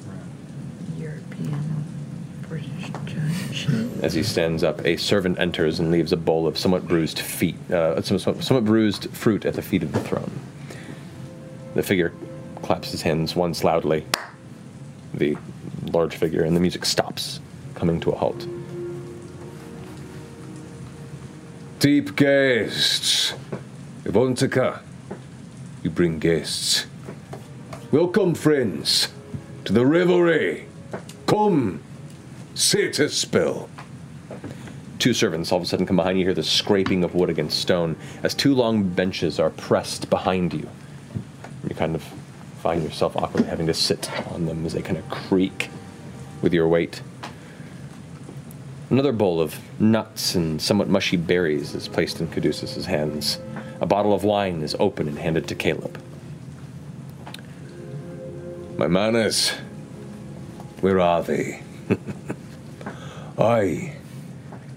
As he stands up, a servant enters and leaves a bowl of somewhat bruised feet, uh, some- some- somewhat bruised fruit at the feet of the throne. The figure claps his hands once loudly. The large figure, and the music stops, coming to a halt. Deep guests. Ivontika, you bring guests. Welcome, friends, to the revelry. Come, sit a spell. Two servants all of a sudden come behind you. You hear the scraping of wood against stone as two long benches are pressed behind you. You kind of find yourself awkwardly having to sit on them as they kind of creak with your weight. Another bowl of nuts and somewhat mushy berries is placed in Caduceus' hands. A bottle of wine is opened and handed to Caleb. My manners. Where are they? I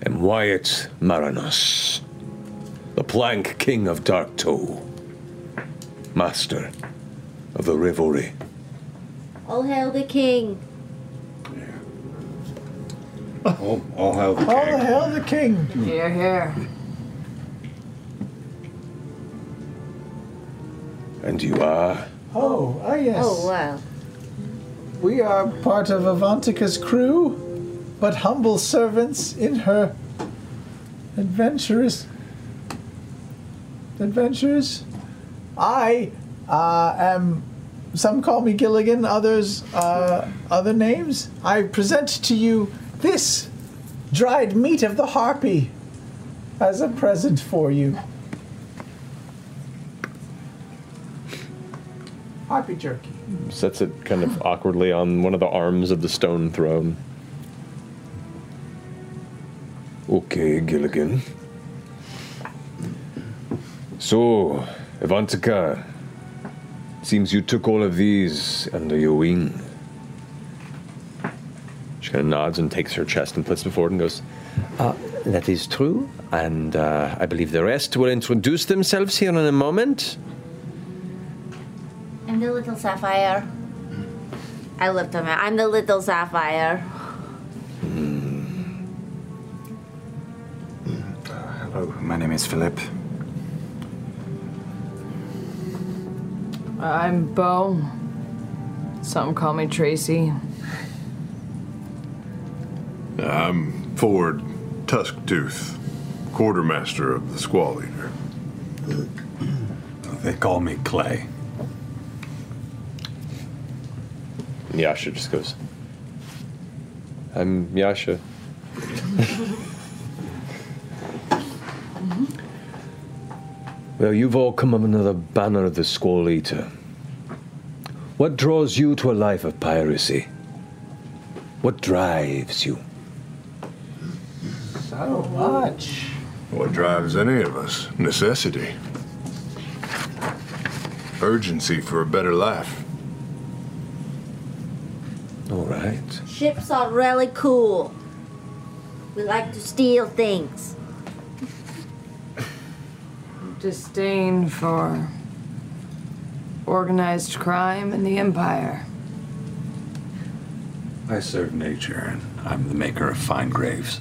am Wyatt Marinus, the Plank King of Dark Toe, master of the revelry. All hail the king. Oh, all have All the hell, the king. Here, here. And you are? Oh, ah, yes. Oh wow. We are part of Avantika's crew, but humble servants in her adventurous adventures. I uh, am. Some call me Gilligan, others uh, other names. I present to you this dried meat of the harpy as a present for you. Harpy jerky. Sets it kind of awkwardly on one of the arms of the stone throne. Okay, Gilligan. So, Ivantika, seems you took all of these under your wing. She kind of nods and takes her chest and puts it forward and goes, uh, That is true. And uh, I believe the rest will introduce themselves here in a moment. I'm the little sapphire. I looked at my. I'm the little sapphire. Hello, my name is Philip. I'm Bo. Some call me Tracy. Um, I'm Ford Tusktooth, quartermaster of the Squall Eater. They call me Clay. Yasha just goes, I'm Yasha. Well, you've all come under the banner of the Squall Eater. What draws you to a life of piracy? What drives you? So much. What drives any of us? Necessity. Urgency for a better life. All right. Ships are really cool. We like to steal things. Disdain for organized crime in the Empire. I serve nature, and I'm the maker of fine graves.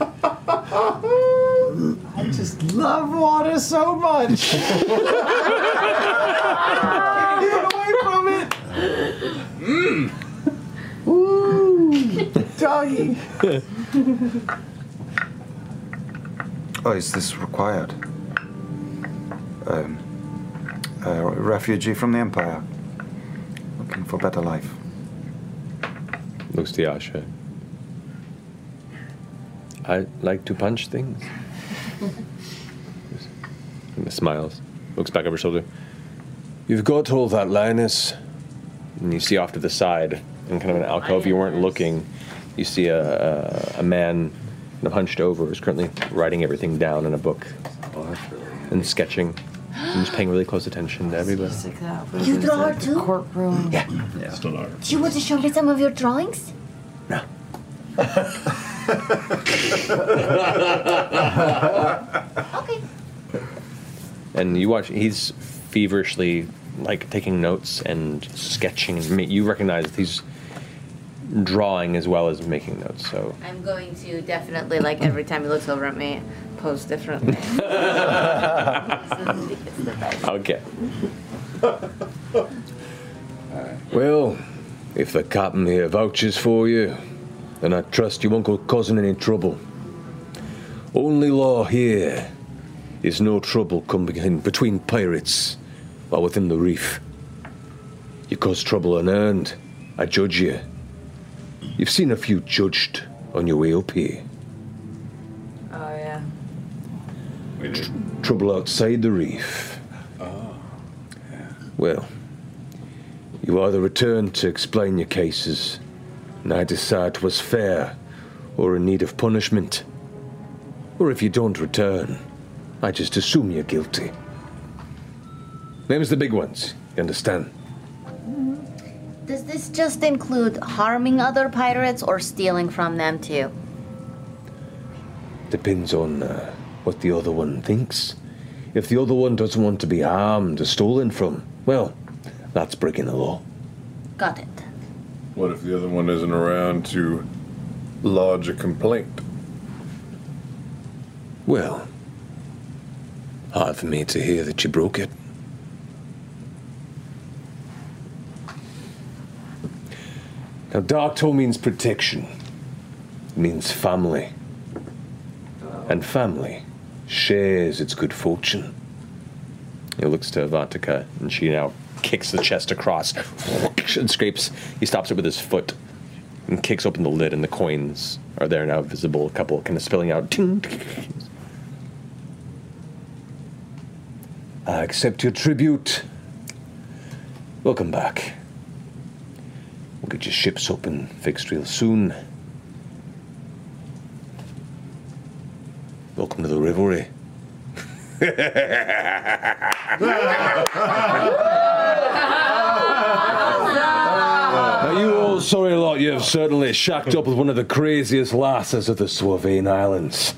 I just love water so much. Can't get away from it. Ooh, doggy. Oh, is this required? Um, a refugee from the Empire. Looking for better life. Looks to Yasha. I like to punch things. and smiles. Looks back over her shoulder. You've got all that, Linus. And you see off to the side, in kind of an alcove you weren't looking, you see a, a, a man kind of hunched over who's currently writing everything down in a book Oh, and sketching. And just paying really close attention to everybody. You draw too? Courtroom. Yeah. Still not. Do you want to show me some of your drawings? And you watch, he's feverishly like taking notes and sketching. and ma- You recognize that he's drawing as well as making notes. So I'm going to definitely, like, every time he looks over at me, pose differently. Okay. Well, if the captain here vouches for you, then I trust you won't go causing any trouble. Only law here is no trouble coming in between pirates or within the reef. You cause trouble unearned, I judge you. You've seen a few judged on your way up here. Oh, yeah. Tr- trouble outside the reef. Well, you either return to explain your cases, and I decide 'twas fair or in need of punishment. Or if you don't return, I just assume you're guilty. Name's the big ones, you understand? Does this just include harming other pirates or stealing from them too? Depends on uh, what the other one thinks. If the other one doesn't want to be harmed or stolen from, well, that's breaking the law. Got it. What if the other one isn't around to lodge a complaint? Well, hard for me to hear that you broke it. Now, dark toll means protection. It means family. And family shares its good fortune. he looks to Vantika, and she now kicks the chest across and scrapes. He stops it with his foot and kicks open the lid, and the coins are there now visible, a couple kind of spilling out. Ting, ting. I accept your tribute. Welcome back. We'll get your ships open, fixed real soon. Welcome to the rivalry. Now, you all sorry lot, you have certainly shacked up with one of the craziest lasses of the Slovene Islands.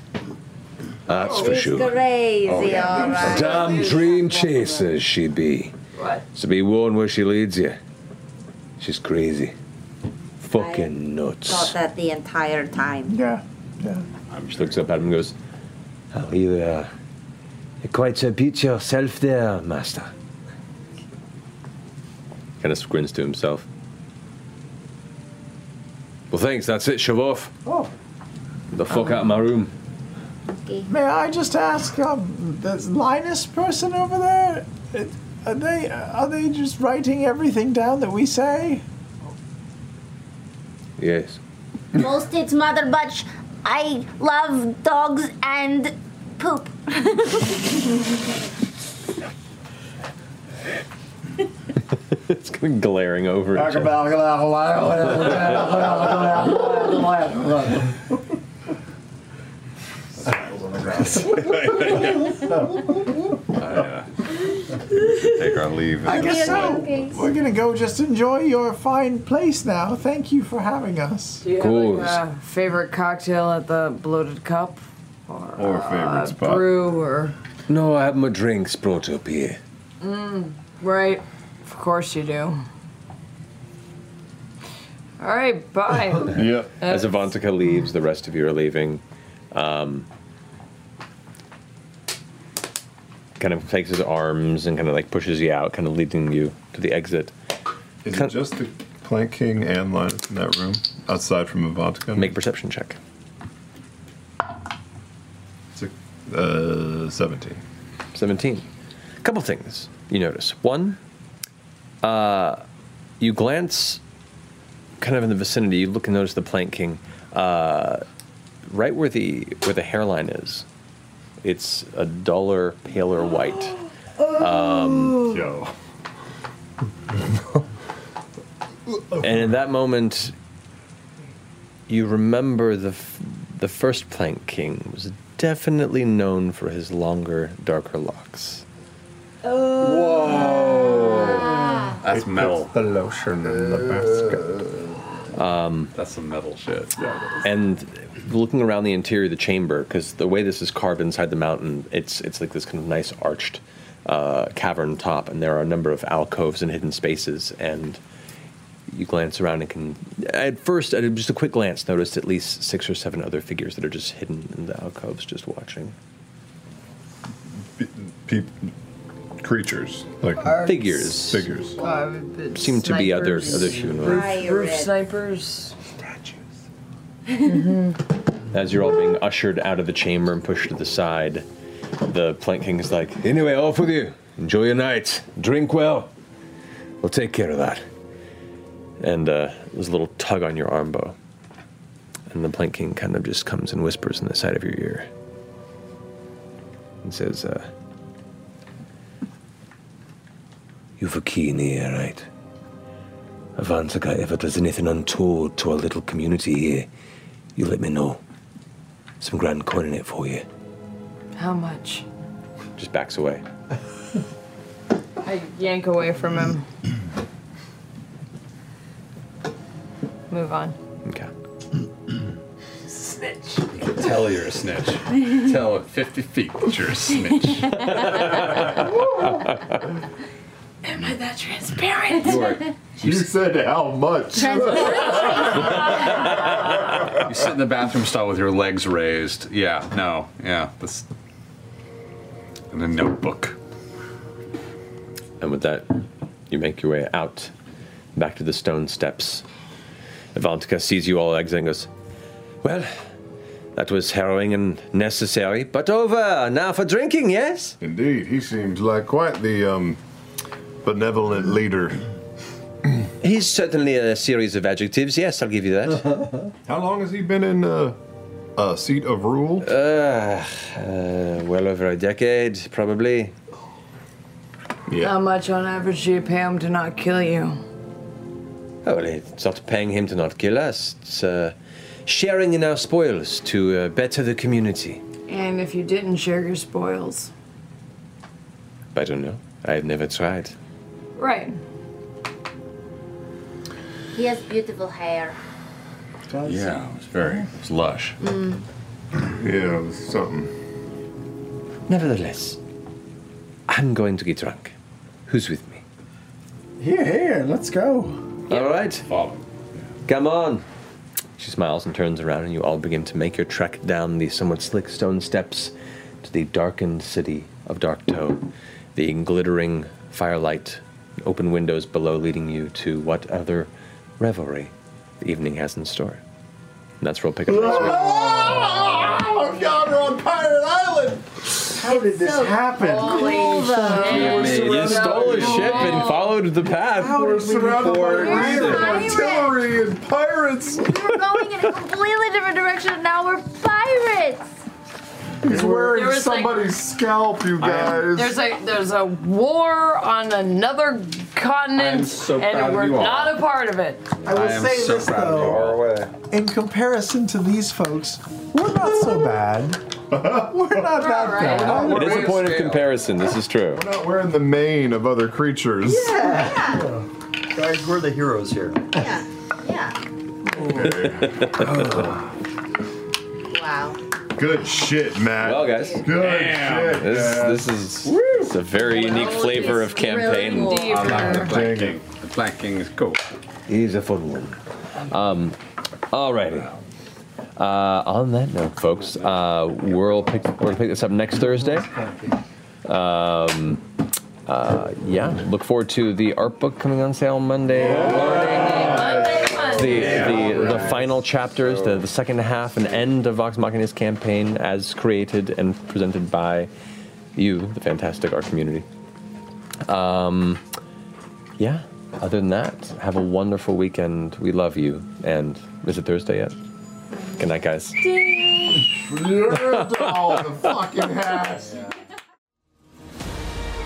That's for it's sure. Oh, crazy, alright. Damn dream chaser she be. What? So be warned where she leads you. She's crazy. Fucking Thought nuts. that the entire time. Yeah. She looks up at him and goes, Oh, you, uh, you quite a beaut yourself there, master. kind of grins to himself. Well, thanks, that's it, shove off. Oh. Oh. The fuck out of my room. risky. May I just ask, um, this Linus person over there, it- are they are they just writing everything down that we say? Yes. Most it's mother butch. I love dogs and poop. it's kind of glaring over at you. Take our leave. I guess so. Okay. We're gonna go just enjoy your fine place now. Thank you for having us. Do you have like, a favorite cocktail at the Bloated Cup? Uh, Or favorite spot. Brew or. No, I have my drinks brought up here. Mm, right. Of course you do. All right, bye. Yeah. Uh, As Avantika leaves, the rest of you are leaving. Um, kind of takes his arms and kind of like pushes you out, kind of leading you to the exit. Is it just the Plank King and Linus in that room, aside from Avantika? Make perception check. Six, uh, 17. 17. A couple things you notice. One, uh, you glance kind of in the vicinity, you look and notice the Plank King. Uh, right where the where the hairline is, it's a duller, paler white. Um, and in that moment, you remember the f- the first Plank King was definitely known for his longer, darker locks. Whoa. That's metal. The lotion in the basket. Um, That's some metal shit. and looking around the interior of the chamber, because the way this is carved inside the mountain, it's it's like this kind of nice arched uh, cavern top, and there are a number of alcoves and hidden spaces. And you glance around and can, at first, at just a quick glance, notice at least six or seven other figures that are just hidden in the alcoves, just watching. Peop creatures, like Are- figures, figures Uh, seem to Oh, be other snipers, other humanoid. Roof, roof snipers. Mm-hmm. As you're all being ushered out of the chamber and pushed to the side, the Plank King is like, Anyway, off with you. Enjoy your night. Drink well. We'll take care of that. and uh, there's a little tug on your arm bow. And the Plank King kind of just comes and whispers in the side of your ear and says, uh, You've a keen ear, right? Avantika, if it does anything untoward to our little community here, you let me know. Some grand coin in it for you. How much? just backs away. I yank away from him. Mm. Move on. Okay. Snitch. Tell you're a snitch. Tell at 50 feet that you're a snitch. Am I that transparent? You said how much? you sit in the bathroom stall with your legs raised. Yeah, no, yeah. This, and a notebook. And with that, you make your way out back to the stone steps. Avantika sees you all exit and goes, Well, that was harrowing and necessary, but over now for drinking, yes? Indeed, he seems like quite the um, benevolent leader. He's certainly a series of adjectives, yes, I'll give you that. How long has he been in uh, a seat of rule? Uh, uh, well over a decade, probably. How much on average do you pay him to not kill you? Oh, well, it's not paying him to not kill us. It's uh, sharing in our spoils to uh, better the community. And if you didn't share your spoils. I don't know. I've never tried. Right. He has beautiful hair. Yeah, it was very it's lush. Mm. Yeah, it was something. Nevertheless, I'm going to get drunk. Who's with me? Here, here, let's go. All right. Follow. Come on. She smiles and turns around, and you all begin to make your trek down the somewhat slick stone steps to the darkened city of Dark Toe. The glittering firelight, open windows below, leading you to what other revelry the evening has in store. And that's where we'll pick up next week. Ah, Oh, God, we're on Pirate How did this happen? Holy cool, though. Oh. shit. You, Surrounded stole a by ship and followed the path. How did we surrounded by Before- pirates? Artillery and pirates. We're going in a completely different direction now. We're pirates. He's wearing There was, like- somebody's scalp, you guys. There's a there's a war on another continent, so proud and of we're you all. not a part of it. I will say this though, in comparison to these folks, we're not so bad. we're not that bad. It is a point of comparison. This is true. We're not wearing the mane of other creatures. Yeah. Guys, we're the heroes here. Wow. Good shit, Matt. Well, guys. Good Damn. shit. This, Matt. this is it's a very unique flavor of campaign. I like the Black King. The Black King is cool. He's a fun one. Um, alrighty. Uh, on that note, folks, uh, we'll pick, we're gonna pick this up next Thursday. Um, uh, yeah, look forward to the art book coming on sale Monday. The, the, the final chapters, the, the second half and end of Vox Machina's campaign, as created and presented by you, the fantastic art community. Um, yeah. Other than that, have a wonderful weekend. We love you. And is it Thursday yet? Good night, guys. You're all the fucking hats.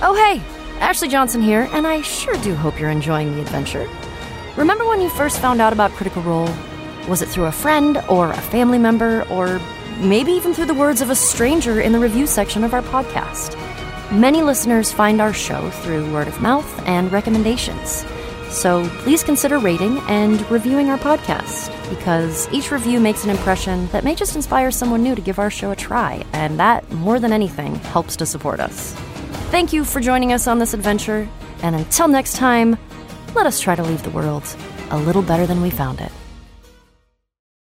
Oh, hey! Ashley Johnson here, and I sure do hope you're enjoying the adventure. Remember when you first found out about Critical Role? Was it through a friend, or a family member, or maybe even through the words of a stranger in the review section of our podcast? Many listeners find our show through word of mouth and recommendations. So please consider rating and reviewing our podcast, because each review makes an impression that may just inspire someone new to give our show a try, and that, more than anything, helps to support us. Thank you for joining us on this adventure, and until next time, let us try to leave the world a little better than we found it.